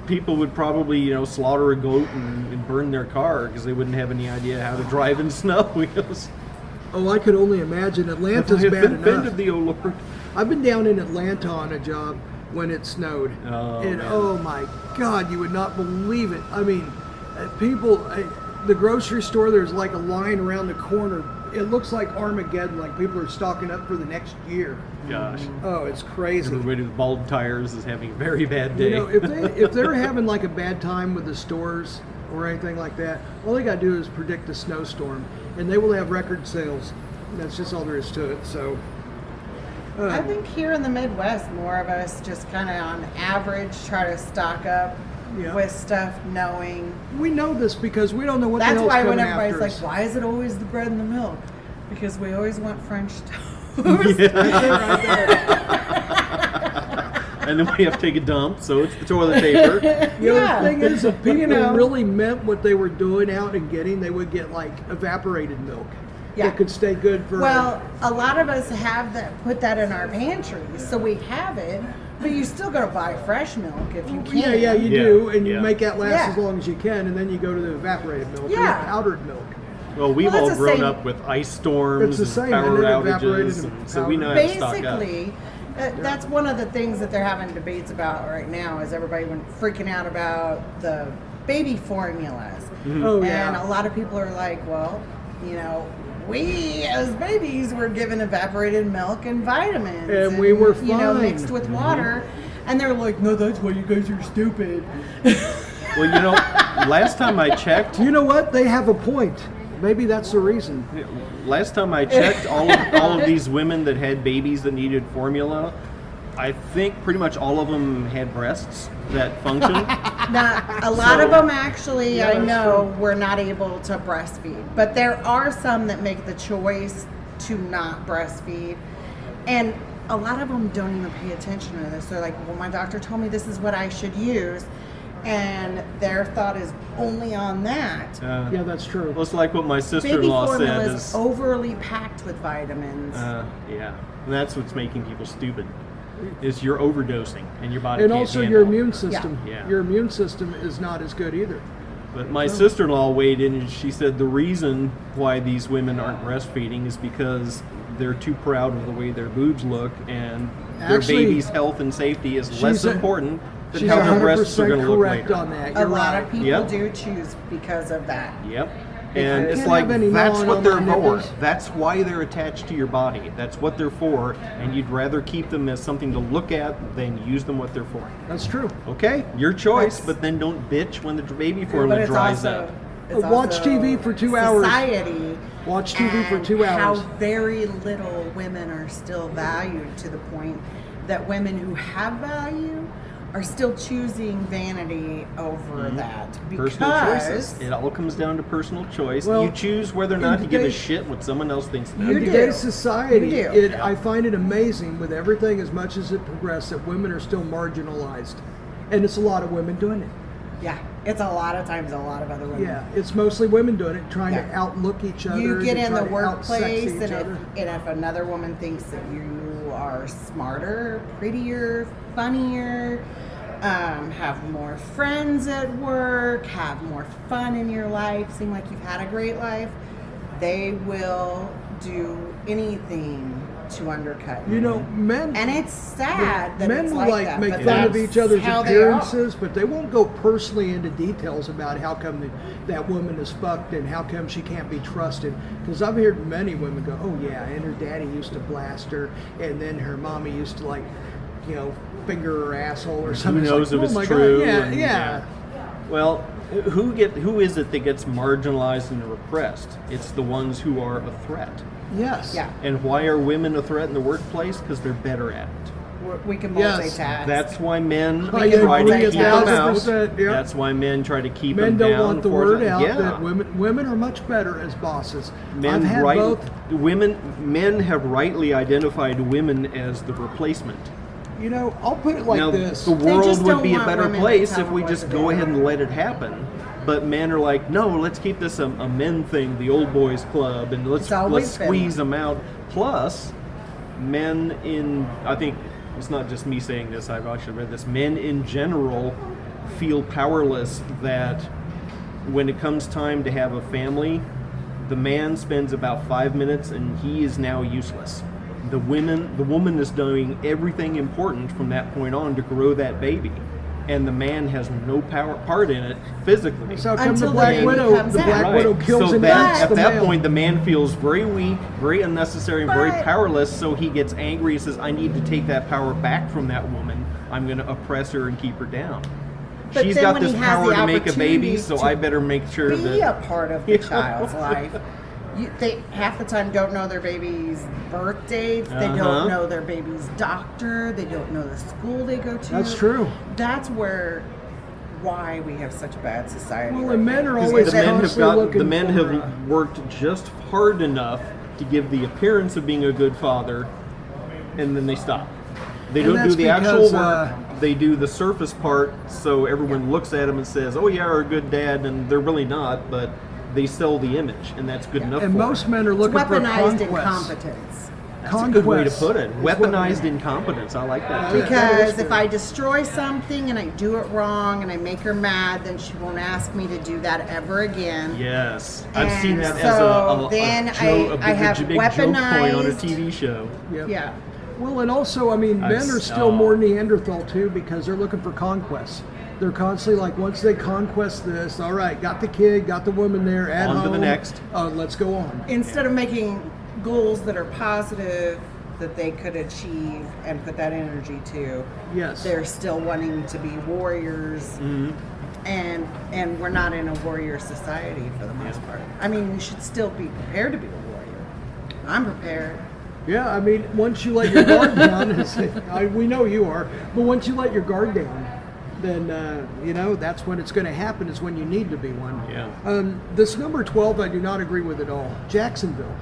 S4: People would probably, you know, slaughter a goat and, and burn their car because they wouldn't have any idea how to drive in snow. You know, so-
S3: Oh, I could only imagine. Atlanta's
S4: I've
S3: bad
S4: been-
S3: enough.
S4: been to the oh Lord.
S3: I've been down in Atlanta on a job when it snowed.
S4: Oh,
S3: and
S4: man.
S3: oh my God, you would not believe it. I mean, uh, people, uh, the grocery store, there's like a line around the corner. It looks like Armageddon, like people are stocking up for the next year.
S4: Gosh.
S3: Oh, it's crazy.
S4: Everybody with bald tires is having a very bad day.
S3: You know, if, they, if they're having like a bad time with the stores or anything like that, all they got to do is predict a snowstorm and they will have record sales. That's just all there is to it. So, uh,
S5: I think here in the Midwest, more of us just kind of on average try to stock up
S3: Yeah.
S5: with stuff, knowing.
S3: we know this because we don't know what the
S5: That's
S3: hell's
S5: why when
S3: coming
S5: everybody's
S3: after
S5: like,
S3: us.
S5: why is it always the bread and the milk? Because we always want French toast.
S4: and then we have to take a dump, so it's the toilet paper.
S3: You know,
S5: Yeah.
S3: the thing is, if people
S5: know.
S3: really meant what they were doing out and getting, they would get like evaporated milk.
S5: Yeah.
S3: that could stay good for
S5: Well, a lot of us have that put that in our pantry, so we have it. But you still gotta buy fresh milk if you can.
S3: Oh, Yeah, yeah, you
S4: Yeah,
S3: do, and you
S4: yeah.
S3: make that last
S5: Yeah.
S3: as long as you can, and then you go to the evaporated milk, or
S5: Yeah.
S3: the powdered milk.
S4: Well, we've
S5: Well,
S4: all
S5: that's the
S4: grown
S5: same.
S4: up with ice storms
S3: It's the same,
S4: and power
S3: and then evaporated
S4: outages,
S3: and
S4: and so we know how to stock up.
S5: Basically, that, that's one of the things that they're having debates about right now. Is everybody went freaking out about the baby formulas?
S4: Mm-hmm.
S3: Oh
S5: And a
S3: yeah,
S5: lot of people are like, well, you know, we as babies were given evaporated milk and vitamins.
S3: And we were
S5: You know,
S3: fine.
S5: mixed with water.
S4: Mm-hmm.
S5: And they're like, no, that's why you guys are stupid.
S4: Well, you know, last time I checked,
S3: you know what? They have a point. Maybe that's the reason.
S4: last time I checked, all of, all of these women that had babies that needed formula, I think pretty much all of them had breasts that function.
S5: Not, Uh, a lot of them actually,
S3: Yeah,
S5: I
S3: that's
S5: know, were not able to breastfeed. But there are some that make the choice to not breastfeed. And a lot of them don't even pay attention to this. They're like, well, my doctor told me this is what I should use. And their thought is only on that.
S4: Uh,
S3: Yeah, that's true.
S4: Looks like what my
S5: Baby
S4: sister-in-law
S5: formula
S4: said
S5: is
S4: is,
S5: overly packed with vitamins.
S4: uh, yeah, and that's what's making people stupid. Is you're overdosing and your body
S3: And
S4: can't
S3: also,
S4: handle
S3: your
S4: it.
S3: immune system.
S4: Yeah.
S3: Your immune system is not as good either.
S4: But my sister-in-law weighed in and she said the reason why these women aren't breastfeeding is because they're too proud of the way their boobs look and their
S3: Actually,
S4: baby's health and safety is less
S3: a-
S4: important than
S3: She's
S4: how their
S3: hundred
S4: breasts are
S3: percent
S4: going to look
S3: correct
S4: later.
S3: on that.
S5: a
S3: You're
S5: lot
S3: right.
S5: of people
S4: Yep.
S5: do choose because of that.
S4: Yep. And
S3: I
S4: it's
S3: can't
S4: like
S3: have any
S4: that's
S3: melon
S4: what
S3: on
S4: they're
S3: my
S4: for.
S3: nipples.
S4: That's why they're attached to your body. That's what they're for, and you'd rather keep them as something to look at than use them what they're for.
S3: That's true.
S4: Okay, your choice,
S5: That's-
S4: but then don't bitch when the baby
S5: but
S4: formula
S5: it's
S4: dries
S5: also,
S4: up.
S5: it's
S3: Watch
S5: also
S3: TV for two hours.
S5: Society.
S3: Watch TV for
S5: and
S3: two hours.
S5: How very little women are still valued to the point that women who have value are still choosing vanity over that because
S4: Mm-hmm. Personal choices. It all comes down to personal choice.
S3: Well,
S4: you choose whether or
S3: in
S4: not to give a
S3: today's-
S4: shit what someone else thinks about
S5: You
S3: in
S5: do.
S3: today's society,
S5: You do.
S3: it, I find it amazing with everything as much as it progressed that women are still marginalized, and it's a lot of women doing it.
S5: yeah, it's a lot of times a lot of other women.
S3: Yeah, it's mostly women doing it, trying to
S5: Yeah.
S3: outlook each other.
S5: you get
S3: to
S5: in
S3: try
S5: the
S3: to out-sex
S5: workplace
S3: each
S5: and if,
S3: other.
S5: and if another woman thinks that you are smarter prettier funnier um, have more friends at work have more fun in your life seem like you've had a great life they will do anything to undercut
S3: you know, men
S5: and it's sad that
S3: men
S5: it's
S3: will
S5: like,
S3: like
S5: that,
S3: make
S5: but
S3: fun of
S5: that's
S3: each other's
S5: how they are.
S3: appearances, but they won't go personally into details about how come the, that woman is fucked and how come she can't be trusted. Because I've heard many women go, "Oh yeah, and her daddy used to blast her, and then her mommy used to like, you know, finger her asshole or something." It's like,
S4: knows if
S3: "Oh
S4: it's
S3: my
S4: true
S3: God, yeah,
S4: and-
S3: yeah.
S4: Well, who get who is it that gets marginalized and repressed? It's the ones who are a threat.
S3: Yes.
S5: yeah
S4: And why are women a threat in the workplace? Because they're better at it.
S5: we're- we can multitask
S3: Yes,
S4: That's why men
S3: I
S4: try to
S5: agree
S4: keep them out.
S3: 1000%, yeah.
S4: That's why men try to keep
S3: Men
S4: them
S3: don't
S4: down.
S3: want the
S4: for-
S3: word out
S4: yeah.
S3: that women women are much better as bosses.
S4: Men
S3: I've had
S4: right-
S3: both.
S4: women men have rightly identified women as the replacement.
S3: You know, I'll put it like
S4: now
S3: this.
S4: the
S5: They
S4: world
S5: just
S4: would
S5: don't
S4: be a
S5: want
S4: better
S5: women to
S4: place
S5: tell
S4: if
S5: them
S4: we
S5: what
S4: just
S5: to
S4: go
S5: do.
S4: ahead and let it happen. But men are like, no, let's keep this a, a men thing, the old boys club, and let's
S5: It's always
S4: let's
S5: been
S4: squeeze them out. Plus, men in I think it's not just me saying this. I've actually read this. Men in general feel powerless that when it comes time to have a family, the man spends about five minutes and he is now useless. The women, the woman is doing everything important from that point on to grow that baby, and the man has no power part in it physically.
S3: So come the
S5: Until the
S3: Black
S5: baby
S3: Widow,
S5: comes
S3: the
S5: out.
S3: Black
S5: Right.
S3: Widow kills
S4: so
S3: and
S4: that,
S3: eats
S4: at
S3: the
S4: that
S3: male.
S4: point, the man feels very weak, very unnecessary, and very
S5: But-
S4: powerless. So he gets angry and says, "I need to take that power back from that woman. I'm going to oppress her and keep her down."
S5: But
S4: She's
S5: then
S4: got
S5: when
S4: this
S5: he has
S4: power
S5: the
S4: to make a baby,
S5: opportunity
S4: so
S5: to
S4: I better make sure
S5: be
S4: that
S5: a part of
S4: Yeah.
S5: the child's life. You, they half the time don't know their baby's birth dates. They
S4: Uh-huh.
S5: don't know their baby's doctor. They don't know the school they go to.
S3: That's true.
S5: That's where why we have such a bad society.
S3: Well,
S5: right
S3: and
S5: now.
S3: men are
S4: Because
S3: always
S4: the men have
S3: constantly
S4: got
S3: looking
S4: the men
S3: for,
S4: have worked just hard enough to give the appearance of being a good father, and then they stop. They
S3: And
S4: don't do
S3: that's
S4: the
S3: because,
S4: actual work.
S3: uh,
S4: they do the surface part, so everyone looks at them and says, "Oh yeah, are a good dad," and they're really not. But they sell the image, and that's good enough.
S3: And
S4: for
S3: most
S4: them.
S3: men are looking for
S5: Weaponized
S3: conquest.
S5: incompetence.
S4: that's a good way to
S3: conquest
S4: put it.
S3: is what-
S4: Weaponized incompetence. I like that. too.
S5: Because if I destroy something and I do it wrong and I make her mad, then she won't ask me to do that ever again.
S4: Yes, I've seen
S5: And
S4: that as a,
S5: so
S4: a, a
S5: then
S4: joke,
S5: I-
S4: a big,
S5: I have
S4: big joke point on a
S5: weaponized-
S4: TV show.
S3: Yep.
S5: Yeah.
S3: Well, and also, I mean,
S4: I've
S3: men are
S4: s-
S3: still
S4: oh.
S3: more Neanderthal too because they're looking for conquests. They're constantly like, once they conquest this, all right, got the kid, got the woman there, at
S4: On to the
S3: home,
S4: next.
S3: Uh, let's go on.
S5: Instead of making goals that are positive that they could achieve and put that energy to,
S3: Yes.
S5: they're still wanting to be warriors.
S3: Mm-hmm.
S5: And and we're not in a warrior society for the most part. I mean, you should still be prepared to be a warrior. I'm prepared.
S3: Yeah, I mean, once you let your guard down, it's- I, we know you are, but once you let your guard down, then uh, you know that's when it's going to happen. Is when you need to be one.
S4: Yeah.
S3: Um, this number twelve, I do not agree with at all. Jacksonville.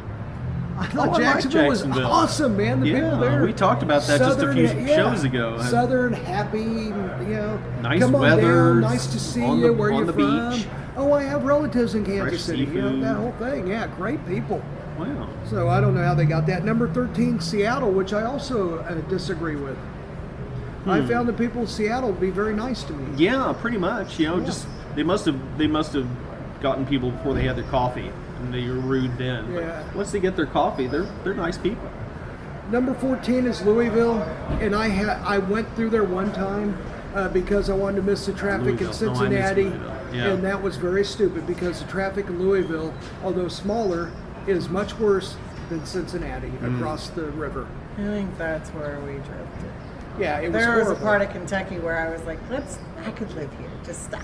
S3: I thought
S4: Oh, I like
S3: Jacksonville,
S4: Jacksonville.
S3: was awesome, man. The
S4: Yeah,
S3: people there.
S4: we talked about that just a few shows ago. Uh,
S3: Southern happy, you know.
S4: Nice
S3: come on
S4: weather,
S3: Down, nice to see
S4: on
S3: you.
S4: the-
S3: where
S4: on
S3: you
S4: the
S3: from?
S4: beach.
S3: Oh, I have relatives in
S4: Fresh
S3: Kansas City. You know,
S4: seafood.
S3: that whole thing. Yeah, great people.
S4: Wow.
S3: So I don't know how they got that. Number 13, Seattle, which I also uh, disagree with.
S4: Hmm.
S3: I found the people in Seattle to be very nice to me.
S4: Yeah, pretty much. You know, just they must have they must have gotten people before they had their coffee, and they were rude then. But
S3: Yeah.
S4: once they get their coffee, they're they're nice people.
S3: Number 14 is Louisville, and I ha- I went through there one time uh, because I wanted to miss the traffic in
S4: Louisville. No, I miss
S3: Cincinnati,
S4: Louisville. Yeah.
S3: and that was very stupid because the traffic in Louisville, although smaller, is much worse than Cincinnati
S4: Hmm.
S3: across the river.
S5: I think that's where we drifted.
S3: Yeah, it was
S5: There was a
S3: horrible.
S5: part of Kentucky where I was like, let's, I could live here. Just stop.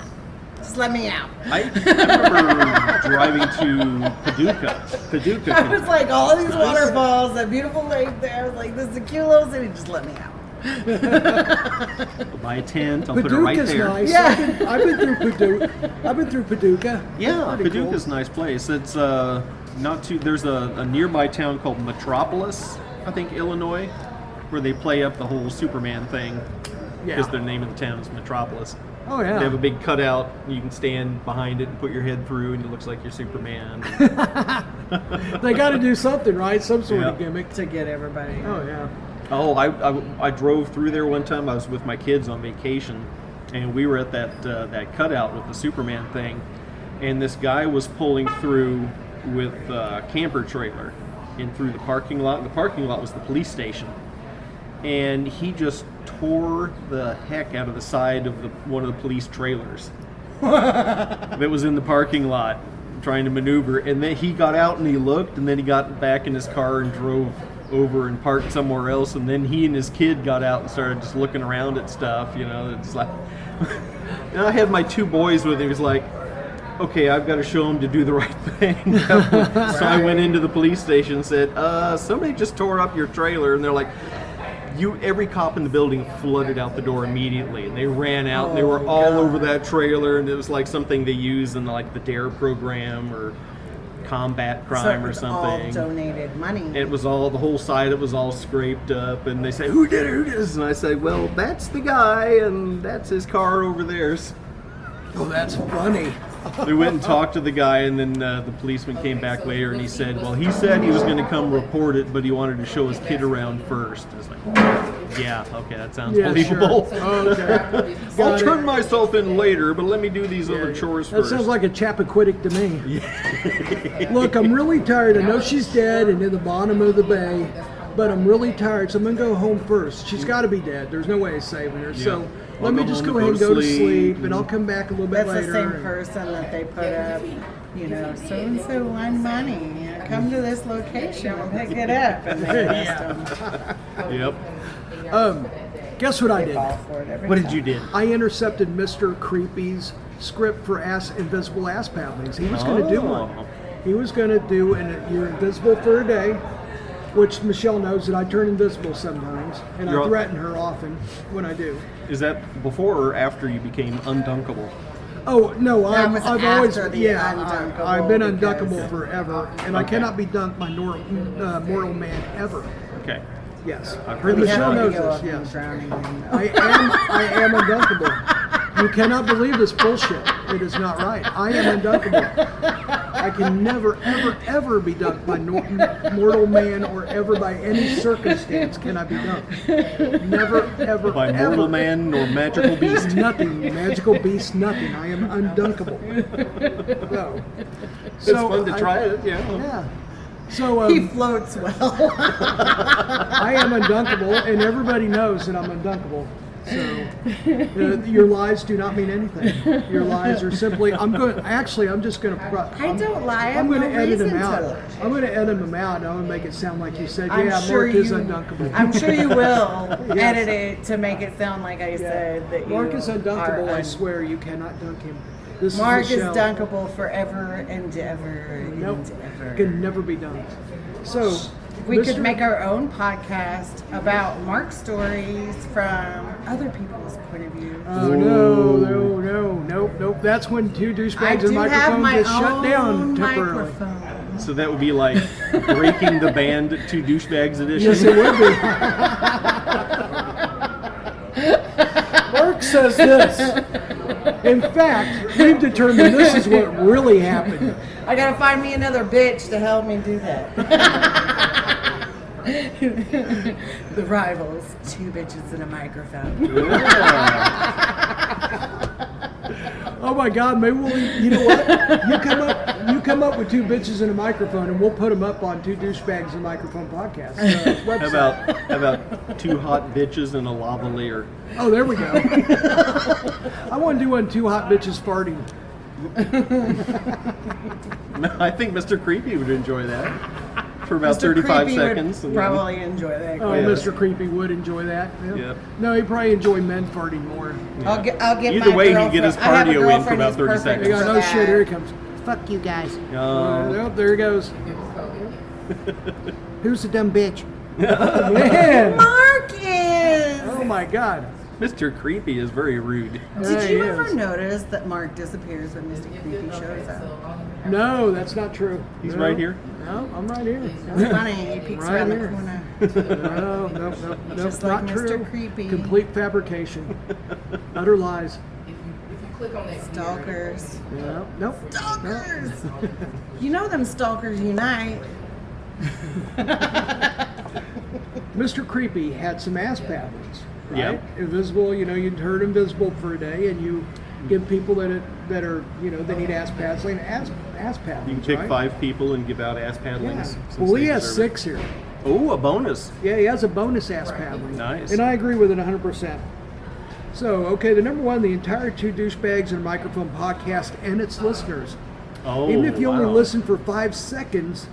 S5: Just let me out.
S4: I, I remember driving to Paducah, Paducah.
S5: I was
S4: Kentucky.
S5: like, all these waterfalls, that beautiful lake there. I was like, this is a cute little city. Just let me out.
S4: I'll buy a tent. I'll put it right
S3: Paducah's
S4: there.
S3: nice.
S5: Yeah.
S3: I've, been, I've been through Paducah. I've been through Paducah.
S4: Yeah,
S3: Pretty cool.
S4: Paducah's a nice place. It's uh, not too. There's a, a nearby town called Metropolis, I think, Illinois, where they play up the whole Superman thing because the name of the town is Metropolis.
S3: Oh yeah.
S4: They have a big cutout. You can stand behind it and put your head through, and it looks like you're Superman.
S3: they got to do something, right? Some sort of
S4: Yeah.
S3: gimmick.
S5: To get everybody.
S3: Oh yeah.
S4: oh, I, I I drove through there one time. I was with my kids on vacation, and we were at that uh, that cutout with the Superman thing, and this guy was pulling through with uh, a camper trailer and through the parking lot. The parking lot was the police station. and he just tore the heck out of the side of the, one of the police trailers that was in the parking lot trying to maneuver and then he got out and he looked and then he got back in his car and drove over and parked somewhere else and then he and his kid got out and started just looking around at stuff you know it's like and i had my two boys with me it was like okay i've got to show them to do the right thing so i went into the police station and said uh, somebody just tore up your trailer and they're like you every cop in the building flooded out the door immediately and they ran out and they were all over that trailer and it was like something they use in like the dare program or combat crime or
S5: it's All
S4: something
S5: donated money.
S4: and it was all the whole side it was all scraped up and they say who did it who did this and i say well that's the guy and that's his car over there So
S3: Oh, that's funny.
S4: we went and talked to the guy, and then uh, the policeman came back later, and he said, "Well, he said he was going to come report it, but he wanted to show his kid around first. I was like, "Yeah, okay, that sounds
S3: Yeah,
S4: believable.
S3: sure. Okay.
S4: I'll
S3: Got it.
S4: turn myself in later, but let me do these other chores
S3: That
S4: first.
S3: sounds like a Chappaquiddick to me. Look, I'm really tired. I know she's dead and in the bottom of the bay, but I'm really tired, so I'm gonna go home first. She's got to be dead. There's no way of saving her. So
S4: Mm. Yeah.
S3: let
S4: I'll
S3: me
S4: go
S3: just
S4: home
S3: go ahead
S4: and
S3: and
S4: go
S3: go to
S4: to
S3: sleep,
S4: sleep.
S3: and I'll come back a little bit
S5: That's
S3: later.
S5: the same person that they put up, you know, so and so won money. You know, come to this location and pick it up. And they arrest them.
S4: yep.
S3: Um, guess what I
S5: They
S3: did?
S5: fall for it every
S4: What did
S5: time.
S4: you did?
S3: I intercepted Mr. Creepy's script for ass invisible ass paddlings. He was going to do
S4: Oh.
S3: one. He was going to do an you're invisible for a day, which Michelle knows that I turn invisible sometimes, and
S4: You're
S3: I
S4: all-
S3: threaten her often when I do.
S4: Is that before or after you became undunkable?
S3: Oh no, I'm,
S5: was
S3: I've always
S5: after the
S3: yeah,
S5: undunkable
S3: I, have been
S5: because-
S3: unduckable forever, and I cannot be dunked by nor, uh, mortal man ever.
S4: Okay.
S3: Yes,
S4: I've heard
S3: And
S4: this
S5: We have
S3: Michelle knows
S4: story.
S5: a video
S3: this.
S5: of him
S3: Yes,
S5: drowning in
S3: I am I am undunkable. You cannot believe this bullshit. It is not right. I am undunkable. I can never, ever, ever be dunked by nor- mortal man or ever by any circumstance can I be dunked. Never, ever,
S4: By
S3: ever.
S4: mortal man nor magical beast.
S3: Nothing. Magical beast, nothing. I am undunkable. So,
S4: It's fun to try it, yeah.
S3: Yeah. So
S5: He
S3: um,
S5: floats well.
S3: I am undunkable, and everybody knows that I'm undunkable. So uh, your lies do not mean anything. Your lies are simply. I'm going. Actually, I'm just going to. Pro-
S5: I don't lie. I have
S3: I'm going to
S5: no
S3: edit
S5: reason
S3: them out.
S5: to.
S3: I'm going to edit them out. and I'm going to make it sound like you said.
S5: I'm
S3: yeah,
S5: sure
S3: Mark is
S5: you-
S3: undunkable.
S5: I'm sure you will
S3: Yes.
S5: edit it to make it sound like I said that you
S3: Mark is undunkable.
S5: are
S3: I
S5: un-
S3: swear you cannot dunk him. This
S5: Mark
S3: is,
S5: is
S3: Michelle.
S5: dunkable forever and ever and
S3: Nope.
S5: ever.
S3: Can never be dunked. So
S5: We
S3: Mr.
S5: could make our own podcast about Mark stories from other people's point of view.
S3: Oh no, no, no, nope, nope. That's when two
S5: I
S3: douchebags
S5: do
S3: and
S5: have
S3: microphone
S5: my
S3: get shut
S5: own
S3: down temporarily.
S5: microphone.
S4: So that would be like breaking the band to douchebags edition.
S3: Yes, it would be.
S4: Mark says this.
S3: In fact, we've determined this is what really happened.
S5: I gotta find me another bitch to help me do that. the rivals, two bitches and a microphone.
S3: Oh my God, maybe we'll. You know what? You come up, you come up with two bitches and a microphone, and we'll put them up on two douchebags and a microphone podcast. uh,
S4: How
S3: website.
S4: about how about two hot bitches and a lavalier?
S3: Oh, there we go. I want to do one two hot bitches farting.
S4: I think Mr. Creepy would enjoy that for about
S5: Mr.
S4: 35
S5: Creepy would
S4: seconds. and then-
S5: Probably enjoy that.
S3: Oh,
S4: Yeah.
S3: Mr. Creepy would enjoy that. Yeah.
S4: Yep.
S3: No, he'd probably enjoy men farting more.
S5: I'll get. I'll get.
S4: Either
S5: my
S4: way, he'd get
S5: girlfriend-
S4: his
S5: I have
S4: cardio
S5: a
S4: in for
S5: girlfriend
S4: about
S5: who's
S4: 30
S5: perfect
S4: seconds.
S3: There you go.
S5: for
S3: No shit. Here he
S5: that.
S3: comes.
S6: Fuck you guys.
S4: Um,
S3: Oh, there he goes.
S6: Who's the dumb bitch?
S3: Man!
S5: Marcus.
S3: Oh my God.
S4: Mr. Creepy is very rude.
S5: Did you
S3: There he
S5: ever
S3: is.
S5: notice that Mark disappears when Mr. Creepy shows up?
S3: No, that's not true.
S4: He's
S3: No.
S4: right here.
S3: No, I'm right here.
S5: It's funny. He peeks
S3: Right
S5: around the
S3: here.
S5: corner.
S3: No, no, no, no,
S5: Just
S3: not
S5: like Mr.
S3: true.
S5: Creepy.
S3: Complete fabrication. Utter lies.
S5: Stalkers.
S3: No, nope.
S5: Stalkers. you know them stalkers unite.
S3: Mr. Creepy had some ass patterns, right?
S4: Yep.
S3: Invisible, you know, you turn invisible for a day and you give people that are, that are you know, they need ass pads, like ass, ass paddlings,
S4: You can pick
S3: right?
S4: five people and give out ass
S3: Yeah.
S4: paddlings. since
S3: Well, he
S4: they
S3: has
S4: deserve it.
S3: six here.
S4: Oh, a bonus.
S3: Yeah, he has a bonus ass paddling.
S4: Nice.
S3: And I agree with it 100%. So, okay, the number one, the entire Two Douchebags and a Microphone podcast and its listeners.
S4: Oh,
S3: Even if you only
S4: wow.
S3: listened for five seconds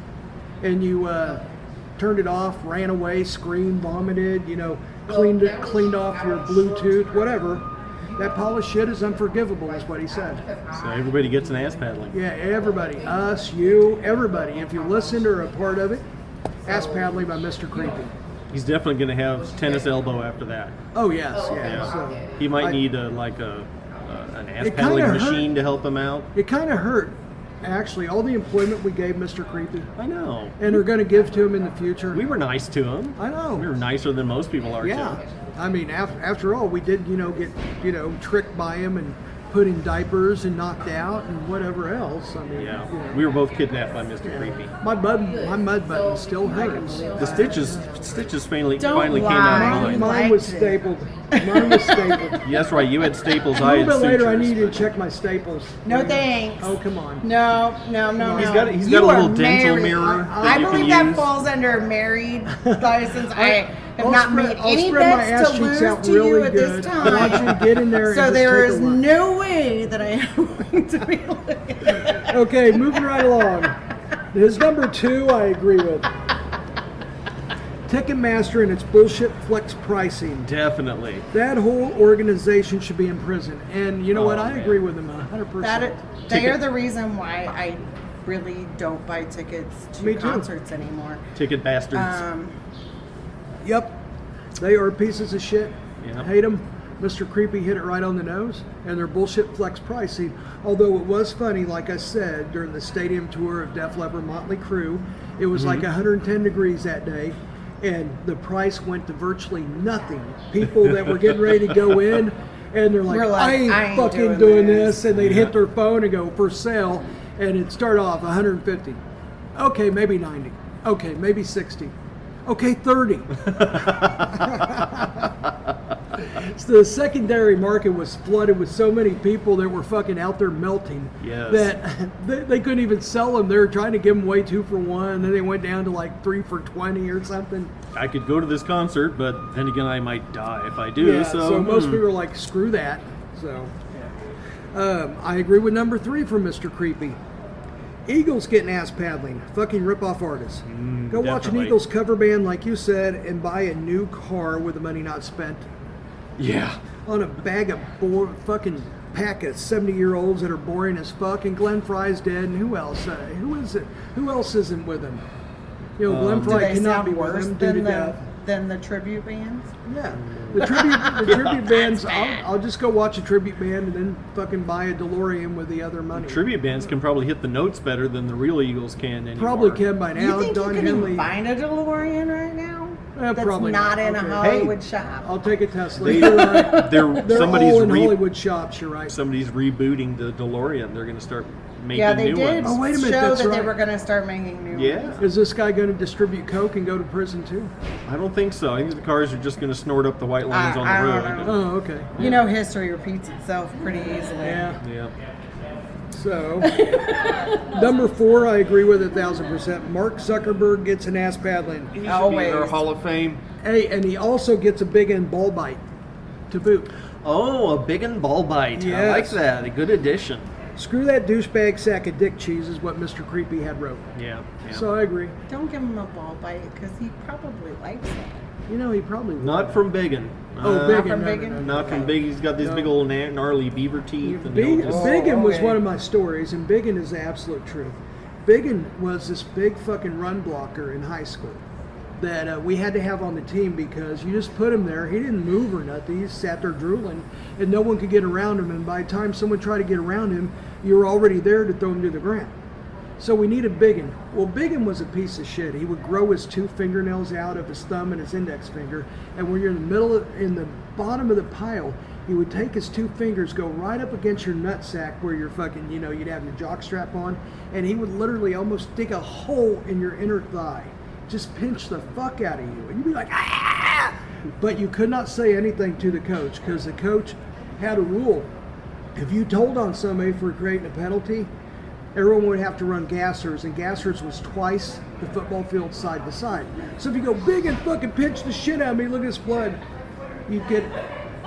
S3: and you uh, turned it off, ran away, screamed, vomited, you know, cleaned it, cleaned off your Bluetooth, whatever, that pile of shit is unforgivable, is what he said.
S4: So everybody gets an ass paddling.
S3: Yeah, everybody, us, you, everybody, if you listened or a part of it, ass paddling by Mr. Creepy.
S4: He's definitely going to have tennis elbow after that.
S3: Oh yes, yeah. So
S4: He might
S3: I-
S4: need a, like a, a an ass
S3: It kinda
S4: paddling
S3: hurt.
S4: machine to help him out.
S3: it kind of hurt, actually, all the employment we gave Mr. Creepy,
S4: I know.
S3: and are going to give to him in the future.
S4: We were nice to him.
S3: I know.
S4: We were nicer than most people are
S3: yeah.
S4: to him.
S3: I mean, after, after all, we did, you know, get you know tricked by him and put in diapers and knocked out and whatever else. I mean, you know.
S4: Yeah. We were both kidnapped by Mr. Creepy.
S3: my bud, my mud button still hurts.
S4: The stitches stitches finally
S5: Don't
S4: finally came
S5: lie.
S4: out
S3: Mine,
S4: of mine.
S5: Don't lie.
S3: mine was
S5: liked it.
S3: stapled. Mine was stapled.
S4: Yeah, That's right. You had staples.
S3: A
S4: I had
S3: little bit later, I
S4: sutures.
S3: need to check my staples.
S5: No thanks.
S3: Oh come on.
S5: No, no, no,
S4: He's
S5: no.
S4: got a- he's
S5: You
S4: got a
S5: are
S4: little dental
S5: married.
S4: mirror that
S5: I
S4: you can
S5: believe that
S4: use.
S5: falls under married license. I have
S3: I'll
S5: not
S3: spread-
S5: made
S3: I'll
S5: any
S3: spread my ass
S5: bets to
S3: cheeks
S5: lose
S3: out
S5: to you
S3: really
S5: at
S3: good.
S5: this
S3: I want you to
S5: time.
S3: get in there and
S5: so
S3: just
S5: there
S3: take a
S5: is
S3: look.
S5: no way that I am going to be like
S3: Okay, moving right along. His number two, I agree with. Ticketmaster and its bullshit flex pricing.
S4: Definitely.
S3: That whole organization should be in prison. And you know what?
S4: Oh,
S3: I
S4: man.
S3: agree with him 100%.
S5: that. It, they are the reason why I really don't buy tickets to
S3: Me too.
S5: concerts anymore.
S4: Ticket bastards.
S5: Um,
S3: Yep. They are pieces of shit.
S4: Yeah.
S3: Hate them. Mr. Creepy hit it right on the nose, and their bullshit flex pricing. Although it was funny, like I said, during the stadium tour of Def Leppard Motley Crue, it was like 110 degrees that day, and the price went to virtually nothing. People that were getting ready to go in and they're like,
S5: We're like,
S3: I, ain't
S5: "I ain't
S3: fucking doing,
S5: doing
S3: this.
S5: this."
S3: and they'd hit their phone and go for sale, and it'd start off 150, okay, maybe 90, okay, maybe 60, okay, 30. So the secondary market was flooded with so many people that were fucking out there melting
S4: Yes.
S3: that they, they couldn't even sell them. They were trying to give them away two for one, and then they went down to like three for twenty or something.
S4: I could go to this concert, but then again, I might die if I do. so,
S3: most
S4: hmm.
S3: people are like, screw that. So um, I agree with number three from Mr. Creepy. Eagles getting ass paddling. Fucking rip off artists. Go watch an
S4: Mm, definitely.
S3: Eagles cover band, like you said, and buy a new car with the money not spent
S4: yeah,
S3: on a bag of bore, fucking pack of 70 year olds that are boring as fuck and glenn fry's dead and who else uh, who is it who else isn't with him you know glenn
S5: Um, Do
S3: fry
S5: they
S3: cannot
S5: sound
S3: be with
S5: worse
S3: him due to
S5: than the,
S3: death
S5: than the tribute bands?
S3: yeah the tribute the tribute bands I'll, I'll just go watch a tribute band and then fucking buy a delorean with the other money
S4: tribute bands can probably hit the notes better than the real Eagles can anymore.
S3: probably can by now
S5: you think
S3: don
S5: you can
S3: henley
S5: even find a DeLorean right now?
S3: Eh,
S5: That's
S3: probably
S5: not
S3: not.
S5: in
S3: Okay.
S5: a
S4: Hey.
S5: Hollywood shop.
S3: i'll take a tesla You're right.
S4: They're,
S3: they're
S4: somebody's
S3: all in
S4: re-
S3: hollywood shops you're right
S4: somebody's rebooting the DeLorean. They're going to start making
S5: yeah, they
S4: new
S5: did
S4: ones.
S3: Oh, wait a minute,
S5: show
S3: that's
S5: that
S3: right.
S5: they were going to start making new ones.
S4: Yeah,
S3: is this guy going to distribute coke and go to prison too
S4: I don't think so. I think the cars are just going to snort up the white lines
S5: I-
S4: on
S5: I
S4: the
S5: don't
S4: road.
S5: know.
S3: oh okay
S5: You know, history repeats itself pretty easily.
S3: yeah
S4: Yeah,
S3: So, number four, I agree with a thousand percent. Mark Zuckerberg gets an ass paddling.
S4: he should be
S5: Always.
S4: in our Hall of Fame.
S3: Hey, and he also gets a big end ball bite to boot.
S4: Oh, a big and ball bite. I like
S3: Yes.
S4: that. A good addition.
S3: Screw that douchebag sack of dick cheese is what Mr. Creepy had wrote.
S4: Yeah. yeah.
S3: So I agree.
S5: Don't give him a ball bite because he probably likes it.
S3: You know, he probably would.
S4: not from Biggin.
S3: Oh,
S4: Uh,
S3: Biggin.
S5: from
S3: no, no,
S5: Biggin?
S3: no, no.
S4: Not from Big. He's got these big old na- gnarly beaver teeth. And
S3: Big,
S4: they'll just-
S3: Biggin was
S5: okay.
S3: one of my stories, and Biggin is the absolute truth. Biggin was this big fucking run blocker in high school that uh, we had to have on the team because you just put him there. He didn't move or nothing. He just sat there drooling, and no one could get around him. And by the time someone tried to get around him, you were already there to throw him to the ground. So we needed Biggin. Well, Biggin was a piece of shit. He would grow his two fingernails out of his thumb and his index finger, and when you're in the middle, of, in the bottom of the pile, he would take his two fingers, go right up against your nutsack where you're fucking, you know, you'd have your jock strap on, and he would literally almost dig a hole in your inner thigh, just pinch the fuck out of you, and you'd be like, ah! But you could not say anything to the coach because the coach had a rule: if you told on somebody for creating a penalty, everyone would have to run gassers, and gassers was twice the football field side to side. So if you go big and fucking pinch the shit out of me, look at this blood, you'd get,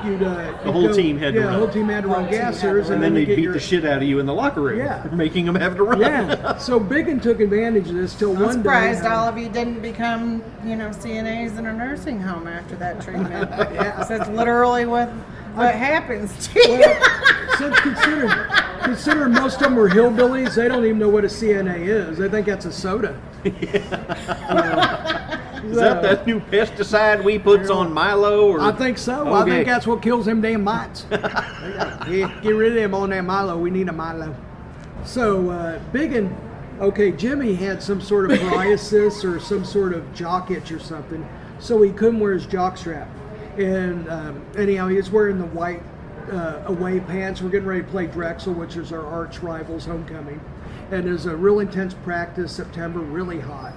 S3: you'd, uh,
S4: The whole team had to
S3: yeah, the
S4: run.
S3: whole team had to run
S5: Whole team had to
S3: gassers,
S5: run.
S4: and
S3: and
S4: then they
S3: you
S4: beat
S3: get your,
S4: the shit out of you in the locker room.
S3: Yeah.
S4: Making them have to run.
S3: Yeah. So Biggin took advantage of this till
S5: I'm
S3: one
S5: surprised
S3: day.
S5: all of you didn't become, you know, CNAs in a nursing home after that treatment. yeah. That's literally what what happens to you.
S3: Well, since consider, consider most of them were hillbillies, they don't even know what a CNA is. They think that's a soda.
S4: Is that that new pesticide we puts on Milo? Or
S3: I think so. I
S4: Okay.
S3: think that's what kills them damn mites. yeah, get rid of them on that Milo. We need a Milo. So uh, Biggin, okay, Jimmy had some sort of psoriasis or some sort of jock itch or something, so he couldn't wear his jock strap. And um, anyhow, he was wearing the white uh, away pants. We're getting ready to play Drexel, which is our arch rivals' homecoming, and it was a real intense practice. September, really hot.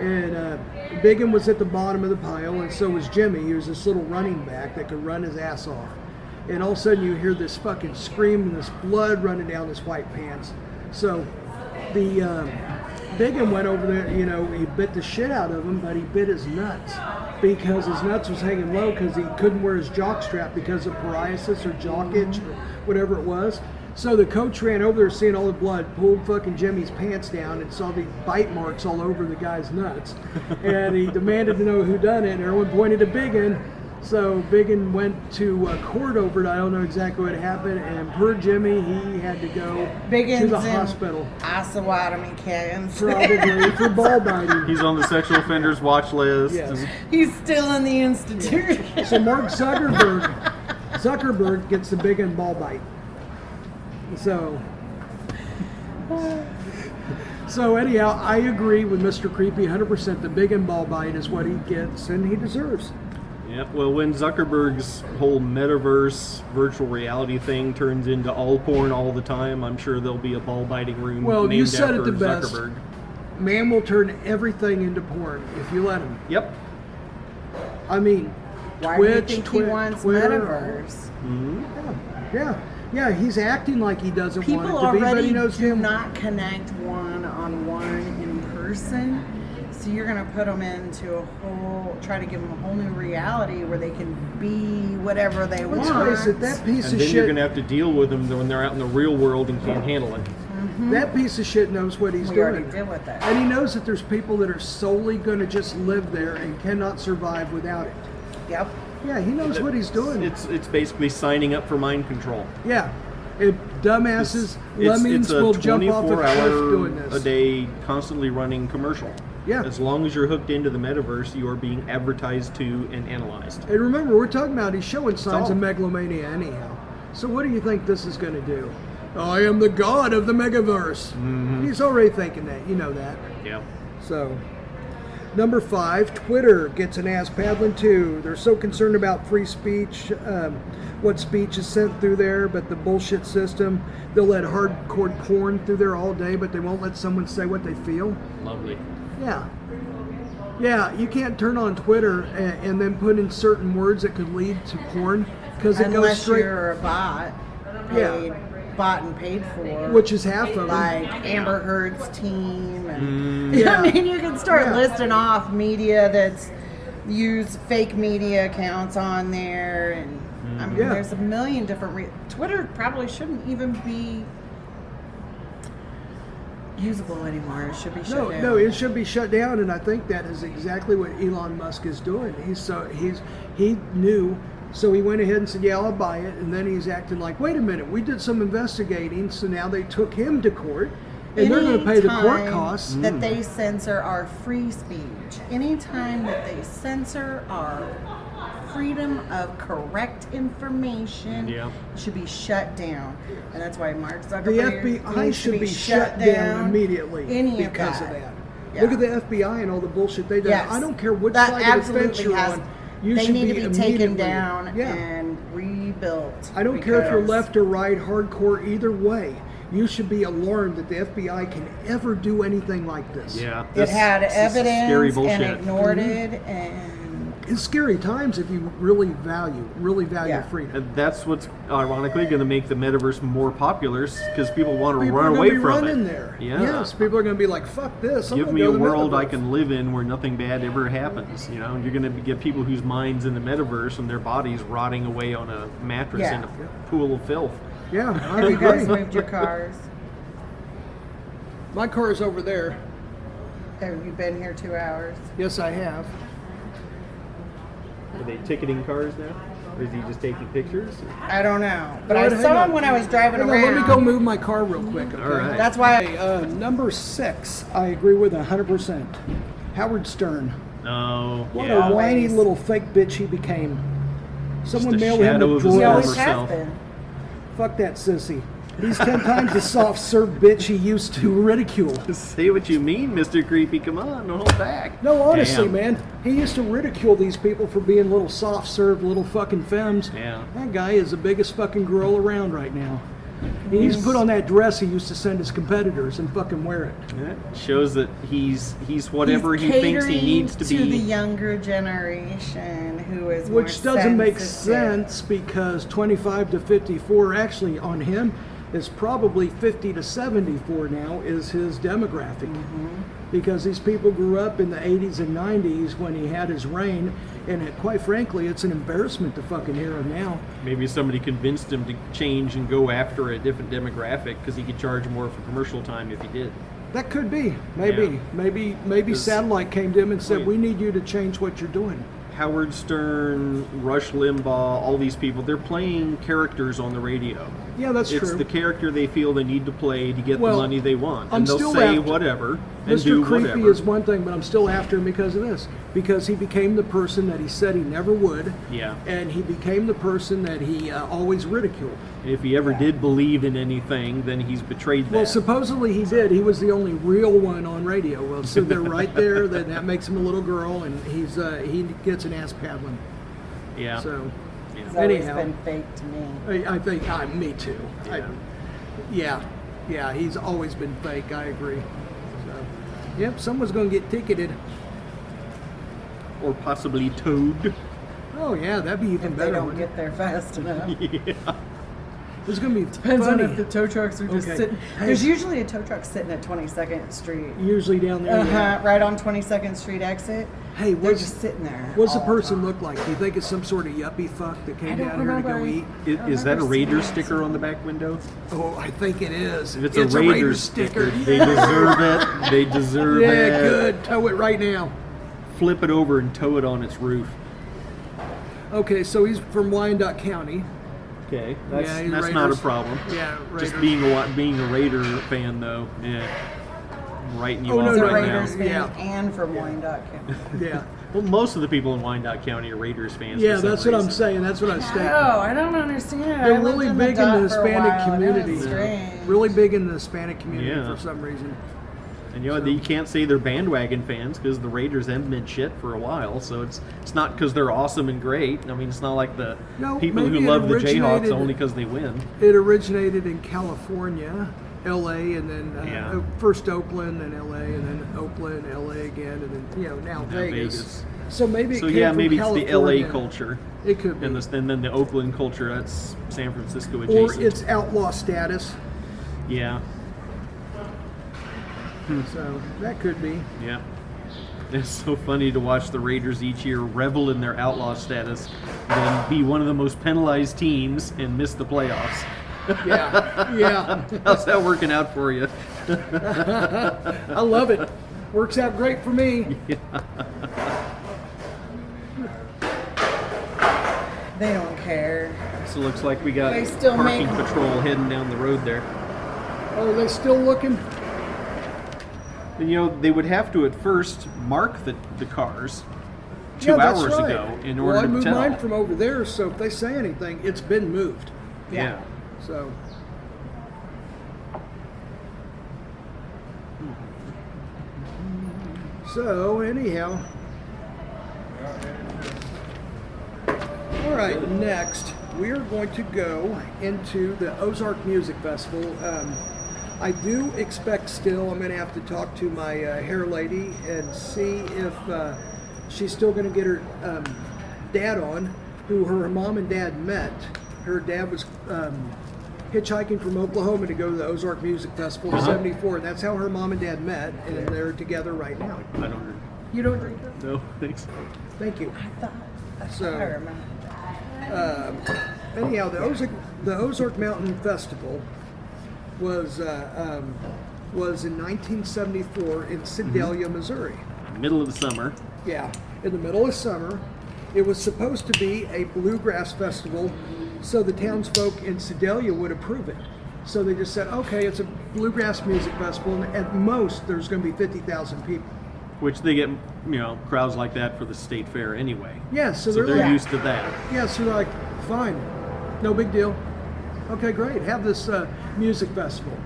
S3: And uh, Biggin was at the bottom of the pile, and so was Jimmy. He was this little running back that could run his ass off. And all of a sudden, you hear this fucking scream and this blood running down his white pants. So the um, Biggin went over there, you know, he bit the shit out of him, but he bit his nuts because his nuts was hanging low because he couldn't wear his jock strap because of psoriasis or jock itch or whatever it was. So the coach ran over there, seeing all the blood, pulled fucking Jimmy's pants down, and saw these bite marks all over the guy's nuts. And he demanded to know who done it. And everyone pointed to Biggin. So Biggin went to uh, court over it. I don't know exactly what happened. And per Jimmy, he had to go to
S5: Biggin's
S3: the
S5: in
S3: hospital.
S5: Osawatomie kittens.
S3: Probably for ball biting.
S4: he's on the sexual offenders watch list.
S3: Yes.
S5: He's still in the institution.
S3: So Mark Zuckerberg, Zuckerberg gets the big end ball bite. So, so anyhow, I agree with Mr. Creepy 100%. The big end ball bite is what he gets, and he deserves.
S4: Yeah. Yep. Well, when Zuckerberg's whole metaverse virtual reality thing turns into all porn all the time, I'm sure there'll be a ball biting room.
S3: Well, you
S4: named
S3: said it
S4: after
S3: the best.
S4: Zuckerberg.
S3: Man will turn everything into porn if you let him.
S4: Yep.
S3: I mean,
S5: Why
S3: Twitch,
S5: do you think
S3: Twi-
S5: he wants
S3: Twitter,
S5: metaverse?
S3: Yeah, yeah, he's acting like he doesn't want
S5: People
S3: it to be, but
S5: already
S3: he knows
S5: do
S3: him.
S5: not connect one on one in person. So you're going to put them into a whole, try to give them a whole new reality where they can be whatever they
S3: Let's
S5: want.
S3: face it, that piece
S4: And
S3: of
S4: then
S3: shit,
S4: you're gonna have to deal with them when they're out in the real world and can't handle it.
S3: that piece of shit knows what he's
S5: we
S3: doing.
S5: already did with that.
S3: And he knows that there's people that are solely going to just live there and cannot survive without it.
S5: Yep.
S3: Yeah, he knows what he's doing.
S4: It's it's basically signing up for mind control.
S3: yeah, if dumbasses,
S4: It's,
S3: lemmings
S4: it's a
S3: will jump off a
S4: 24
S3: cliff
S4: hour
S3: doing this.
S4: a day constantly running commercial.
S3: Yeah.
S4: As long as you're hooked into the metaverse, you are being advertised to and analyzed.
S3: And remember, we're talking about he's showing signs
S4: all-
S3: of megalomania anyhow. So what do you think this is going to do? I am the god of the megaverse. He's already thinking that. You know that.
S4: Yeah.
S3: So, number five, Twitter gets an ass paddling too. They're so concerned about free speech, um, what speech is sent through there, but the bullshit system. They'll let hardcore porn through there all day, but they won't let someone say what they feel.
S4: Lovely.
S3: Yeah. Yeah, you can't turn on Twitter and, and then put in certain words that could lead to porn because it goes
S5: Unless
S3: straight,
S5: you're a bot,
S3: Yeah.
S5: paid, bought and paid for,
S3: which is half of it.
S5: like Amber Heard's team. And,
S3: Yeah.
S5: I mean, you can start
S3: Yeah.
S5: listing off media that's use fake media accounts on there, and I mean,
S3: Yeah.
S5: there's a million different. Re- Twitter probably shouldn't even be usable anymore. It should be shut
S3: No,
S5: down.
S3: no, it should be shut down, and I think that is exactly what Elon Musk is doing. He's so he's he knew, so he went ahead and said, "Yeah, I'll buy it," and then he's acting like, "Wait a minute, we did some investigating, so now they took him to court, and they're going to pay the court
S5: Anytime
S3: costs." Mm.
S5: that they censor our free speech. Anytime that they censor our freedom of correct information
S4: Yeah.
S5: should be shut down. And that's why Mark
S3: The
S5: Zuckerberg
S3: FBI
S5: needs
S3: should be, shut down, immediately
S5: Any
S3: because
S5: of
S3: of
S5: that.
S3: Look at the
S5: Yeah.
S3: FBI and all the bullshit they do.
S5: Yes.
S3: I don't care what
S5: that
S3: side of the
S5: absolutely
S3: fence you're
S5: has,
S3: on. You
S5: they
S3: should
S5: need
S3: be,
S5: to be taken
S3: immediately-
S5: down
S3: Yeah.
S5: and rebuilt.
S3: I don't care if you're
S5: because-
S3: left or right, hardcore, either way. You should be alarmed that the FBI can ever do anything like this.
S4: Yeah.
S5: It
S4: this-
S5: had
S4: this is Scary
S5: evidence
S4: bullshit.
S5: and ignored it and
S3: It's scary times if you really value, really value
S5: Yeah.
S3: freedom.
S4: And that's what's ironically going to make the metaverse more popular because people want to
S3: People are
S4: run
S3: gonna
S4: away
S3: be
S4: from
S3: running
S4: it.
S3: there.
S4: Yeah.
S3: Yes, people are going to be like, "Fuck this!" I'm
S4: Give
S3: gonna
S4: me
S3: go
S4: a
S3: to the
S4: world I
S3: metaverse.
S4: can live in where nothing bad ever happens. You know, you're going to get people whose minds in the metaverse and their bodies rotting away on a mattress
S5: Yeah.
S4: in a pool of filth.
S3: Yeah, I
S5: Have you guys
S3: agree.
S5: moved your cars?
S3: My car is over there.
S5: Have you been here two hours?
S3: Yes, I have.
S4: Are they ticketing cars now? Or is he just taking pictures?
S5: I don't know, but
S3: Hang
S5: I saw
S3: on.
S5: him when I was driving
S3: Hang on,
S5: around.
S3: Let me go move my car real quick. Okay?
S4: All right.
S5: That's why. I,
S3: Okay, uh, number six, I agree with 100%. Howard Stern.
S4: Oh,
S3: What
S4: yeah.
S3: a whiny
S5: Always.
S3: little fake bitch he became. Someone
S4: Just a
S3: mailed him
S4: shadow
S3: a
S4: of his
S5: he
S4: former
S5: always
S3: drawer.
S5: has
S4: self.
S5: been.
S3: Fuck that sissy. He's ten times the soft serve bitch he used to ridicule.
S4: Say what you mean, Mr. Creepy. Come on, don't hold back.
S3: No, honestly,
S4: Damn.
S3: man, he used to ridicule these people for being little soft serve, little fucking femmes.
S4: Yeah.
S3: That guy is the biggest fucking girl around right now. He needs to put on that dress he used to send his competitors and fucking wear it.
S4: That shows that he's he's whatever
S5: He's
S4: he thinks he
S5: catering
S4: needs to,
S5: to
S4: be.
S5: the younger generation who is more
S3: Which doesn't make
S5: sensitive.
S3: sense because 25 to 54, actually, on him, is probably 50 to 74 now, is his demographic.
S4: Mm-hmm.
S3: Because these people grew up in the 80s and 90s when he had his reign, and it, quite frankly, it's an embarrassment to fucking hear him now.
S4: Maybe somebody convinced him to change and go after a different demographic because he could charge more for commercial time if he did.
S3: That could be, maybe,
S4: Yeah.
S3: maybe, maybe
S4: 'Cause-
S3: satellite came to him and said,
S4: Wait.
S3: "We need you to change what you're doing."
S4: Howard Stern, Rush Limbaugh, all these people, they're playing characters on the radio.
S3: Yeah, that's
S4: it's
S3: true.
S4: the character they feel they need to play to get
S3: Well,
S4: the money they want.
S3: I'm
S4: and they'll
S3: still
S4: say
S3: after-
S4: whatever and do
S3: Mr. Creepy
S4: whatever.
S3: is one thing, but I'm still after him because of this. Because he became the person that he said he never would.
S4: Yeah.
S3: And he became the person that he uh, always ridiculed.
S4: And if he ever did believe in anything, then he's betrayed that.
S3: Well, supposedly he did. He was the only real one on radio. Well, so they're right there. That that makes him a little girl, and he's uh, he gets an ass paddling.
S4: Yeah.
S3: So
S4: Yeah.
S5: It's always
S3: Anyhow.
S5: been fake to me.
S3: I, I think I, me too. I- yeah, yeah. He's always been fake. I agree. So, yep, someone's going to get ticketed.
S4: Or possibly Toad.
S3: Oh yeah, that'd be even
S5: If they
S3: better.
S5: don't
S3: wouldn't it?
S5: get there fast enough.
S3: It's going to be
S5: Depends
S3: funny.
S5: on if the tow trucks are just
S3: Okay.
S5: sitting.
S3: Hey.
S5: There's usually a tow truck sitting at 22nd Street,
S3: usually down there.
S5: uh-huh,
S3: yeah.
S5: right on 22nd Street exit.
S3: Hey,
S5: they're
S3: what's-
S5: just sitting there.
S3: What's the
S5: all
S3: person look like? Do you think it's some sort of yuppie fuck that
S5: I
S3: came
S5: don't
S3: down here to go
S5: remember.
S3: eat?
S4: Is,
S5: I've
S4: is that
S5: never
S4: a
S5: seen
S4: Raider
S5: that.
S4: sticker on the back window?
S3: Oh, I think it is.
S4: If it's, a, Raider sticker, they deserve it. They deserve
S3: yeah,
S4: it.
S3: good. Tow it right now.
S4: Flip it over and tow it on its roof.
S3: Okay, so he's from Wyandotte County.
S4: Okay, that's,
S3: Yeah,
S4: that's
S3: Raiders.
S4: not a problem.
S3: Yeah, right.
S4: Just being a wa- being a Raider fan though, yeah, I'm writing you
S3: Oh,
S4: off
S3: no,
S5: He's a
S4: right
S3: no,
S4: now.
S5: Raiders fan
S3: Yeah.
S5: and from Wyandotte County.
S3: Yeah,
S4: Well, most of the people in Wyandotte County are Raiders fans.
S3: yeah.
S4: for some
S3: That's what I'm
S4: reason.
S3: saying. That's what I'm stating.
S5: Oh, I don't understand. I
S3: They're
S5: lived
S3: really
S5: in
S3: big
S5: the
S3: in the
S5: dot for a
S3: Hispanic
S5: while, and it was
S3: community.
S5: strange.
S3: Really big in the Hispanic community
S4: Yeah.
S3: for some reason.
S4: And you know you can't say they're bandwagon fans because the Raiders haven't been shit for a while. So it's it's not because they're awesome and great. I mean, it's not like the
S3: No,
S4: people who
S3: maybe it
S4: love the
S3: originated-
S4: Jayhawks only because they win.
S3: It originated in California, L.A., and then uh,
S4: Yeah.
S3: o- first Oakland, and L.A., and then Oakland, L.A. again, and then you know now, Vegas.
S4: Vegas.
S3: So maybe it
S4: So
S3: came
S4: yeah,
S3: from
S4: maybe it's the L.A.
S3: California.
S4: culture.
S3: It could be,
S4: And, this, and then the Oakland culture, that's San Francisco
S3: or
S4: adjacent.
S3: it's outlaw status.
S4: yeah,
S3: So that could be.
S4: yeah. It's so funny to watch the Raiders each year revel in their outlaw status, then be one of the most penalized teams and miss the playoffs.
S3: Yeah, yeah.
S4: How's that working out for you?
S3: I love it. Works out great for me.
S5: They don't care.
S4: So it looks like we got
S5: They still
S4: parking
S5: make-
S4: patrol heading down the road there.
S3: Oh, they still looking.
S4: And you know, they would have to at first mark the, the cars two
S3: Yeah, that's
S4: hours
S3: right.
S4: ago in
S3: well,
S4: order
S3: I
S4: to
S3: moved
S4: tell.
S3: mine from over there, so if they say anything, it's been moved.
S4: yeah.
S3: So So anyhow. All right, next we are going to go into the Ozark Music Festival. Um, I do expect still I'm going to have to talk to my uh, hair lady and see if uh, she's still going to get her um, dad on, who her mom and dad met. Her dad was um, hitchhiking from Oklahoma to go to the Ozark Music Festival in '74, and that's how her mom and dad met, and they're together right now.
S4: I don't
S5: You don't drink them?
S4: know. Thanks.
S3: Thank you.
S5: I thought. I
S3: So-
S5: thought I remember.
S3: Anyhow, the Ozark, the Ozark Mountain Festival was uh, um, was in 1974 in Sedalia, Missouri.
S4: Middle of the summer.
S3: Yeah, in the middle of summer, it was supposed to be a bluegrass festival, so the townsfolk in Sedalia would approve it. So they just said, okay, it's a bluegrass music festival, and at most there's going to be 50,000 people.
S4: Which they get, you know, crowds like that for the state fair anyway.
S3: Yeah, so,
S4: So
S3: they're
S4: they're
S3: like,
S4: used to that.
S3: Yeah, so they're like, fine, no big deal. Okay, great. Have this uh, music festival.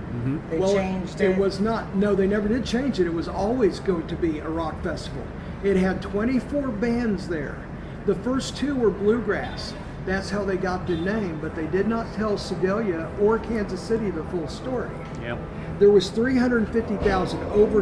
S5: They
S3: well,
S5: changed
S3: it.
S5: it.
S3: was not. No, they never did change it. It was always going to be a rock festival. It had 24 bands there. The first two were bluegrass. That's how they got the name, but they did not tell Sedalia or Kansas City the full story.
S4: Yep.
S3: There was 350,000, over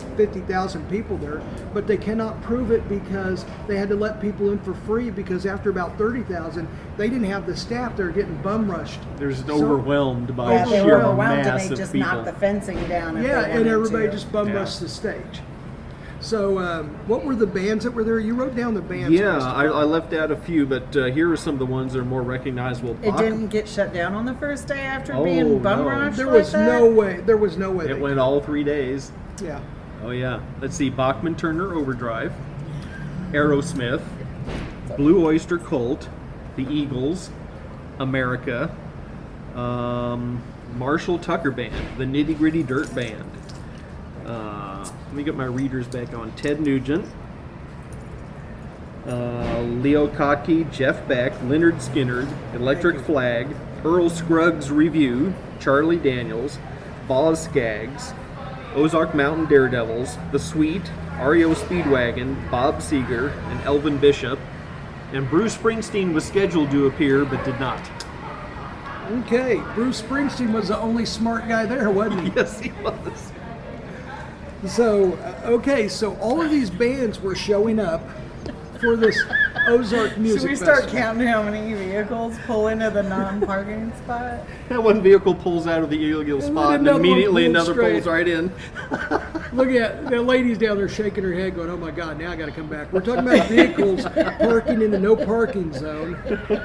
S3: 350,000 people there, but they cannot prove it because they had to let people in for free because after about 30,000, they didn't have the staff. They're getting bum rushed.
S4: They're just
S3: So-
S4: overwhelmed by
S5: Yeah, they
S4: sheer
S5: were overwhelmed and
S4: mass
S5: they
S4: of
S5: just
S4: people.
S5: knocked the fencing down. if
S3: Yeah,
S5: they
S3: and
S5: wanted
S3: everybody
S5: to.
S3: just bum
S4: Yeah.
S3: rushed the stage. So, um, what were the bands that were there? You wrote down the bands.
S4: yeah,
S3: Kristen.
S4: I, I left out a few, but uh, here are some of the ones that are more recognizable.
S5: It
S4: Bach-
S5: didn't get shut down on the first day after
S4: Oh,
S5: being
S4: no.
S5: bum rushed.
S3: there
S5: like
S3: was
S5: that?
S3: no way. There was no way.
S4: It
S3: they-
S4: went all three days.
S3: Yeah.
S4: Oh yeah. Let's see. Bachman Turner Overdrive, Aerosmith, Blue Oyster Cult, The Eagles, America, um, Marshall Tucker Band, The Nitty Gritty Dirt Band. Uh, let me get my readers back on. Ted Nugent, uh, Leo Kottke, Jeff Beck, Leonard Skinner, Electric Flag, Earl Scruggs Review, Charlie Daniels, Boz Skaggs, Ozark Mountain E Daredevils, The Sweet, REO Speedwagon, Bob Seger, and Elvin Bishop. and Bruce Springsteen was scheduled to appear but did not.
S3: Okay, Bruce Springsteen was the only smart guy there, wasn't he?
S4: Yes, he was.
S3: So, uh, okay, so all of these bands were showing up for this Ozark Music
S5: Should we start
S3: Festival.
S5: counting how many vehicles pull into the non-parking spot?
S4: That one vehicle pulls out of the illegal
S3: then
S4: spot and
S3: another one
S4: immediately
S3: pulls
S4: another
S3: straight.
S4: pulls right in.
S3: Look at that lady's down there shaking her head, going, "Oh my God, now I got to come back." We're talking about vehicles parking in the no parking zone,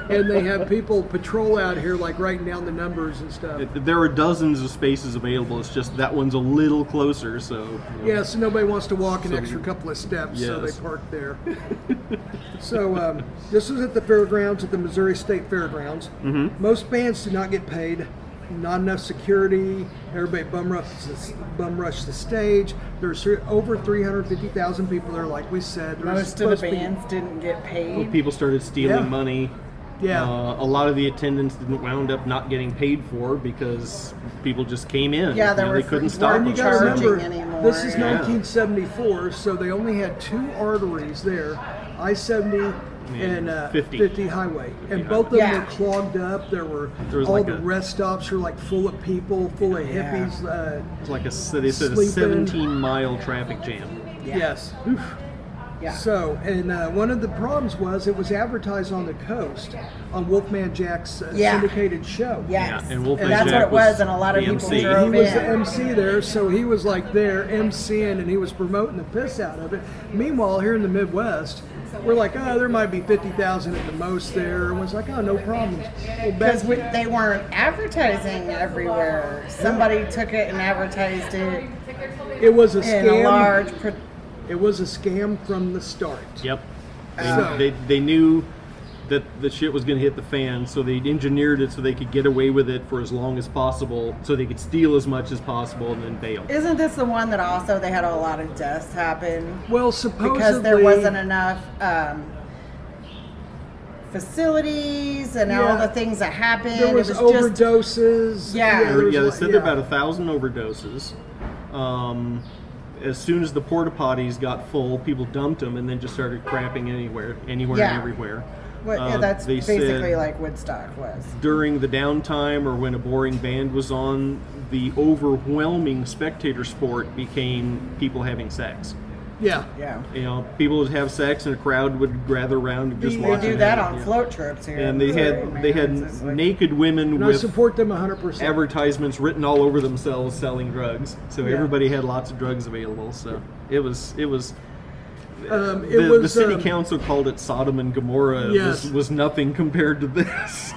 S3: and they have people patrol out here, like writing down the numbers and stuff.
S4: There are dozens of spaces available. It's just that one's a little closer, so. you know.
S3: Yeah, so nobody wants to walk an extra couple of steps, so they
S4: Yes.
S3: park there. so um, this was at the fairgrounds at the Missouri State Fairgrounds. Most bands did not get paid. Not enough security. Everybody bum rushed the, bum rushed the stage. There's three- over 350,000 people there, like we said. There's
S5: Most of the
S3: supposed to be-
S5: bands didn't get paid.
S4: People started stealing
S3: Yeah.
S4: money.
S3: Yeah.
S4: Uh, a lot of the attendants didn't wound up not getting paid for because people just came in.
S5: Yeah, there
S4: You know,
S5: were
S4: they couldn't
S5: free-
S4: stop.
S5: And
S3: And you
S4: them.
S3: got to
S5: charging
S3: remember,
S5: anymore.
S3: this is
S5: Yeah.
S3: 1974, so they only had two arteries there, I-70 and uh,
S4: 50.
S3: 50. Highway, and both of them
S5: Yeah.
S3: were clogged up. There were
S4: There was
S3: all
S4: like
S3: the
S4: a-
S3: rest stops were like full of people, full of
S5: Yeah.
S3: hippies. Uh,
S4: It's like a so they said a
S3: Sleeping.
S4: 17 mile traffic jam.
S3: Yes.
S5: Yeah.
S3: So, and uh, one of the problems was it was advertised on the coast on Wolfman Jack's uh,
S5: Yeah.
S3: syndicated show.
S5: Yes.
S4: Yeah, and Wolfman
S5: that's
S4: Jack
S5: what it
S4: was
S5: was, and a lot of
S4: the
S5: people
S4: MC.
S5: drove
S3: He was
S5: in.
S3: the MC there, so he was like there MCing and he was promoting the piss out of it. Meanwhile, here in the Midwest, we're like, oh, there might be 50,000 at the most there. And was like, oh, no problem. Well, back,
S5: because we, they weren't advertising everywhere. Somebody took it and advertised it
S3: it was a
S5: in a
S3: scam.
S5: large. Pro-
S3: It was a scam from the start.
S4: Yep. They,
S3: So-
S4: they, they knew that the shit was going to hit the fan, so they engineered it so they could get away with it for as long as possible, so they could steal as much as possible and then bail.
S5: Isn't this the one that also they had a lot of deaths happen
S3: Well, supposedly.
S5: because there wasn't enough um, facilities and all
S3: Yeah.
S5: the things that happened?
S3: There was,
S5: it was just
S3: overdoses.
S5: Yeah.
S4: There-
S3: there was
S4: yeah, they
S3: like-
S4: said there about a thousand overdoses. Um, as soon as the porta potties got full, people dumped them and then just started crapping anywhere, anywhere,
S5: Yeah.
S4: and everywhere.
S5: What, yeah,
S4: Uh,
S5: that's
S4: they said
S5: basically like Woodstock was.
S4: during the downtime or when a boring band was on, the overwhelming spectator sport became people having sex.
S3: Yeah.
S5: Yeah.
S4: You know, people would have sex and a crowd would gather around and just
S3: They
S5: They
S4: watch.
S5: do
S4: it
S5: that
S4: happen,
S5: on
S4: yeah.
S5: float trips here.
S4: And
S5: in
S4: they
S5: Missouri,
S4: had
S5: man.
S4: they had
S5: It's just like-
S4: naked women
S3: And I
S4: with
S3: support them 100%.
S4: advertisements written all over themselves selling drugs. So everybody had lots of drugs available. So it was it was.
S3: um, it
S4: The, the
S3: was
S4: city
S3: um,
S4: council called it Sodom and Gomorrah. It
S3: Yes.
S4: was, was nothing compared to this.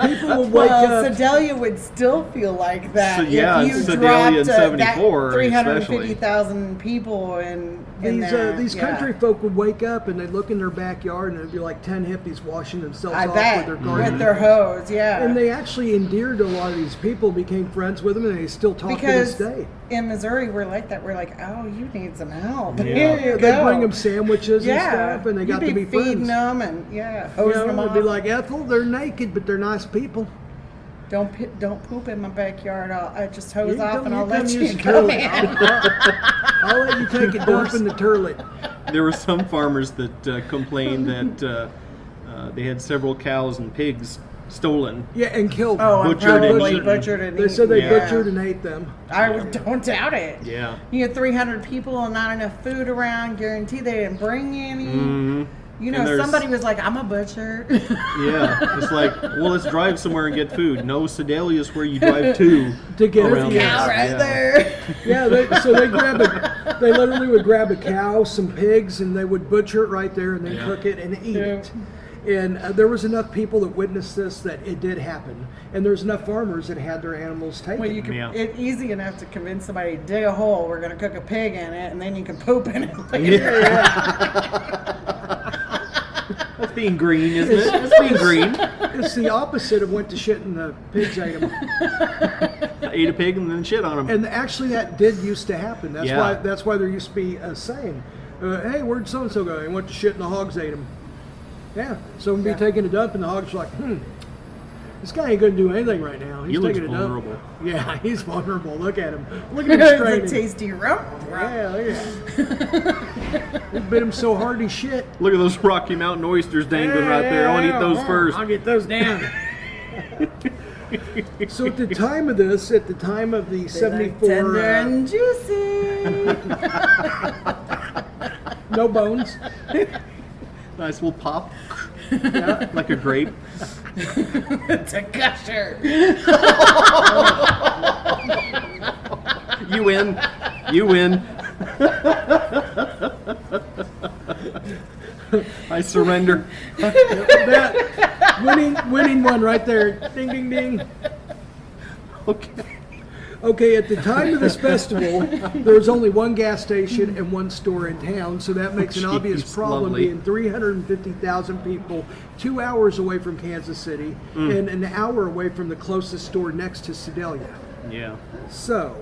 S3: People would wake
S5: Well,
S3: up.
S5: Sedalia would still feel like that.
S4: So, yeah,
S5: if you
S4: Sedalia
S5: dropped
S4: in
S5: uh,
S4: 74
S5: that 350,000 people in, in
S3: These
S5: there,
S3: uh, these
S5: yeah.
S3: country folk would wake up and they'd look in their backyard and it'd be like ten hippies washing themselves
S5: I
S3: off
S5: bet,
S3: with their garden.
S5: with their hose, yeah.
S3: and they actually endeared a lot of these people, became friends with them, and they still talk
S5: because
S3: to this day.
S5: in Missouri, we're like that. We're like, oh, you need some help.
S4: Yeah.
S5: Here you
S3: They
S5: go.
S3: bring them sandwiches
S5: yeah.
S3: and stuff, and they got
S5: You'd
S3: to be
S5: feeding
S3: friends.
S5: them and yeah,
S3: You
S5: hosing
S3: know,
S5: them
S3: they'd
S5: off.
S3: be like Ethel, they're naked, but they're nice people.
S5: don't pi- don't poop in my backyard. I'll I just hose
S3: You
S5: off
S3: come-
S5: and I'll
S3: you
S5: let
S3: come
S5: you
S3: use the
S5: come
S3: toilet.
S5: in.
S3: I'll, I'll- I'll let you take a dump in the toilet.
S4: there were some farmers that uh, complained that uh, uh, they had several cows and pigs stolen.
S3: Yeah, and kill them.
S5: Oh, I'm
S4: Butchered and
S5: probably
S4: eaten.
S5: butchered and
S3: they said they
S5: eaten, yeah.
S3: butchered and ate them.
S5: I would- don't doubt it.
S4: Yeah.
S5: You had 300 people and not enough food around. Guarantee they didn't bring any. You
S4: Mm. And
S5: know,
S4: there's-
S5: somebody was like, "I'm a butcher."
S4: Yeah, it's like, well, let's drive somewhere and get food. No, Sedalia is where you drive to
S3: To get
S4: around
S3: it.
S4: this.
S5: Cow right
S4: Yeah.
S5: there.
S3: Yeah, they, so they grab a, they literally would grab a cow, some pigs, and they would butcher it right there, and then cook it and eat it. And uh, there was enough people that witnessed this that it did happen, and there's enough farmers that had their animals taken.
S5: Well, you could
S4: Yeah.
S5: it's easy enough to convince somebody to dig a hole. We're gonna cook a pig in it, and then you can poop in it. Like,
S4: That's being green, isn't it? That's being green.
S3: it's the opposite of went to shit and the pigs ate them.
S4: I ate a pig and then shit on him.
S3: And actually, that did used to happen. That's
S4: Yeah.
S3: why that's why there used to be a saying, uh, "Hey, where'd so and so go? He went to shit and the hogs ate him." Yeah, so we'd be taking a dump and the hogs were like, "Hmm, This guy ain't gonna do anything right now. He's
S4: He looks
S3: taking a dump.
S4: vulnerable.
S3: Yeah, he's vulnerable. Look at him. Look at him
S5: it's a
S3: straining.
S5: tasty rump.
S3: Yeah, look at him. we bit him so hard he shit.
S4: Look at those Rocky Mountain oysters dangling right there. I want to eat those first.
S3: I'll get those down. so at the time of this, at the time of the
S5: Tender
S3: seventy-four, uh,
S5: and juicy.
S3: no bones.
S4: Nice little pop. like a grape.
S5: it's a gusher.
S4: You win. You win. I surrender.
S3: That winning, winning one right there. Ding, ding, ding.
S4: Okay.
S3: Okay, at the time of this festival, there was only one gas station and one store in town, so that makes an
S4: Jeez,
S3: obvious problem
S4: lovely.
S3: being 350,000 people, two hours away from Kansas City,
S4: Mm.
S3: and an hour away from the closest store next to Sedalia.
S4: Yeah.
S3: So,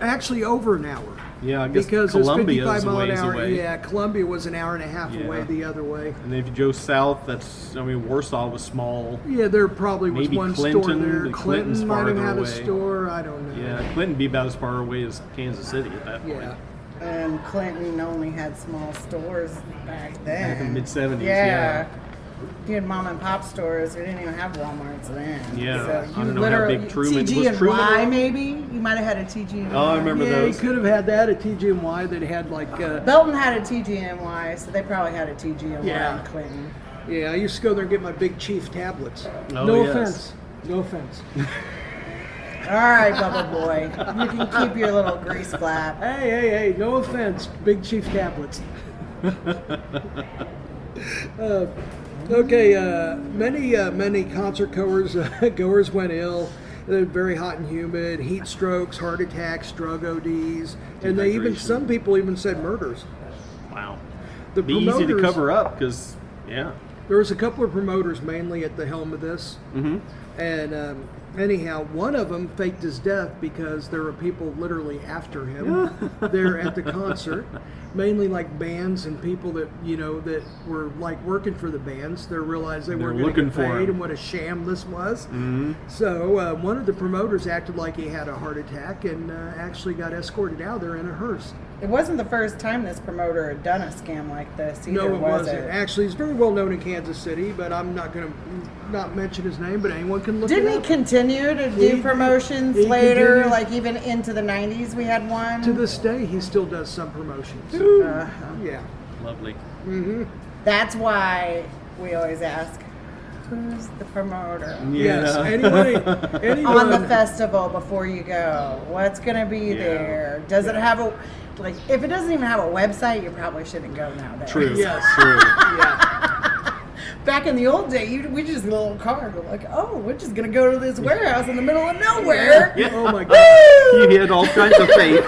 S3: actually, over an hour.
S4: Yeah, I guess
S3: because
S4: Columbia
S3: it was 55
S4: is a
S3: mile an
S4: ways
S3: hour.
S4: away.
S3: Yeah, Columbia was an hour and a half
S4: Yeah.
S3: away the other way.
S4: And if you go south, that's, I mean, Warsaw was small.
S3: Yeah, there probably was
S4: Maybe
S3: one store
S4: Clinton,
S3: there.
S4: and Clinton's
S3: Clinton might have
S4: farther
S3: had
S4: away.
S3: a store. I don't know.
S4: Yeah, Clinton be about as far away as Kansas City at that point.
S3: Yeah.
S5: And Clinton only had small stores back then.
S4: Back in the mid-seventies, yeah.
S5: You had mom and pop stores. We didn't even have Walmarts then.
S4: Yeah, I
S5: So
S4: don't
S5: you
S4: know how
S5: literally-
S4: big Truman-
S5: TG
S4: was
S5: and
S4: Truman
S5: Y
S4: around?
S5: maybe. You might have had a TG and
S4: Oh, I
S5: Y.
S4: remember
S3: Yeah, you
S4: those.
S3: could have had that at TGNY. That had like, uh,
S5: Belton had a TG and Y, so they probably had a TG and Y
S3: Yeah.
S5: in Clinton.
S3: yeah, I used to go there and get my Big Chief tablets.
S4: Oh,
S3: no
S4: yes.
S3: offense, no offense.
S5: All right, Bubba boy, you can keep your little grease flap.
S3: hey, hey, hey, no offense, Big Chief tablets. Uh, okay, uh, many uh, many concert goers uh, goers went ill. They're very hot and humid, heat strokes, heart attacks, drug ODs, and they even
S4: Dehydration.
S3: some people even said murders.
S4: Wow.
S3: The
S4: Be easy to
S3: promoters-
S4: cover up because, yeah.
S3: There was a couple of promoters mainly at the helm of this,
S4: Mm-hmm.
S3: and um, anyhow, one of them faked his death because there were people literally after him there at the concert, mainly like bands and people that you know that were like working for the bands. They realized they
S4: They're
S3: weren't going to
S4: looking
S3: get
S4: for
S3: paid
S4: him. Mm-hmm.
S3: and what a sham this was. So uh, one of the promoters acted like he had a heart attack and uh, actually got escorted out of there in a hearse.
S5: It wasn't the first time this promoter had done a scam like this either,
S3: No, it
S5: was
S3: wasn't.
S5: it?
S3: Actually, he's very well known in Kansas City, but I'm not going to not mention his name. But anyone can look. it
S5: Didn't he
S3: up.
S5: continue to do
S3: He-
S5: promotions
S3: he
S5: later?
S3: continued-
S5: Like even into the '90s, we had one. Uh-huh.
S3: to this day, he still does some promotions. Uh, Yeah.
S4: Lovely.
S5: That's why we always ask, who's the promoter
S3: Yes. Anybody, anyone
S5: on the festival before you go? What's gonna be
S4: Yeah.
S5: there? Does it have a like? If it doesn't even have a website, you probably shouldn't go nowadays.
S4: True.
S3: Yes.
S4: True.
S5: Back in the old day, you, we just little card. We're like, oh, we're just gonna go to this warehouse in the middle of nowhere.
S3: Oh my god.
S4: you had all kinds of faith.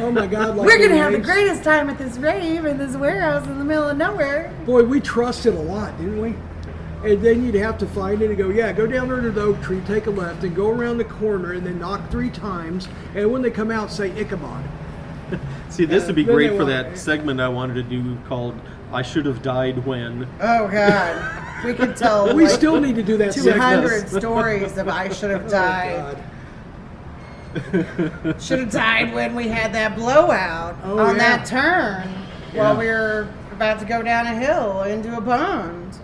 S3: Oh my god. Like
S5: We're
S3: the
S5: gonna have the
S3: raves.
S5: greatest time at this rave in this warehouse in the middle of nowhere.
S3: Boy, we trusted a lot, didn't we? And then you'd have to find it and go, yeah, go down there to the oak tree, take a left, and go around the corner, and then knock three times. And when they come out, say Ichabod.
S4: See, this would be
S3: Then
S4: great
S3: they
S4: for
S3: want-
S4: that segment I wanted to do called "I Should Have Died When."
S5: Oh God, we could tell.
S3: We
S5: like,
S3: still need to do that. segment.
S5: 200 stories of I should have
S3: Oh,
S5: died.
S3: God.
S5: should have died when we had that blowout
S3: Oh,
S5: on
S3: yeah.
S5: that turn while we were about to go down a hill into a pond.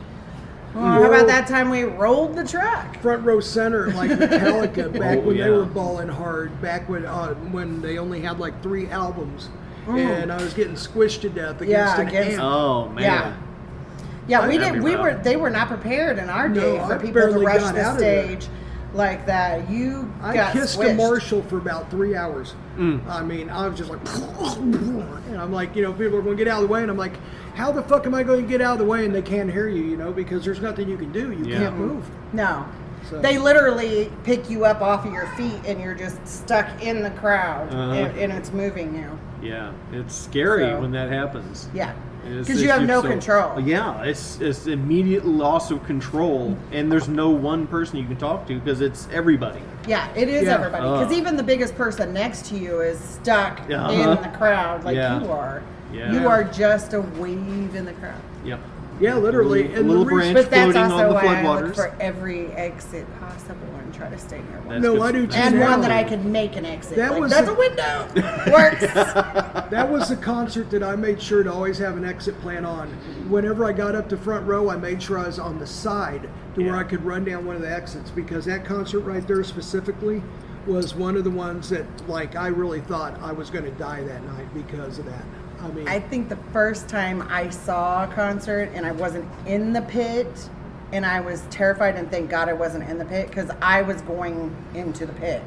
S5: Well, How about that time we rolled the truck?
S3: front row center like Metallica back
S4: Oh,
S3: when
S4: yeah.
S3: they were balling hard, back when uh, when they only had like three albums, and I was getting squished to death against
S5: Oh. Yeah,
S3: an
S5: against-
S3: amp.
S4: Oh man.
S5: Yeah. Yeah, we
S4: That'd
S5: didn't.
S4: be
S5: We
S4: rough.
S5: were. They were not prepared in our
S3: No,
S5: day
S3: I
S5: for people to
S3: barely
S5: rush
S3: got out
S5: the
S3: of there.
S5: stage like that. You
S3: I
S5: got
S3: kissed a
S5: squished.
S3: Marshall for about three hours.
S4: Mm.
S3: I mean, I was just like, and I'm like, you know, people are going to get out of the way, and I'm like, how the fuck am I going to get out of the way? And they can't hear you, you know, because there's nothing you can do. You
S4: Yeah.
S3: can't move.
S5: No.
S3: So-
S5: They literally pick you up off of your feet and you're just stuck in the crowd
S4: Uh-huh.
S5: and, and it's moving you.
S4: Yeah, it's scary
S5: So-
S4: when that happens.
S5: Yeah.
S4: It's-
S5: Because you
S4: it's-
S5: have no
S4: so-
S5: control.
S4: Yeah, it's it's immediate loss of control, and there's no one person you can talk to because it's everybody.
S5: Yeah, it is
S3: Yeah.
S5: everybody. Because
S4: Uh.
S5: even the biggest person next to you is stuck
S4: Yeah.
S5: in the crowd like
S4: Uh-huh. Yeah.
S5: you are.
S4: Yeah.
S5: You are just a wave in the crowd.
S4: Yep.
S3: Yeah, literally. And
S4: Little
S3: the reason,
S4: branch.
S5: But that's
S4: floating on
S5: also
S4: the
S5: why I
S4: floodwaters.
S5: look for every exit possible and try to stay near one.
S4: That's
S3: No,
S4: good
S3: I do
S4: stuff.
S3: too.
S5: And
S3: Yeah.
S5: one that I could make an exit.
S3: That
S5: Like,
S3: was
S5: that's
S3: a-
S5: a window. Works.
S3: that was the concert that I made sure to always have an exit plan on. Whenever I got up to front row, I made sure I was on the side to where I could run down one of the exits because that concert right there specifically was one of the ones that like I really thought I was going to die that night because of that. I mean,
S5: I think the first time I saw a concert and I wasn't in the pit and I was terrified and thank God I wasn't in the pit because I was going into the pit.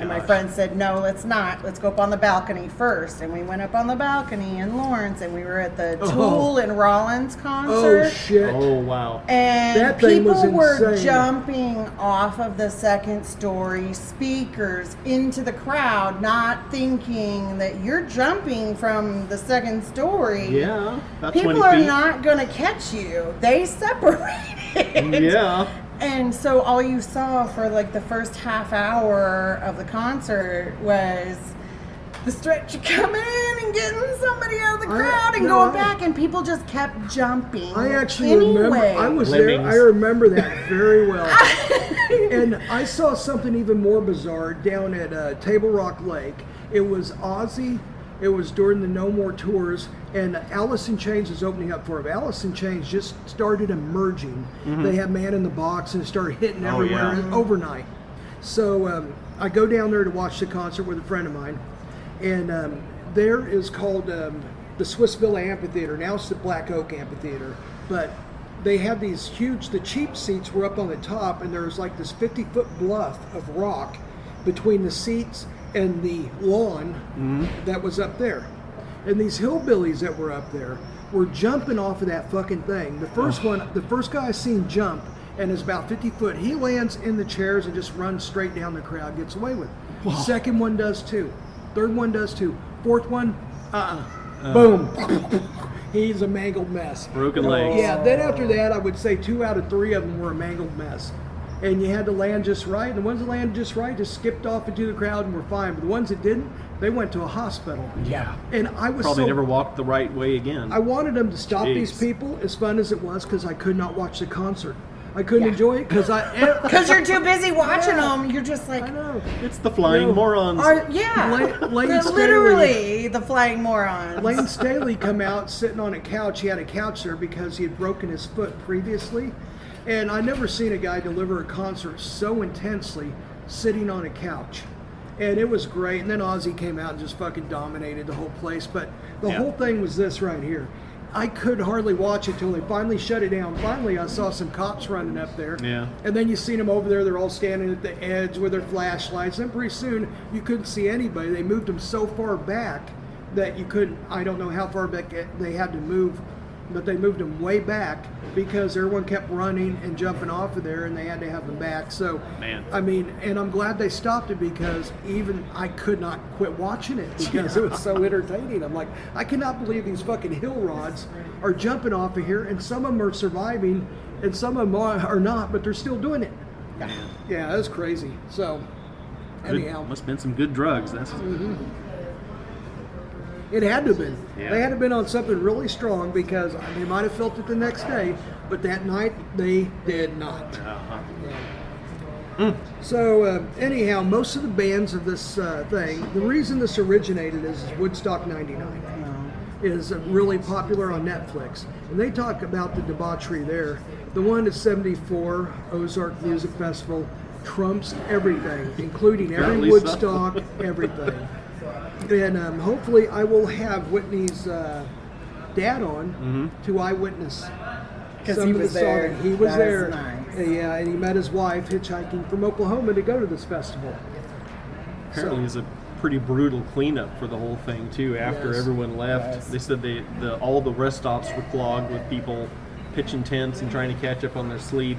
S5: And my friend said, No, let's not. Let's go up on the balcony first. And we went up on the balcony in Lawrence and we were at the
S3: Oh.
S5: Tool and Rollins concert.
S3: oh shit.
S4: Oh wow.
S5: And
S3: That thing
S5: people
S3: was
S5: were
S3: insane.
S5: jumping off of the second story speakers into the crowd, not thinking that you're jumping from the second story.
S4: Yeah. About
S5: People
S4: 20
S5: are
S4: feet.
S5: not going to catch you. They separated.
S3: Mm,
S4: Yeah.
S5: And so all you saw for like the first half hour of the concert was the stretcher coming in and getting somebody out of the
S3: I-
S5: crowd and
S3: no,
S5: going
S3: I-
S5: back, and people just kept jumping.
S3: I actually
S5: anyway.
S3: remember. I was there.
S4: Lemmings.
S3: I remember that very well. and I saw something even more bizarre down at uh, Table Rock Lake. It was Ozzy. It was during the No More tours, and Alice in Chains was opening up for him. Alice in Chains just started emerging. They had Man in the Box and it started hitting
S4: Mm-hmm. Oh,
S3: everywhere
S4: yeah.
S3: and overnight. So um, I go down there to watch the concert with a friend of mine, and um, there is called um, the Swissville Amphitheater. Now it's the Black Oak Amphitheater, but they have these huge. The cheap seats were up on the top, and there's like this 50 foot bluff of rock between the seats and the lawn that was up there. And these hillbillies that were up there were jumping off of that fucking thing. The first one, the first guy I seen jump and is about 50 foot. He lands in the chairs and just runs straight down the crowd, gets away with it. Second one does too. Third one does too. Fourth one, uh uh Boom. He's a mangled mess.
S4: Broken legs.
S3: Yeah, then after that, I would say two out of three of them were a mangled mess. And you had to land just right, and the ones that landed just right just skipped off into the crowd and were fine. But the ones that didn't, they went to a hospital.
S4: Yeah.
S3: And I was
S4: Probably
S3: so
S4: never walked the right way again.
S3: I wanted them to stop these
S4: Jeez.
S3: people, as fun as it was, because I could not watch the concert. I couldn't enjoy it because I. e
S5: Because you're too busy watching them. You're just like,
S3: I know.
S4: it's the flying morons.
S5: are, yeah.
S3: Lane- Lane
S5: They're
S3: Staley-
S5: literally the flying morons.
S3: Lane Staley come out sitting on a couch. He had a couch there because he had broken his foot previously, and I never seen a guy deliver a concert so intensely sitting on a couch. And it was great. And then Ozzy came out and just fucking dominated the whole place. But the
S4: Yeah.
S3: whole thing was this right here. I could hardly watch it till they finally shut it down. Finally, I saw some cops running up there.
S4: Yeah.
S3: And then you seen them over there. They're all standing at the edge with their flashlights. And pretty soon, you couldn't see anybody. They moved them so far back that you couldn't. I don't know how far back it- they had to move, but they moved them way back because everyone kept running and jumping off of there, and they had to have them back. So,
S4: Man.
S3: I mean, and I'm glad they stopped it because even I could not quit watching it because it was so entertaining. I'm like, I cannot believe these fucking hill rods are jumping off of here, and some of them are surviving, and some of them are, are not, but they're still doing it. Yeah, that's crazy. So,
S4: Good-
S3: anyhow,
S4: must have been some good drugs. That's
S3: Mm-hmm. it had to have been.
S4: Yeah.
S3: They had to have been on something really strong because they might have felt it the next day, but that night they did not.
S4: uh-huh.
S3: So uh, anyhow, most of the bands of this uh, thing, the reason this originated is Woodstock '99 is uh, really popular on Netflix, and they talk about the debauchery there. The one at '74 Ozark Music Festival trumps everything, including every
S4: Apparently so.
S3: Woodstock, everything. And um, hopefully, I will have Whitney's uh, dad on
S4: Mm-hmm.
S3: to eyewitness
S5: 'Cause
S3: some
S5: he
S3: of
S5: was
S3: the song.
S5: there.
S3: He was
S5: That
S3: there.
S5: is nice.
S3: Yeah, and he met his wife hitchhiking from Oklahoma to go to this festival.
S4: Apparently, it's a pretty brutal cleanup for the whole thing too. After
S3: Yes.
S4: everyone left, they said they the all the rest stops were
S3: Mm-hmm.
S4: clogged with people pitching tents and trying to catch up on their sleep.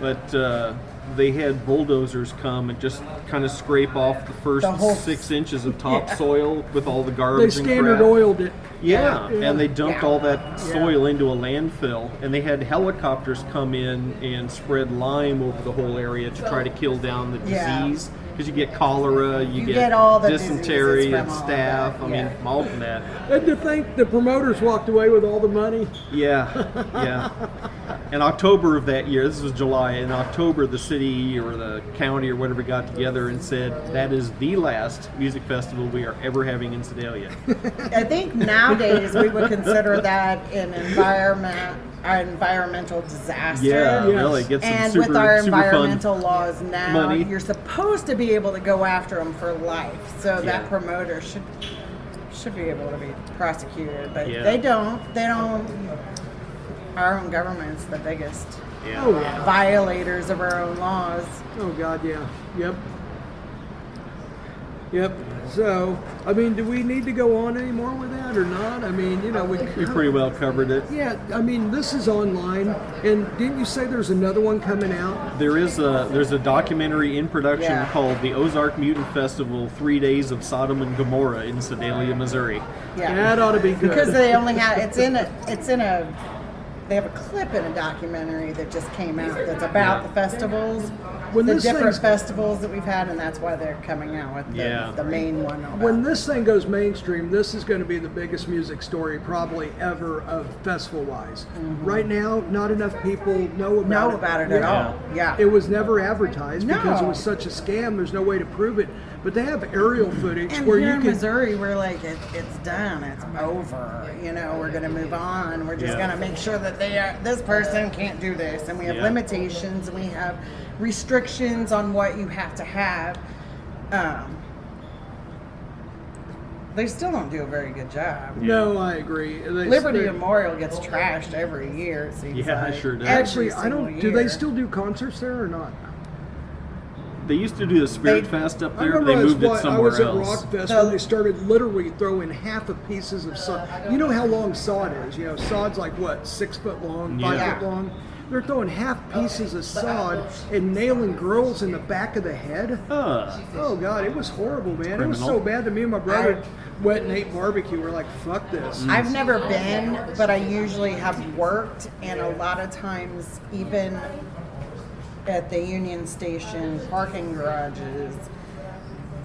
S4: But uh, they had bulldozers come and just kind of scrape off the first
S5: The whole-
S4: six inches of topsoil with all the garbage.
S3: They standard
S4: and crap.
S3: oiled it.
S4: Yeah,
S3: Yeah.
S4: and they dumped all that
S3: Yeah.
S4: soil into a landfill, and they had helicopters come in and spread lime over the whole area to try to kill down the
S5: Yeah.
S4: disease. Because you get cholera, you,
S5: You get all the diseases
S4: dysentery
S5: from
S4: and
S5: all
S4: staph.
S5: that,
S4: I
S5: yeah.
S4: mean, all of that.
S3: And to think the promoters walked away with all the money.
S4: Yeah, yeah. In October of that year, this was July. In October, the city or the county or whatever got together and said that is the last music festival we are ever having in Sedalia.
S5: I think nowadays we would consider that an environment, an environmental disaster.
S4: Yeah,
S3: Yes.
S4: really. Get some
S5: and
S4: super,
S5: with our
S4: super fun
S5: environmental laws now,
S4: money.
S5: you're supposed to be able to go after them for life. So
S4: Yeah.
S5: that promoter should should be able to be prosecuted, but
S4: Yeah.
S5: they don't. They don't. Our own government's the biggest
S4: Yeah.
S3: Oh yeah.
S5: violators of our own laws.
S3: Oh God, yeah. Yep. Yep. So, I mean, do we need to go on anymore with that or not? I mean, you know, we.
S4: We pretty well covered it.
S3: Yeah, I mean, this is online, and didn't you say there's another one coming out?
S4: There is a there's a documentary in production
S5: Yeah.
S4: called The Ozark Mutant Festival: Three Days of Sodom and Gomorrah in Sedalia, Missouri.
S5: Yeah,
S3: That ought to be good.
S5: because they only have it's in a it's in a they have a clip in a documentary that just came out that's about the festivals.
S3: When
S5: the
S3: this
S5: different
S3: thing's-
S5: festivals that we've had, and that's why they're coming out with the,
S4: Yeah.
S5: the main one. about-
S3: when this thing goes mainstream, this is going to be the biggest music story probably ever of festival wise. Right now, not enough people know about
S5: know
S3: it.
S5: Mm-hmm. about it at
S3: Yeah.
S5: all. Yeah.
S3: It was never advertised because it
S5: No.
S3: was such a scam. There's no way to prove it. But they have aerial footage
S5: and
S3: where
S5: here
S3: you
S5: in
S3: can.
S5: Missouri, we're like, it, it's done, it's over. You know, we're gonna move on. We're just
S4: Yeah.
S5: gonna make sure that they are. This person can't do this, and we have
S4: Yeah.
S5: limitations, and we have restrictions on what you have to have. Um, they still don't do a very good job.
S3: No, I agree. They-
S5: Liberty
S3: they-
S5: Memorial gets trashed every year. It seems
S4: Yeah,
S5: like.
S4: it sure does.
S5: Every
S3: Actually, I don't.
S5: single
S3: Do they
S5: year.
S3: still do concerts there or not?
S4: They used to do the Spirit
S5: They-
S4: Fest up
S3: I
S4: there, but
S3: remember
S4: they
S3: I was,
S4: moved it
S3: wa- I
S4: somewhere
S3: was at
S4: else.
S3: Rockfest
S5: The-
S3: when they started literally throwing half of pieces of sod. You know how long sod is. You know, sod's like what six foot long, five
S4: Yeah.
S3: foot long. They're throwing half pieces of sod and nailing girls in the back of the head.
S4: Huh.
S3: Oh God, it was horrible, man. It was
S4: Criminal.
S3: so bad that me and my brother, Wet and Nate Barbecue, were like, "Fuck this."
S4: Mm.
S5: I've never been, but I usually have worked, and a lot of times, even at the Union Station parking garages,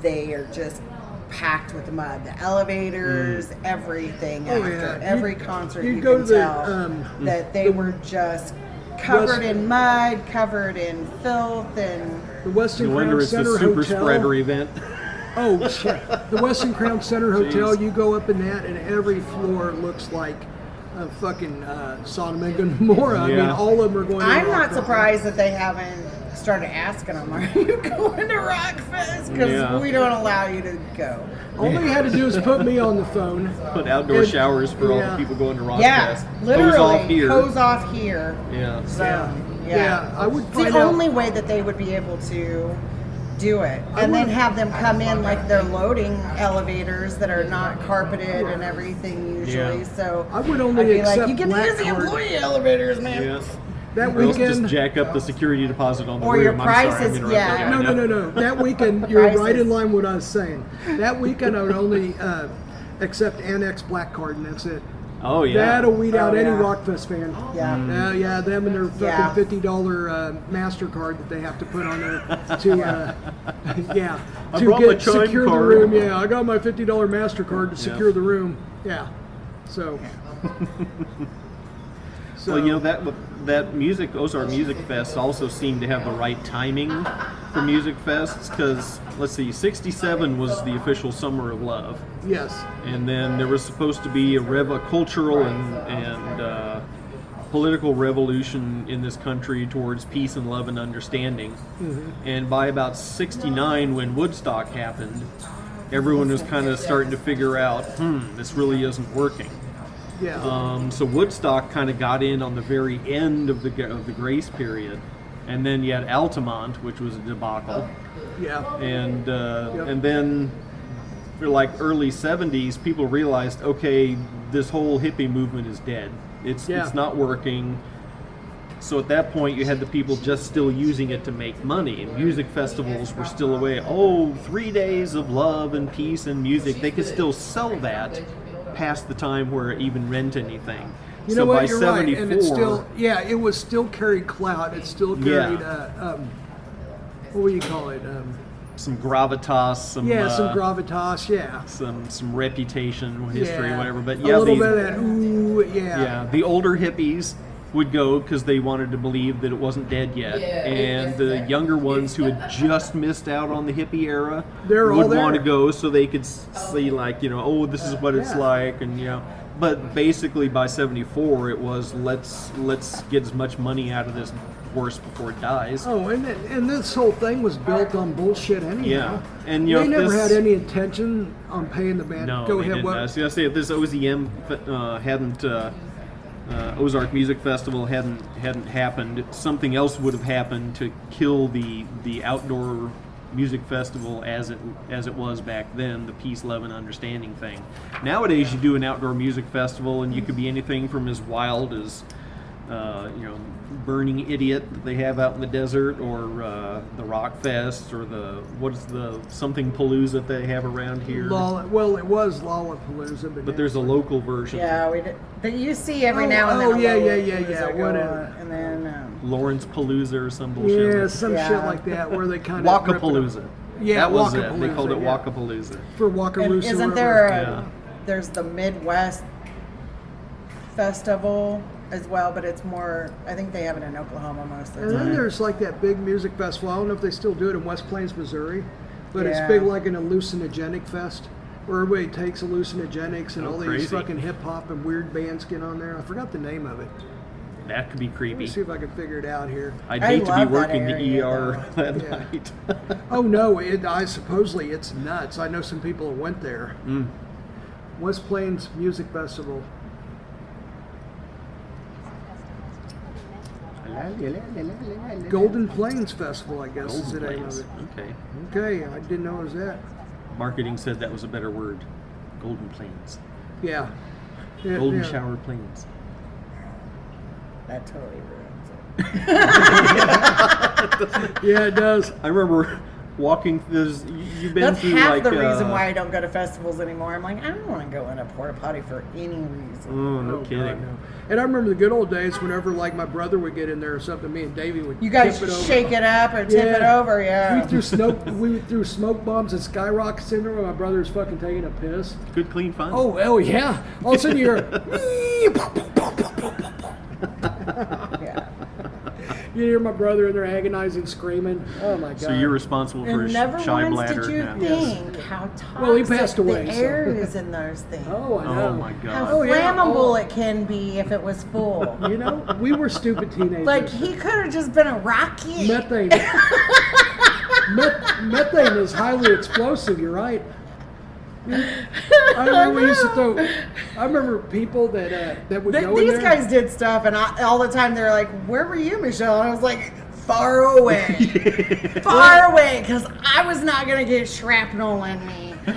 S5: they are just packed with mud. The elevators, everything
S3: Mm. Oh,
S5: after
S3: yeah.
S5: every
S3: You'd-
S5: concert,
S3: you'd
S5: you
S3: go
S5: can
S3: to the,
S5: tell
S3: um,
S5: that they were just covered in mud, covered in filth, and
S3: The Western
S4: No wonder
S3: Crown
S4: it's the
S3: Center
S4: super
S3: Hotel.
S4: spreader event.
S3: Oh, shit. the Western Crown Center Hotel.
S4: Jeez.
S3: You go up in that, and every floor looks like a fucking uh, Sodom and Gomorrah. I mean,
S4: Yeah.
S3: all of them are going. to
S5: I'm not
S3: Rockfest.
S5: surprised that they haven't started asking them, "Are you going to Rockfest?" Because
S4: Yeah.
S5: we don't allow you to go.
S3: All they had to do is put me on the phone.
S4: Put outdoor
S3: It-
S4: showers for all
S3: yeah.
S4: the people going to Rockfest.
S5: yeah, literally
S4: Hose off here.
S5: hose off here.
S4: Yeah.
S5: So, yeah,
S3: Yeah, I would
S5: it's
S3: find
S5: the
S3: out-
S5: only way that they would be able to do it,
S3: I
S5: and then
S3: would-
S5: have them come in like they're loading elevators that are not carpeted and everything usually.
S4: Yeah.
S5: So
S3: I would only
S5: I'd be
S3: accept
S5: like, you can
S3: black
S5: use the
S3: card."
S5: employee elevators, man.
S4: Yeah.
S3: That
S4: Or else
S3: weekend.
S4: just jack up the security deposit on the
S5: Or
S4: room.
S5: your
S4: I'm sorry, I'm
S5: prices,
S4: interrupting
S5: yeah.
S4: you. I
S3: no, no,
S4: know.
S3: no, no. That weekend, you're
S5: Prices.
S3: right in line with what I was saying. That weekend, I would only uh, accept annex black card, and that's it.
S4: Oh yeah. Mm.
S3: That'll weed out
S5: Oh,
S3: any
S5: yeah.
S3: Rockfest fan.
S5: Yeah.
S3: Yeah, yeah, them and their fucking
S5: Yeah.
S3: fifty dollar uh, Mastercard that they have to put on there to, uh, yeah,
S4: I
S3: to
S4: brought my
S3: get
S4: chime
S3: secure
S4: card.
S3: the room. Yeah, I got my fifty dollar Mastercard to secure the room. Yeah, so. so
S4: Well, you know that that music Ozark Music Fest also seemed to have the right timing for music fests because let's see, '67 was the official Summer of Love,
S3: yes,
S4: and then there was supposed to be a rev a cultural and and uh, political revolution in this country towards peace and love and understanding. And by about '69, when Woodstock happened, everyone was kind of starting to figure out, hmm, this really isn't working.
S3: yeah,
S4: Um, so Woodstock kind of got in on the very end of the g- of the grace period, and then you had Altamont, which was a debacle,
S3: yeah,
S4: and uh,
S3: Yep.
S4: and then for like early '70s, people realized, okay, this whole hippie movement is dead. It's
S3: Yeah.
S4: it's not working. So at that point, you had the people just still using it to make money, and music festivals were still a way. Oh, three days of love and peace and music. They could still sell that past the time where it even rent anything.
S3: You
S4: so
S3: know
S4: by
S3: what? You're right,
S4: 74,
S3: and it's still yeah. It was still carried clout. It still carried
S4: Yeah.
S3: uh, um, what would you call it? Um,
S4: some gravitas, some
S3: yeah,
S4: uh,
S3: some gravitas. Yeah,
S4: some some reputation, history,
S3: yeah.
S4: whatever. But
S3: a
S4: yeah,
S3: little
S4: these-
S3: bit of that. Ooh, yeah.
S4: yeah, the older hippies would go because they wanted to believe that it wasn't dead yet, and the younger ones who had just missed out on the hippie era
S3: They're all
S4: would want to
S3: there.
S4: go so they could s- see like you know oh this is what it's
S3: Yeah.
S4: like and you know. But basically by '74 it was let's let's get as much money out of this horse before it dies.
S3: Oh, and it- and this whole thing was built on bullshit anyhow.
S4: Yeah, and, you
S3: they
S4: know,
S3: never
S4: this-
S3: had any intention on paying the band.
S4: No,
S3: Go
S4: they
S3: ahead.
S4: didn't.
S3: what?
S4: I was gonna say if this OZM fe- uh, hadn't uh, uh, Ozark Music Festival hadn't hadn't happened, something else would have happened to kill the the outdoor music festival as it as it was back then, the peace, love, and understanding thing. Nowadays, you do an outdoor music festival, and you could be anything from as wild as uh, you know, burning idiot that they have out in the desert, or uh, the rock fest, or the what's the something palooza they have around here.
S3: Loll- well, it was Lollapalooza, but,
S4: But there's a local version.
S5: Yeah, we did. That you see every
S3: Oh,
S5: now and then.
S3: oh,
S5: a
S3: yeah,
S5: little
S3: yeah, yeah,
S5: loser
S3: yeah,
S5: go
S3: whatever.
S5: on, And then um,
S4: Lawrence Palooza or some bullshit.
S3: yeah, some
S5: Yeah.
S3: shit like that where they kind of
S4: Walkapalooza.
S3: Yeah,
S4: that was it. They
S3: Walkapalooza,
S4: called it
S3: yeah.
S4: Walkapalooza.
S3: for Walker
S5: and
S3: Loose.
S5: isn't there a,
S4: Yeah.
S5: there's the Midwest festival as well, but it's more. I think they have it in Oklahoma mostly.
S3: And then there's like that big music festival. I don't know if they still do it in West Plains, Missouri, but it's
S5: Yeah.
S3: big like an hallucinogenic fest where everybody takes hallucinogenics and
S4: Oh,
S3: all
S4: crazy.
S3: these fucking hip hop and weird bands get on there. I forgot the name of it.
S4: That could be
S3: Let me
S4: creepy.
S3: see if I can figure it out here.
S4: I'd
S5: I
S4: hate to be
S5: love that
S4: working
S5: area,
S4: the ER that
S3: Yeah.
S4: night.
S3: Oh no! It, I supposedly it's nuts. I know some people that went there. West Plains Music Festival. Golden Plains Festival, I guess is the
S4: Golden
S3: name of
S4: Plains.
S3: it.
S4: Okay.
S3: Okay, I didn't know it was that.
S4: Marketing said that was a better word. Golden plains.
S3: Yeah. Yeah,
S4: Golden
S3: yeah.
S4: shower plains.
S5: That totally ruins it.
S3: Yeah, it does.
S4: I remember walking. There's you- you've been
S5: That's
S4: through
S5: half
S4: like
S5: the reason
S4: uh,
S5: why I don't go to festivals anymore. I'm like, I don't want to go in a porta potty for any reason.
S4: Oh no
S3: Oh, God,
S4: kidding.
S3: no. And I remember the good old days whenever like my brother would get in there or something, me and Davey would
S5: You guys
S3: tip it over.
S5: shake it up or tip it
S3: Yeah.
S5: over, yeah.
S3: We threw smoke we threw smoke bombs and skyrockets in there when my brother was fucking taking a piss.
S4: Good clean fun.
S3: Oh hell yeah. All of a sudden you're
S5: yeah.
S3: you hear my brother in there agonizing, screaming. Oh my god.
S4: so you're responsible for
S5: And
S4: his
S5: never
S4: shy
S5: once
S4: bladder
S5: did you
S4: now.
S5: think how toxic
S3: Well, he passed away,
S5: the
S3: so-
S5: air is in those things.
S3: Oh I know.
S4: Oh my god.
S5: How
S3: Oh, yeah.
S5: flammable
S3: Oh.
S5: it can be if it was full.
S3: You know, we were stupid teenagers.
S5: like he could have just been a rocket.
S3: methane. Meth- methane is highly explosive. You're right. I remember we used to throw. I remember people that uh, that would
S5: Th-
S3: go in
S5: these
S3: there.
S5: guys did stuff, and I, all the time they're like, "Where were you, Michelle?" And I was like, "Far away, far away," because I was not gonna get shrapnel in me.
S3: Or-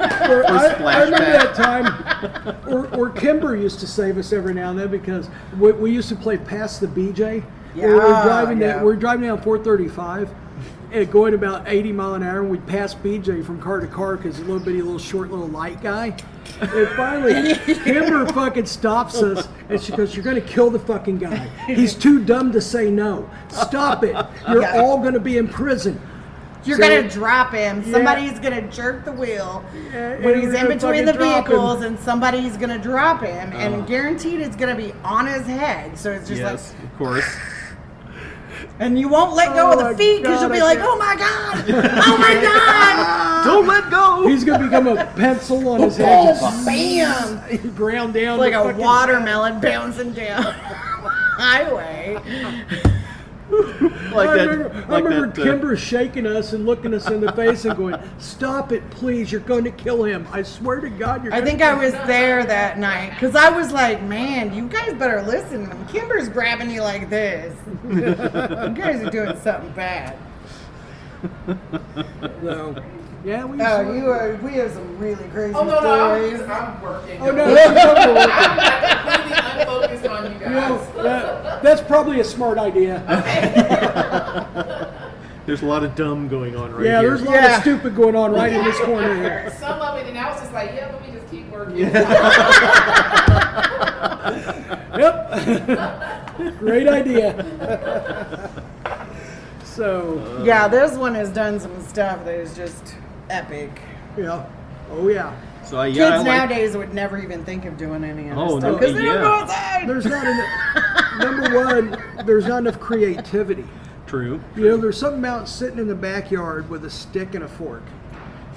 S3: I, I remember
S4: Splashback.
S3: that time. Or, or Kimber used to save us every now and then because we, we used to play past the BJ. Yeah, we were
S5: Yeah,
S3: driving down,
S5: yeah.
S3: we were driving down 435 and going about 80 mile an hour, and we'd pass BJ from car to car because he's a little bitty, little short, little light guy. And finally, Kimber fucking stops us, and she goes, "You're gonna kill the fucking guy. He's too dumb to say no. Stop it. You're
S5: Yeah.
S3: all gonna be in prison."
S5: You're
S3: So-
S5: gonna drop him. Somebody's gonna jerk the wheel when
S3: and we're
S5: he's in
S3: gonna
S5: between the
S3: fucking drop him. Uh-huh.
S5: vehicles, and somebody's gonna drop him, and guaranteed it's gonna be on his head. So it's just
S4: Yes, of course.
S5: like, and you won't let go
S3: Oh
S5: of
S3: my
S5: the feet because
S3: God,
S5: you'll be
S3: I
S5: like,
S3: can't-
S5: "Oh my god, oh my god!"
S4: Don't let go.
S3: He's gonna become a pencil on his head. Just bam! Ground down
S5: like
S3: the
S5: a
S3: fucking-
S5: watermelon bouncing down highway.
S4: like
S3: I
S4: that.
S3: remember, I
S4: like
S3: remember
S4: that, uh,
S3: Kimber shaking us and looking us in the face and going, "Stop it, please! You're going to kill him! I swear to God, you're."
S5: I
S3: gonna
S5: think
S3: kill
S5: I was there that night because I was like, man, you guys better listen when Kimber's grabbing you like this. you guys are doing something bad.
S3: him." So, yeah, we.
S5: Oh, you are. We have some really crazy
S8: Oh no, no,
S5: stories.
S8: I'm, I'm working.
S3: Oh no!
S8: I'm completely I'm focused on you
S3: You know,
S8: guys.
S3: that, that's probably a smart idea.
S4: There's a lot of dumb going on right
S3: yeah,
S4: here.
S3: there's a lot of stupid going on right in this corner here.
S8: Some of it, and I was just like, yeah, let me just keep working.
S3: Yep. Great idea. so,
S5: Yeah, this one has done some stuff that is just epic.
S3: yeah. Oh, yeah.
S4: so I, yeah, I
S5: Kids
S4: like-
S5: nowadays would never even think of doing any of
S4: Oh,
S5: this stuff
S4: no,
S5: because they
S4: yeah.
S5: don't go outside.
S3: There's not enough. Number one, there's not enough creativity.
S4: True.
S3: You know, there's something about sitting in the backyard with a stick and a fork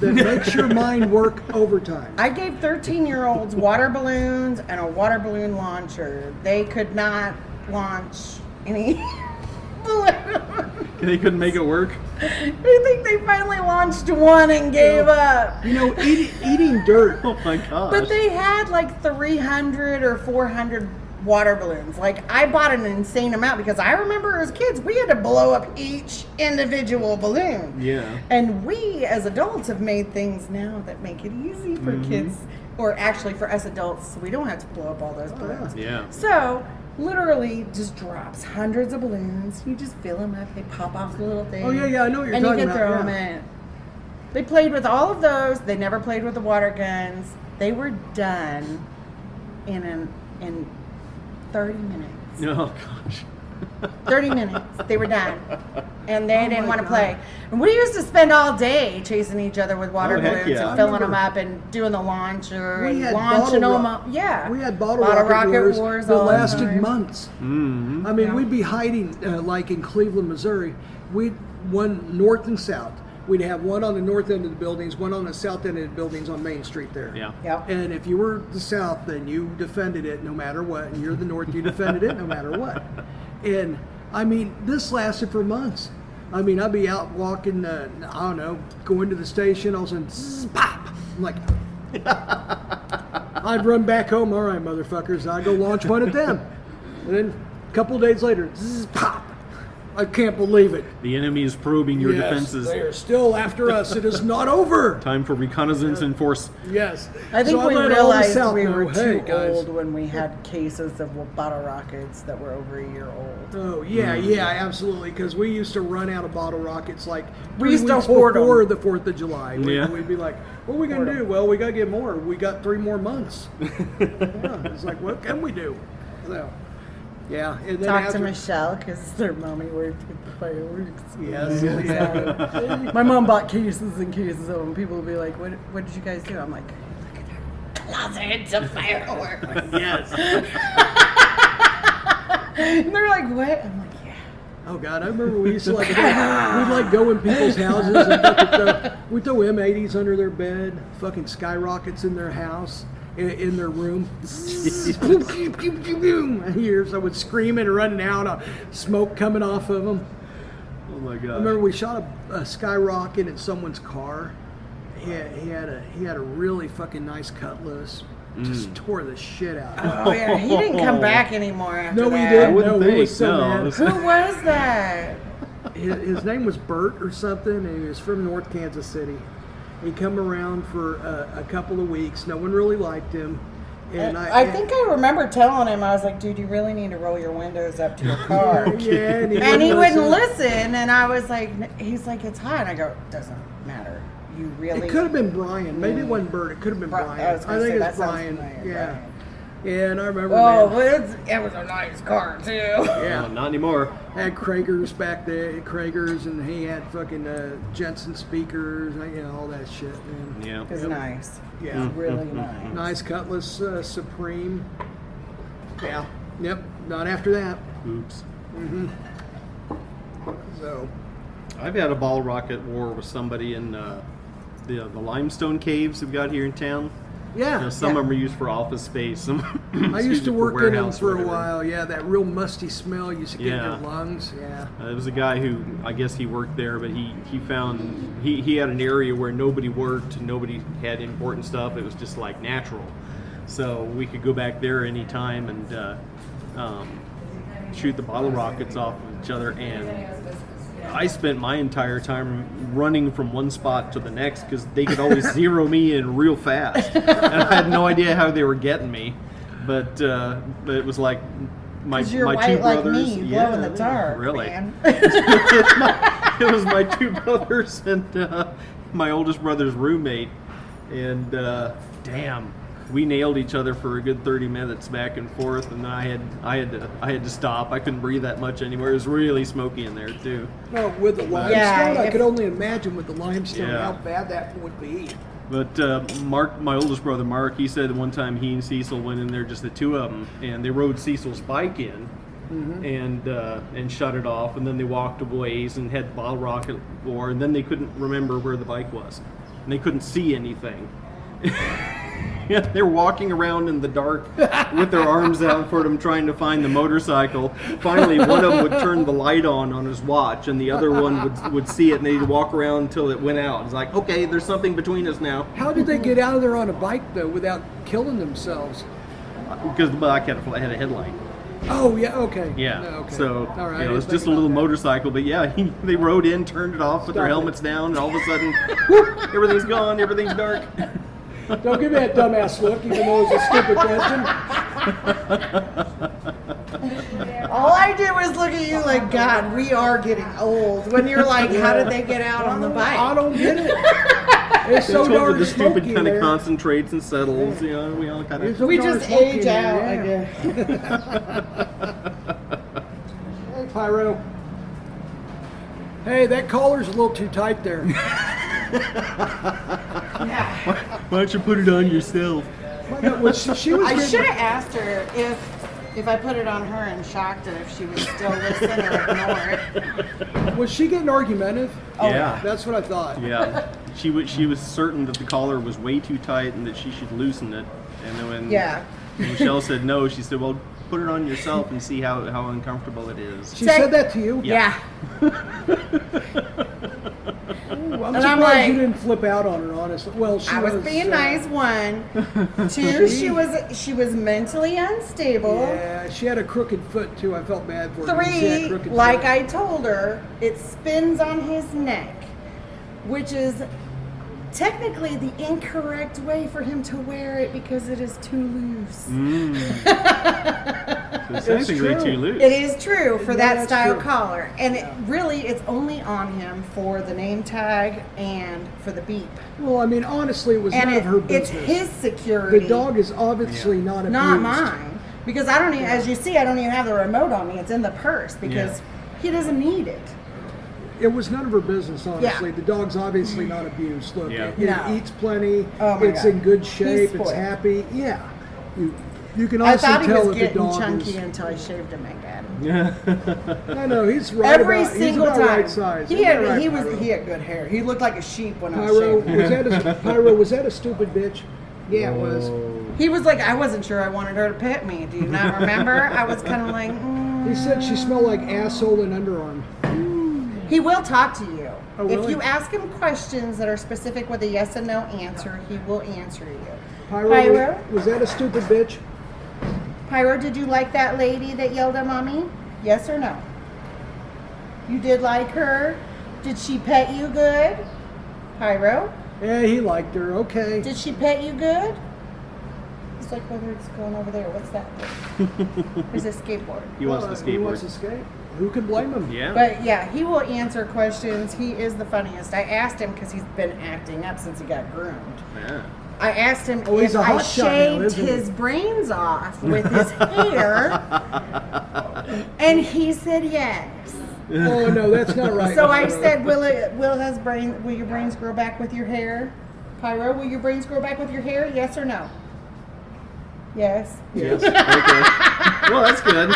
S3: that makes your mind work overtime.
S5: I gave 13 year olds water balloons and a water balloon launcher. They could not launch any balloon.
S4: They couldn't make it work.
S5: I think they finally launched one and gave up.
S3: You know, eat, eating dirt.
S4: Oh my gosh.
S5: But they had like 300 or 400 water balloons. Like I bought an insane amount because I remember as kids we had to blow up each individual balloon.
S4: Yeah.
S5: And we as adults have made things now that make it easy for
S4: Mm-hmm.
S5: kids or actually for us adults so we don't have to blow up all those balloons.
S4: Oh, Yeah.
S5: So literally just drops hundreds of balloons. You just fill them up. They pop off little things.
S3: Oh, yeah, yeah, I know what you're
S5: and you
S3: talking
S5: can
S3: about,
S5: throw
S3: yeah.
S5: them in. They played with all of those. They never played with the water guns. They were done in an in 30 minutes.
S4: No, oh gosh.
S5: 30 minutes. They were done. And
S3: Oh
S5: they didn't want to play. And we used to spend all day chasing each other with water
S4: Oh, heck
S5: balloons
S4: yeah.
S5: and
S4: I
S5: filling them
S3: remember-
S5: up and doing the launcher
S3: We
S5: and
S3: had
S5: launching
S3: bottle
S5: them
S3: rock-
S5: up. Yeah.
S3: We had bottle, rocket, wars, that
S5: all the
S3: lasted
S5: time.
S3: months. I mean, we'd be hiding uh, like in Cleveland, Missouri. We'd one north and south. We'd have one on the north end of the buildings, one on the south end of the buildings on Main Street there.
S4: Yeah.
S5: Yep.
S3: And if you were the south, then you defended it no matter what, and you're the north, you defended it no matter what. And I mean, this lasted for months. I mean, I'd be out walking, uh, I don't know, going to the station, all of a sudden, zzz, pop! I'm like, I'd run back home. All right, motherfuckers, I go launch one at them. And then a couple days later, zzz, pop! I can't believe it.
S4: The enemy is probing your
S3: Yes,
S4: defenses.
S3: They are still after us. It is not over.
S4: Time for reconnaissance and force.
S3: Yes.
S5: I think
S3: So
S5: we
S3: let all the
S5: realized
S3: South
S5: we
S3: know,
S5: were
S3: "Hey,
S5: too
S3: guys."
S5: old when we had cases of bottle rockets that were over a year old.
S3: Oh yeah,
S4: Mm.
S3: yeah, absolutely. Because we used to run out of bottle rockets like
S5: We
S3: three
S5: used to
S3: weeks
S5: hoard 'em.
S3: before the Fourth of July. We,
S4: Yeah.
S3: We'd be like, "What are we gonna do? Well, we gotta get more. We got three more months." yeah, it's like, what can we do? So, yeah, and then
S5: Talk
S3: after,
S5: to Michelle because their mommy worked with the fireworks.
S3: Yes.
S5: Yeah. My mom bought cases and cases of them. People would be like, "What? What did you guys do?" I'm like,
S8: Closet of fireworks.
S5: and they're like, "What?" I'm like, "Yeah."
S3: Oh God, I remember we used to like we'd like go in people's houses and fucking throw, we throw M80s under their bed, fucking skyrockets in their house, in, in their room. Here's I would screaming and running out, uh, smoke coming off of them.
S4: Oh my
S3: I remember
S4: gosh.
S3: we shot a, a skyrocket at someone's car. He had, he had a he had a really fucking nice cutlass. Just tore the shit out. of
S5: Oh yeah, he didn't come back anymore after
S3: No, he
S5: that.
S3: didn't.
S4: wouldn't
S3: No, we
S4: think,
S3: were so
S4: no.
S3: mad.
S5: Who was that?
S3: his, his name was Bert or something, and he was from North Kansas City. He come around for a, a couple of weeks. No one really liked him, and I,
S5: Uh, I, think I remember telling him. I was like, "Dude, you really need to roll your windows up to your car."
S3: yeah, and he,
S5: and he
S3: wouldn't
S5: wouldn't listen. And I was like, he's like, it's hot. And I go, doesn't matter. You really.
S3: It could have been Brian. Maybe it wasn't Bert. It could have been
S5: Bri-
S3: Brian.
S5: I was gonna
S3: think
S5: say, that
S3: it's
S5: sounds
S3: Brian.
S5: familiar,
S3: Yeah. Yeah, and I remember
S5: Oh,
S3: man,
S5: but it's, it was a nice car too.
S4: Oh, not anymore.
S3: had Kragers back there, Kragers, and he had fucking uh, Jensen speakers, and, you know, all that shit. Man.
S4: Yeah.
S5: It was nice. It
S3: Yeah.
S4: Mm-hmm.
S5: was really nice.
S3: Nice Cutlass uh, Supreme. Yeah. Yep. Not after that.
S4: Oops.
S3: So.
S4: I've had a ball rocket war with somebody in uh, the the limestone caves we've got here in town.
S3: Yeah.
S4: You know, some
S5: Yeah.
S4: of them are used for office space. Some
S3: I used to work in them for a while. Yeah, that real musty smell used to get in your
S4: Yeah.
S3: lungs. Yeah.
S4: Uh, there was a guy who I guess he worked there, but he he found he he had an area where nobody worked, nobody had important stuff. It was just like natural, so we could go back there anytime and uh, um, shoot the bottle rockets off of each other and I spent my entire time running from one spot to the next because they could always zero me in real fast, and I had no idea how they were getting me. but uh, but it was like my
S5: Because you're
S4: my
S5: white
S4: two
S5: like
S4: brothers.
S5: me, you glow
S4: yeah,
S5: in the dark.
S4: Really,
S5: Man.
S4: it was my two brothers and uh, my oldest brother's roommate, and uh, damn, we nailed each other for a good thirty minutes back and forth, and then I had I had to I had to stop. I couldn't breathe that much anymore. It was really smoky in there too.
S3: No, with the limestone, I
S5: if-
S3: could only imagine with the limestone
S4: Yeah.
S3: how bad that would be.
S4: But uh, Mark, my oldest brother Mark, he said one time he and Cecil went in there, just the two of them, and they rode Cecil's bike in, and uh, and shut it off, and then they walked a ways and had bottle rocket war, and then they couldn't remember where the bike was, and they couldn't see anything. Yeah, they were walking around in the dark with their arms out for them, trying to find the motorcycle. Finally, one of them would turn the light on on his watch, and the other one would would see it, and they'd walk around until it went out. It's like, okay, there's something between us now.
S3: How did they get out of there on a bike though without killing themselves?
S4: because the bike had a, fl- had a headlight.
S3: Oh yeah, okay.
S4: Yeah.
S3: No, okay.
S4: So
S3: All right,
S4: you
S3: I
S4: know, it was
S3: didn't
S4: just a
S3: think
S4: little
S3: about
S4: motorcycle, but yeah, he, they rode in, turned it off,
S3: Stop
S4: put their
S3: it.
S4: helmets down, and all of a sudden, whoop, everything's gone, everything's dark.
S3: that. Don't give me that dumbass look, even though it's a stupid question.
S5: All I did was look at you like, God, we are getting old. When you're like, how did they get out on the
S3: I
S5: bike?
S3: don't get it. It's so
S4: That's where
S3: darn
S4: the
S3: smoky
S4: stupid kind of
S3: there.
S4: concentrates and settles. You know, we all kind
S3: It's
S4: of.
S3: so
S5: We
S3: darn
S5: just
S3: smoky in
S5: age
S3: there,
S5: out, I
S3: yeah.
S5: guess.
S3: Hey, Pyro. Hey, that collar's a little too tight there.
S4: Why don't you put it on yourself?
S3: My God, well, she, she was
S5: I
S3: getting-
S5: should have asked her if if I put it on her and shocked her if she would still listen or ignore it.
S3: was she getting argumentative?
S4: yeah.
S3: That's what I thought.
S4: Oh, Yeah, she was she was certain that the collar was way too tight and that she should loosen it. And then when
S5: Yeah.
S4: Michelle said no, she said, "Well, put it on yourself and see how, how uncomfortable it is."
S3: She
S5: Say-
S3: said that to you.
S5: Yeah.
S3: Ooh, I'm
S5: And
S3: surprised
S5: I'm like-
S3: you didn't flip out on her, honestly. Well, she
S5: I was being
S3: uh,
S5: nice one. Two, she was she was mentally unstable.
S3: Yeah, she had a crooked foot too. I felt bad for her. She had a
S5: Three,
S3: crooked
S5: like
S3: foot.
S5: I told her, it spins on his neck, which is technically the incorrect way for him to wear it because it is too loose.
S3: Mm.
S4: So it's technically
S3: true.
S4: too loose.
S5: It is true for
S3: Yeah,
S5: that
S3: that's
S5: style
S3: true.
S5: collar. And it really it's only on him for the name tag and for the beep.
S3: Well, I mean, honestly, it was
S5: And
S3: none
S5: it,
S3: of her
S5: it's
S3: business.
S5: his security.
S3: The dog is obviously not abused.
S5: not mine because I don't even, as you see, I don't even have the remote on me. It's in the purse because he doesn't need it.
S3: It was none of her business, honestly. The dog's obviously not abused. Look,
S4: Yeah.
S3: it, it
S5: No.
S3: eats plenty.
S5: Oh my
S3: it's
S5: God.
S3: in good shape. It's
S5: spoiled.
S3: happy. Yeah, you you can
S5: I
S3: also
S5: thought he
S3: tell
S5: was
S3: if the
S5: getting
S3: dog
S5: chunky
S3: is.
S5: until I shaved him again.
S3: No, no, he's right.
S5: Every
S3: about,
S5: single
S3: he's about
S5: time,
S3: Right size.
S5: he
S3: You're
S5: had
S3: right,
S5: he was
S3: Pyro.
S5: he had good hair. He looked like a sheep when I
S3: Pyro,
S5: shaved him.
S3: was that a, Pyro, was that a stupid bitch? Yeah, it was.
S5: He was like, I wasn't sure I wanted her to pet me. Do you not remember? I was kind of like, mm.
S3: He said she smelled like asshole and underarm.
S5: he will talk to you
S3: Oh,
S5: if
S3: really?
S5: you ask him questions that are specific with a yes and no answer. He will answer you.
S3: Pyro,
S5: Pyro?
S3: Was, that a stupid bitch?
S5: Pyro, did you like that lady that yelled at mommy? Yes or no? You did like her? Did she pet you good? Pyro,
S3: Yeah, Eh, he liked her. Okay.
S5: did she pet you good? It's like whether it's going over there. What's that? There's a skateboard.
S4: he wants the
S3: Well, He wants to
S4: skateboard.
S3: skate. Who can blame him?
S4: Yeah.
S5: But yeah, he will answer questions. He is the funniest. I asked him because he's been acting up since he got groomed.
S4: yeah.
S5: I asked him
S3: Oh, he's
S5: if
S3: a
S5: I
S3: hot shot now,
S5: shaved
S3: isn't he?
S5: his brains off with his hair, and he said yes.
S3: Oh no, that's not right.
S5: So I said, "Will it? Will his brain? Will your brains grow back with your hair, Pyro? Will your brains grow back with your hair? Yes or no? Yes.
S4: Yes. okay. Well, that's good.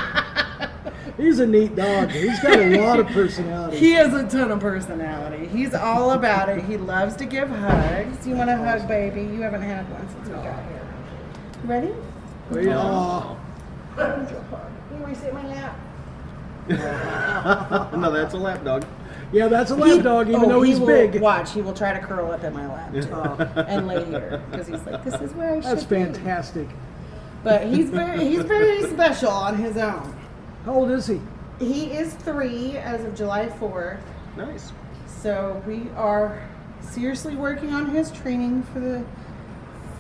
S3: he's a neat dog. He's got a lot of personality.
S5: He has a ton of personality. He's all about it. He loves to give hugs. You want a hug, baby? You haven't had one since we got here. You Ready?
S3: Aw.
S5: You want to sit in my lap?
S4: No, that's a lap dog.
S3: Yeah, that's a lap dog, even
S5: oh,
S3: though
S5: he
S3: he's
S5: will-
S3: big.
S5: Watch, he will try to curl up in my lap too, and lay here because he's like, this is where I
S3: That's
S5: should be.
S3: fantastic.
S5: But he's very, he's very special on his own.
S3: How old is he?
S5: He is three as of July 4th,
S4: Nice.
S5: so we are seriously working on his training for the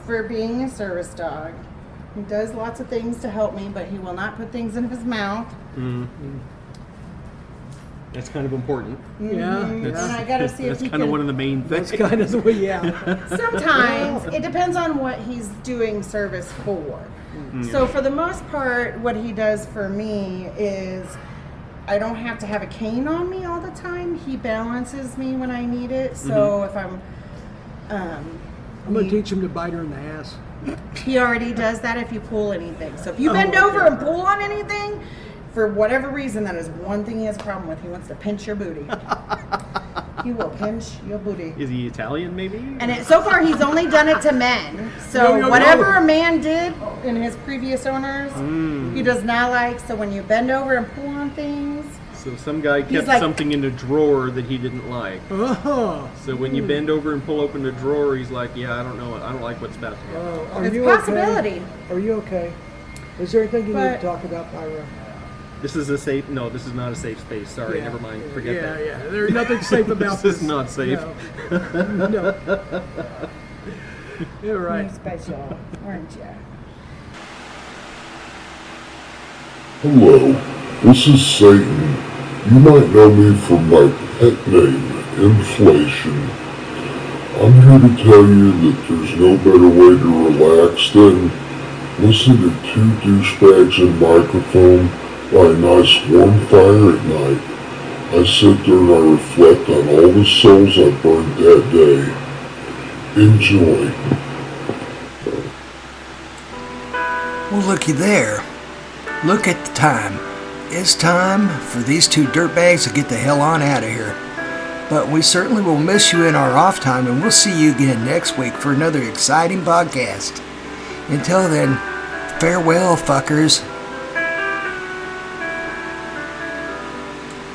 S5: for being a service dog. He does lots of things to help me, but he will not put things in his mouth.
S4: That's kind of important.
S3: Yeah.
S5: Mm-hmm. And I gotta see if
S4: That's
S5: he
S4: kind of one of the
S5: can.
S4: main things.
S3: That's kind of the way, yeah.
S5: Sometimes it depends on what he's doing service for. So for the most part, what he does for me is I don't have to have a cane on me all the time. He balances me when I need it. So if I'm, um,
S3: I'm going to teach him to bite her in the ass.
S5: He already does that if you pull anything. So if you bend over and pull on anything, for whatever reason, that is one thing he has a problem with. He wants to pinch your booty. he will pinch your booty.
S4: Is he Italian, maybe?
S5: And it, so far, he's only done it to men. So
S3: Yo, yo, yo.
S5: whatever a man did in his previous owners,
S3: Mm.
S5: he does not like. So when you bend over and pull on things,
S4: so some guy kept
S5: like-
S4: something in a drawer that he didn't like.
S3: Oh,
S4: So when you bend over and pull open the drawer, he's like, "Yeah, I don't know. I don't like what's about to happen."
S3: oh, are
S5: it's a
S3: you okay?
S5: possibility.
S3: Are you okay? Is there anything you need to
S5: But-
S3: talk about, Pyra?
S4: This is a safe. No, this is not a safe space. Sorry,
S3: Yeah.
S4: never mind. Forget
S3: yeah,
S4: that.
S3: Yeah, There's nothing safe about
S4: This
S3: this.
S4: is not safe.
S3: No. no. You're right.
S5: You're special, aren't you?
S9: Hello, this is Satan. You might know me from my pet name, Inflation. I'm here to tell you that there's no better way to relax than listen to two douchebags and microphone by a nice warm fire at night. I sit there and I reflect on all the souls I burned that day. Enjoy.
S2: Well, looky there. Look at the time. It's time for these two dirtbags to get the hell on out of here. But we certainly will miss you in our off time, and we'll see you again next week for another exciting podcast. Until then, farewell, fuckers.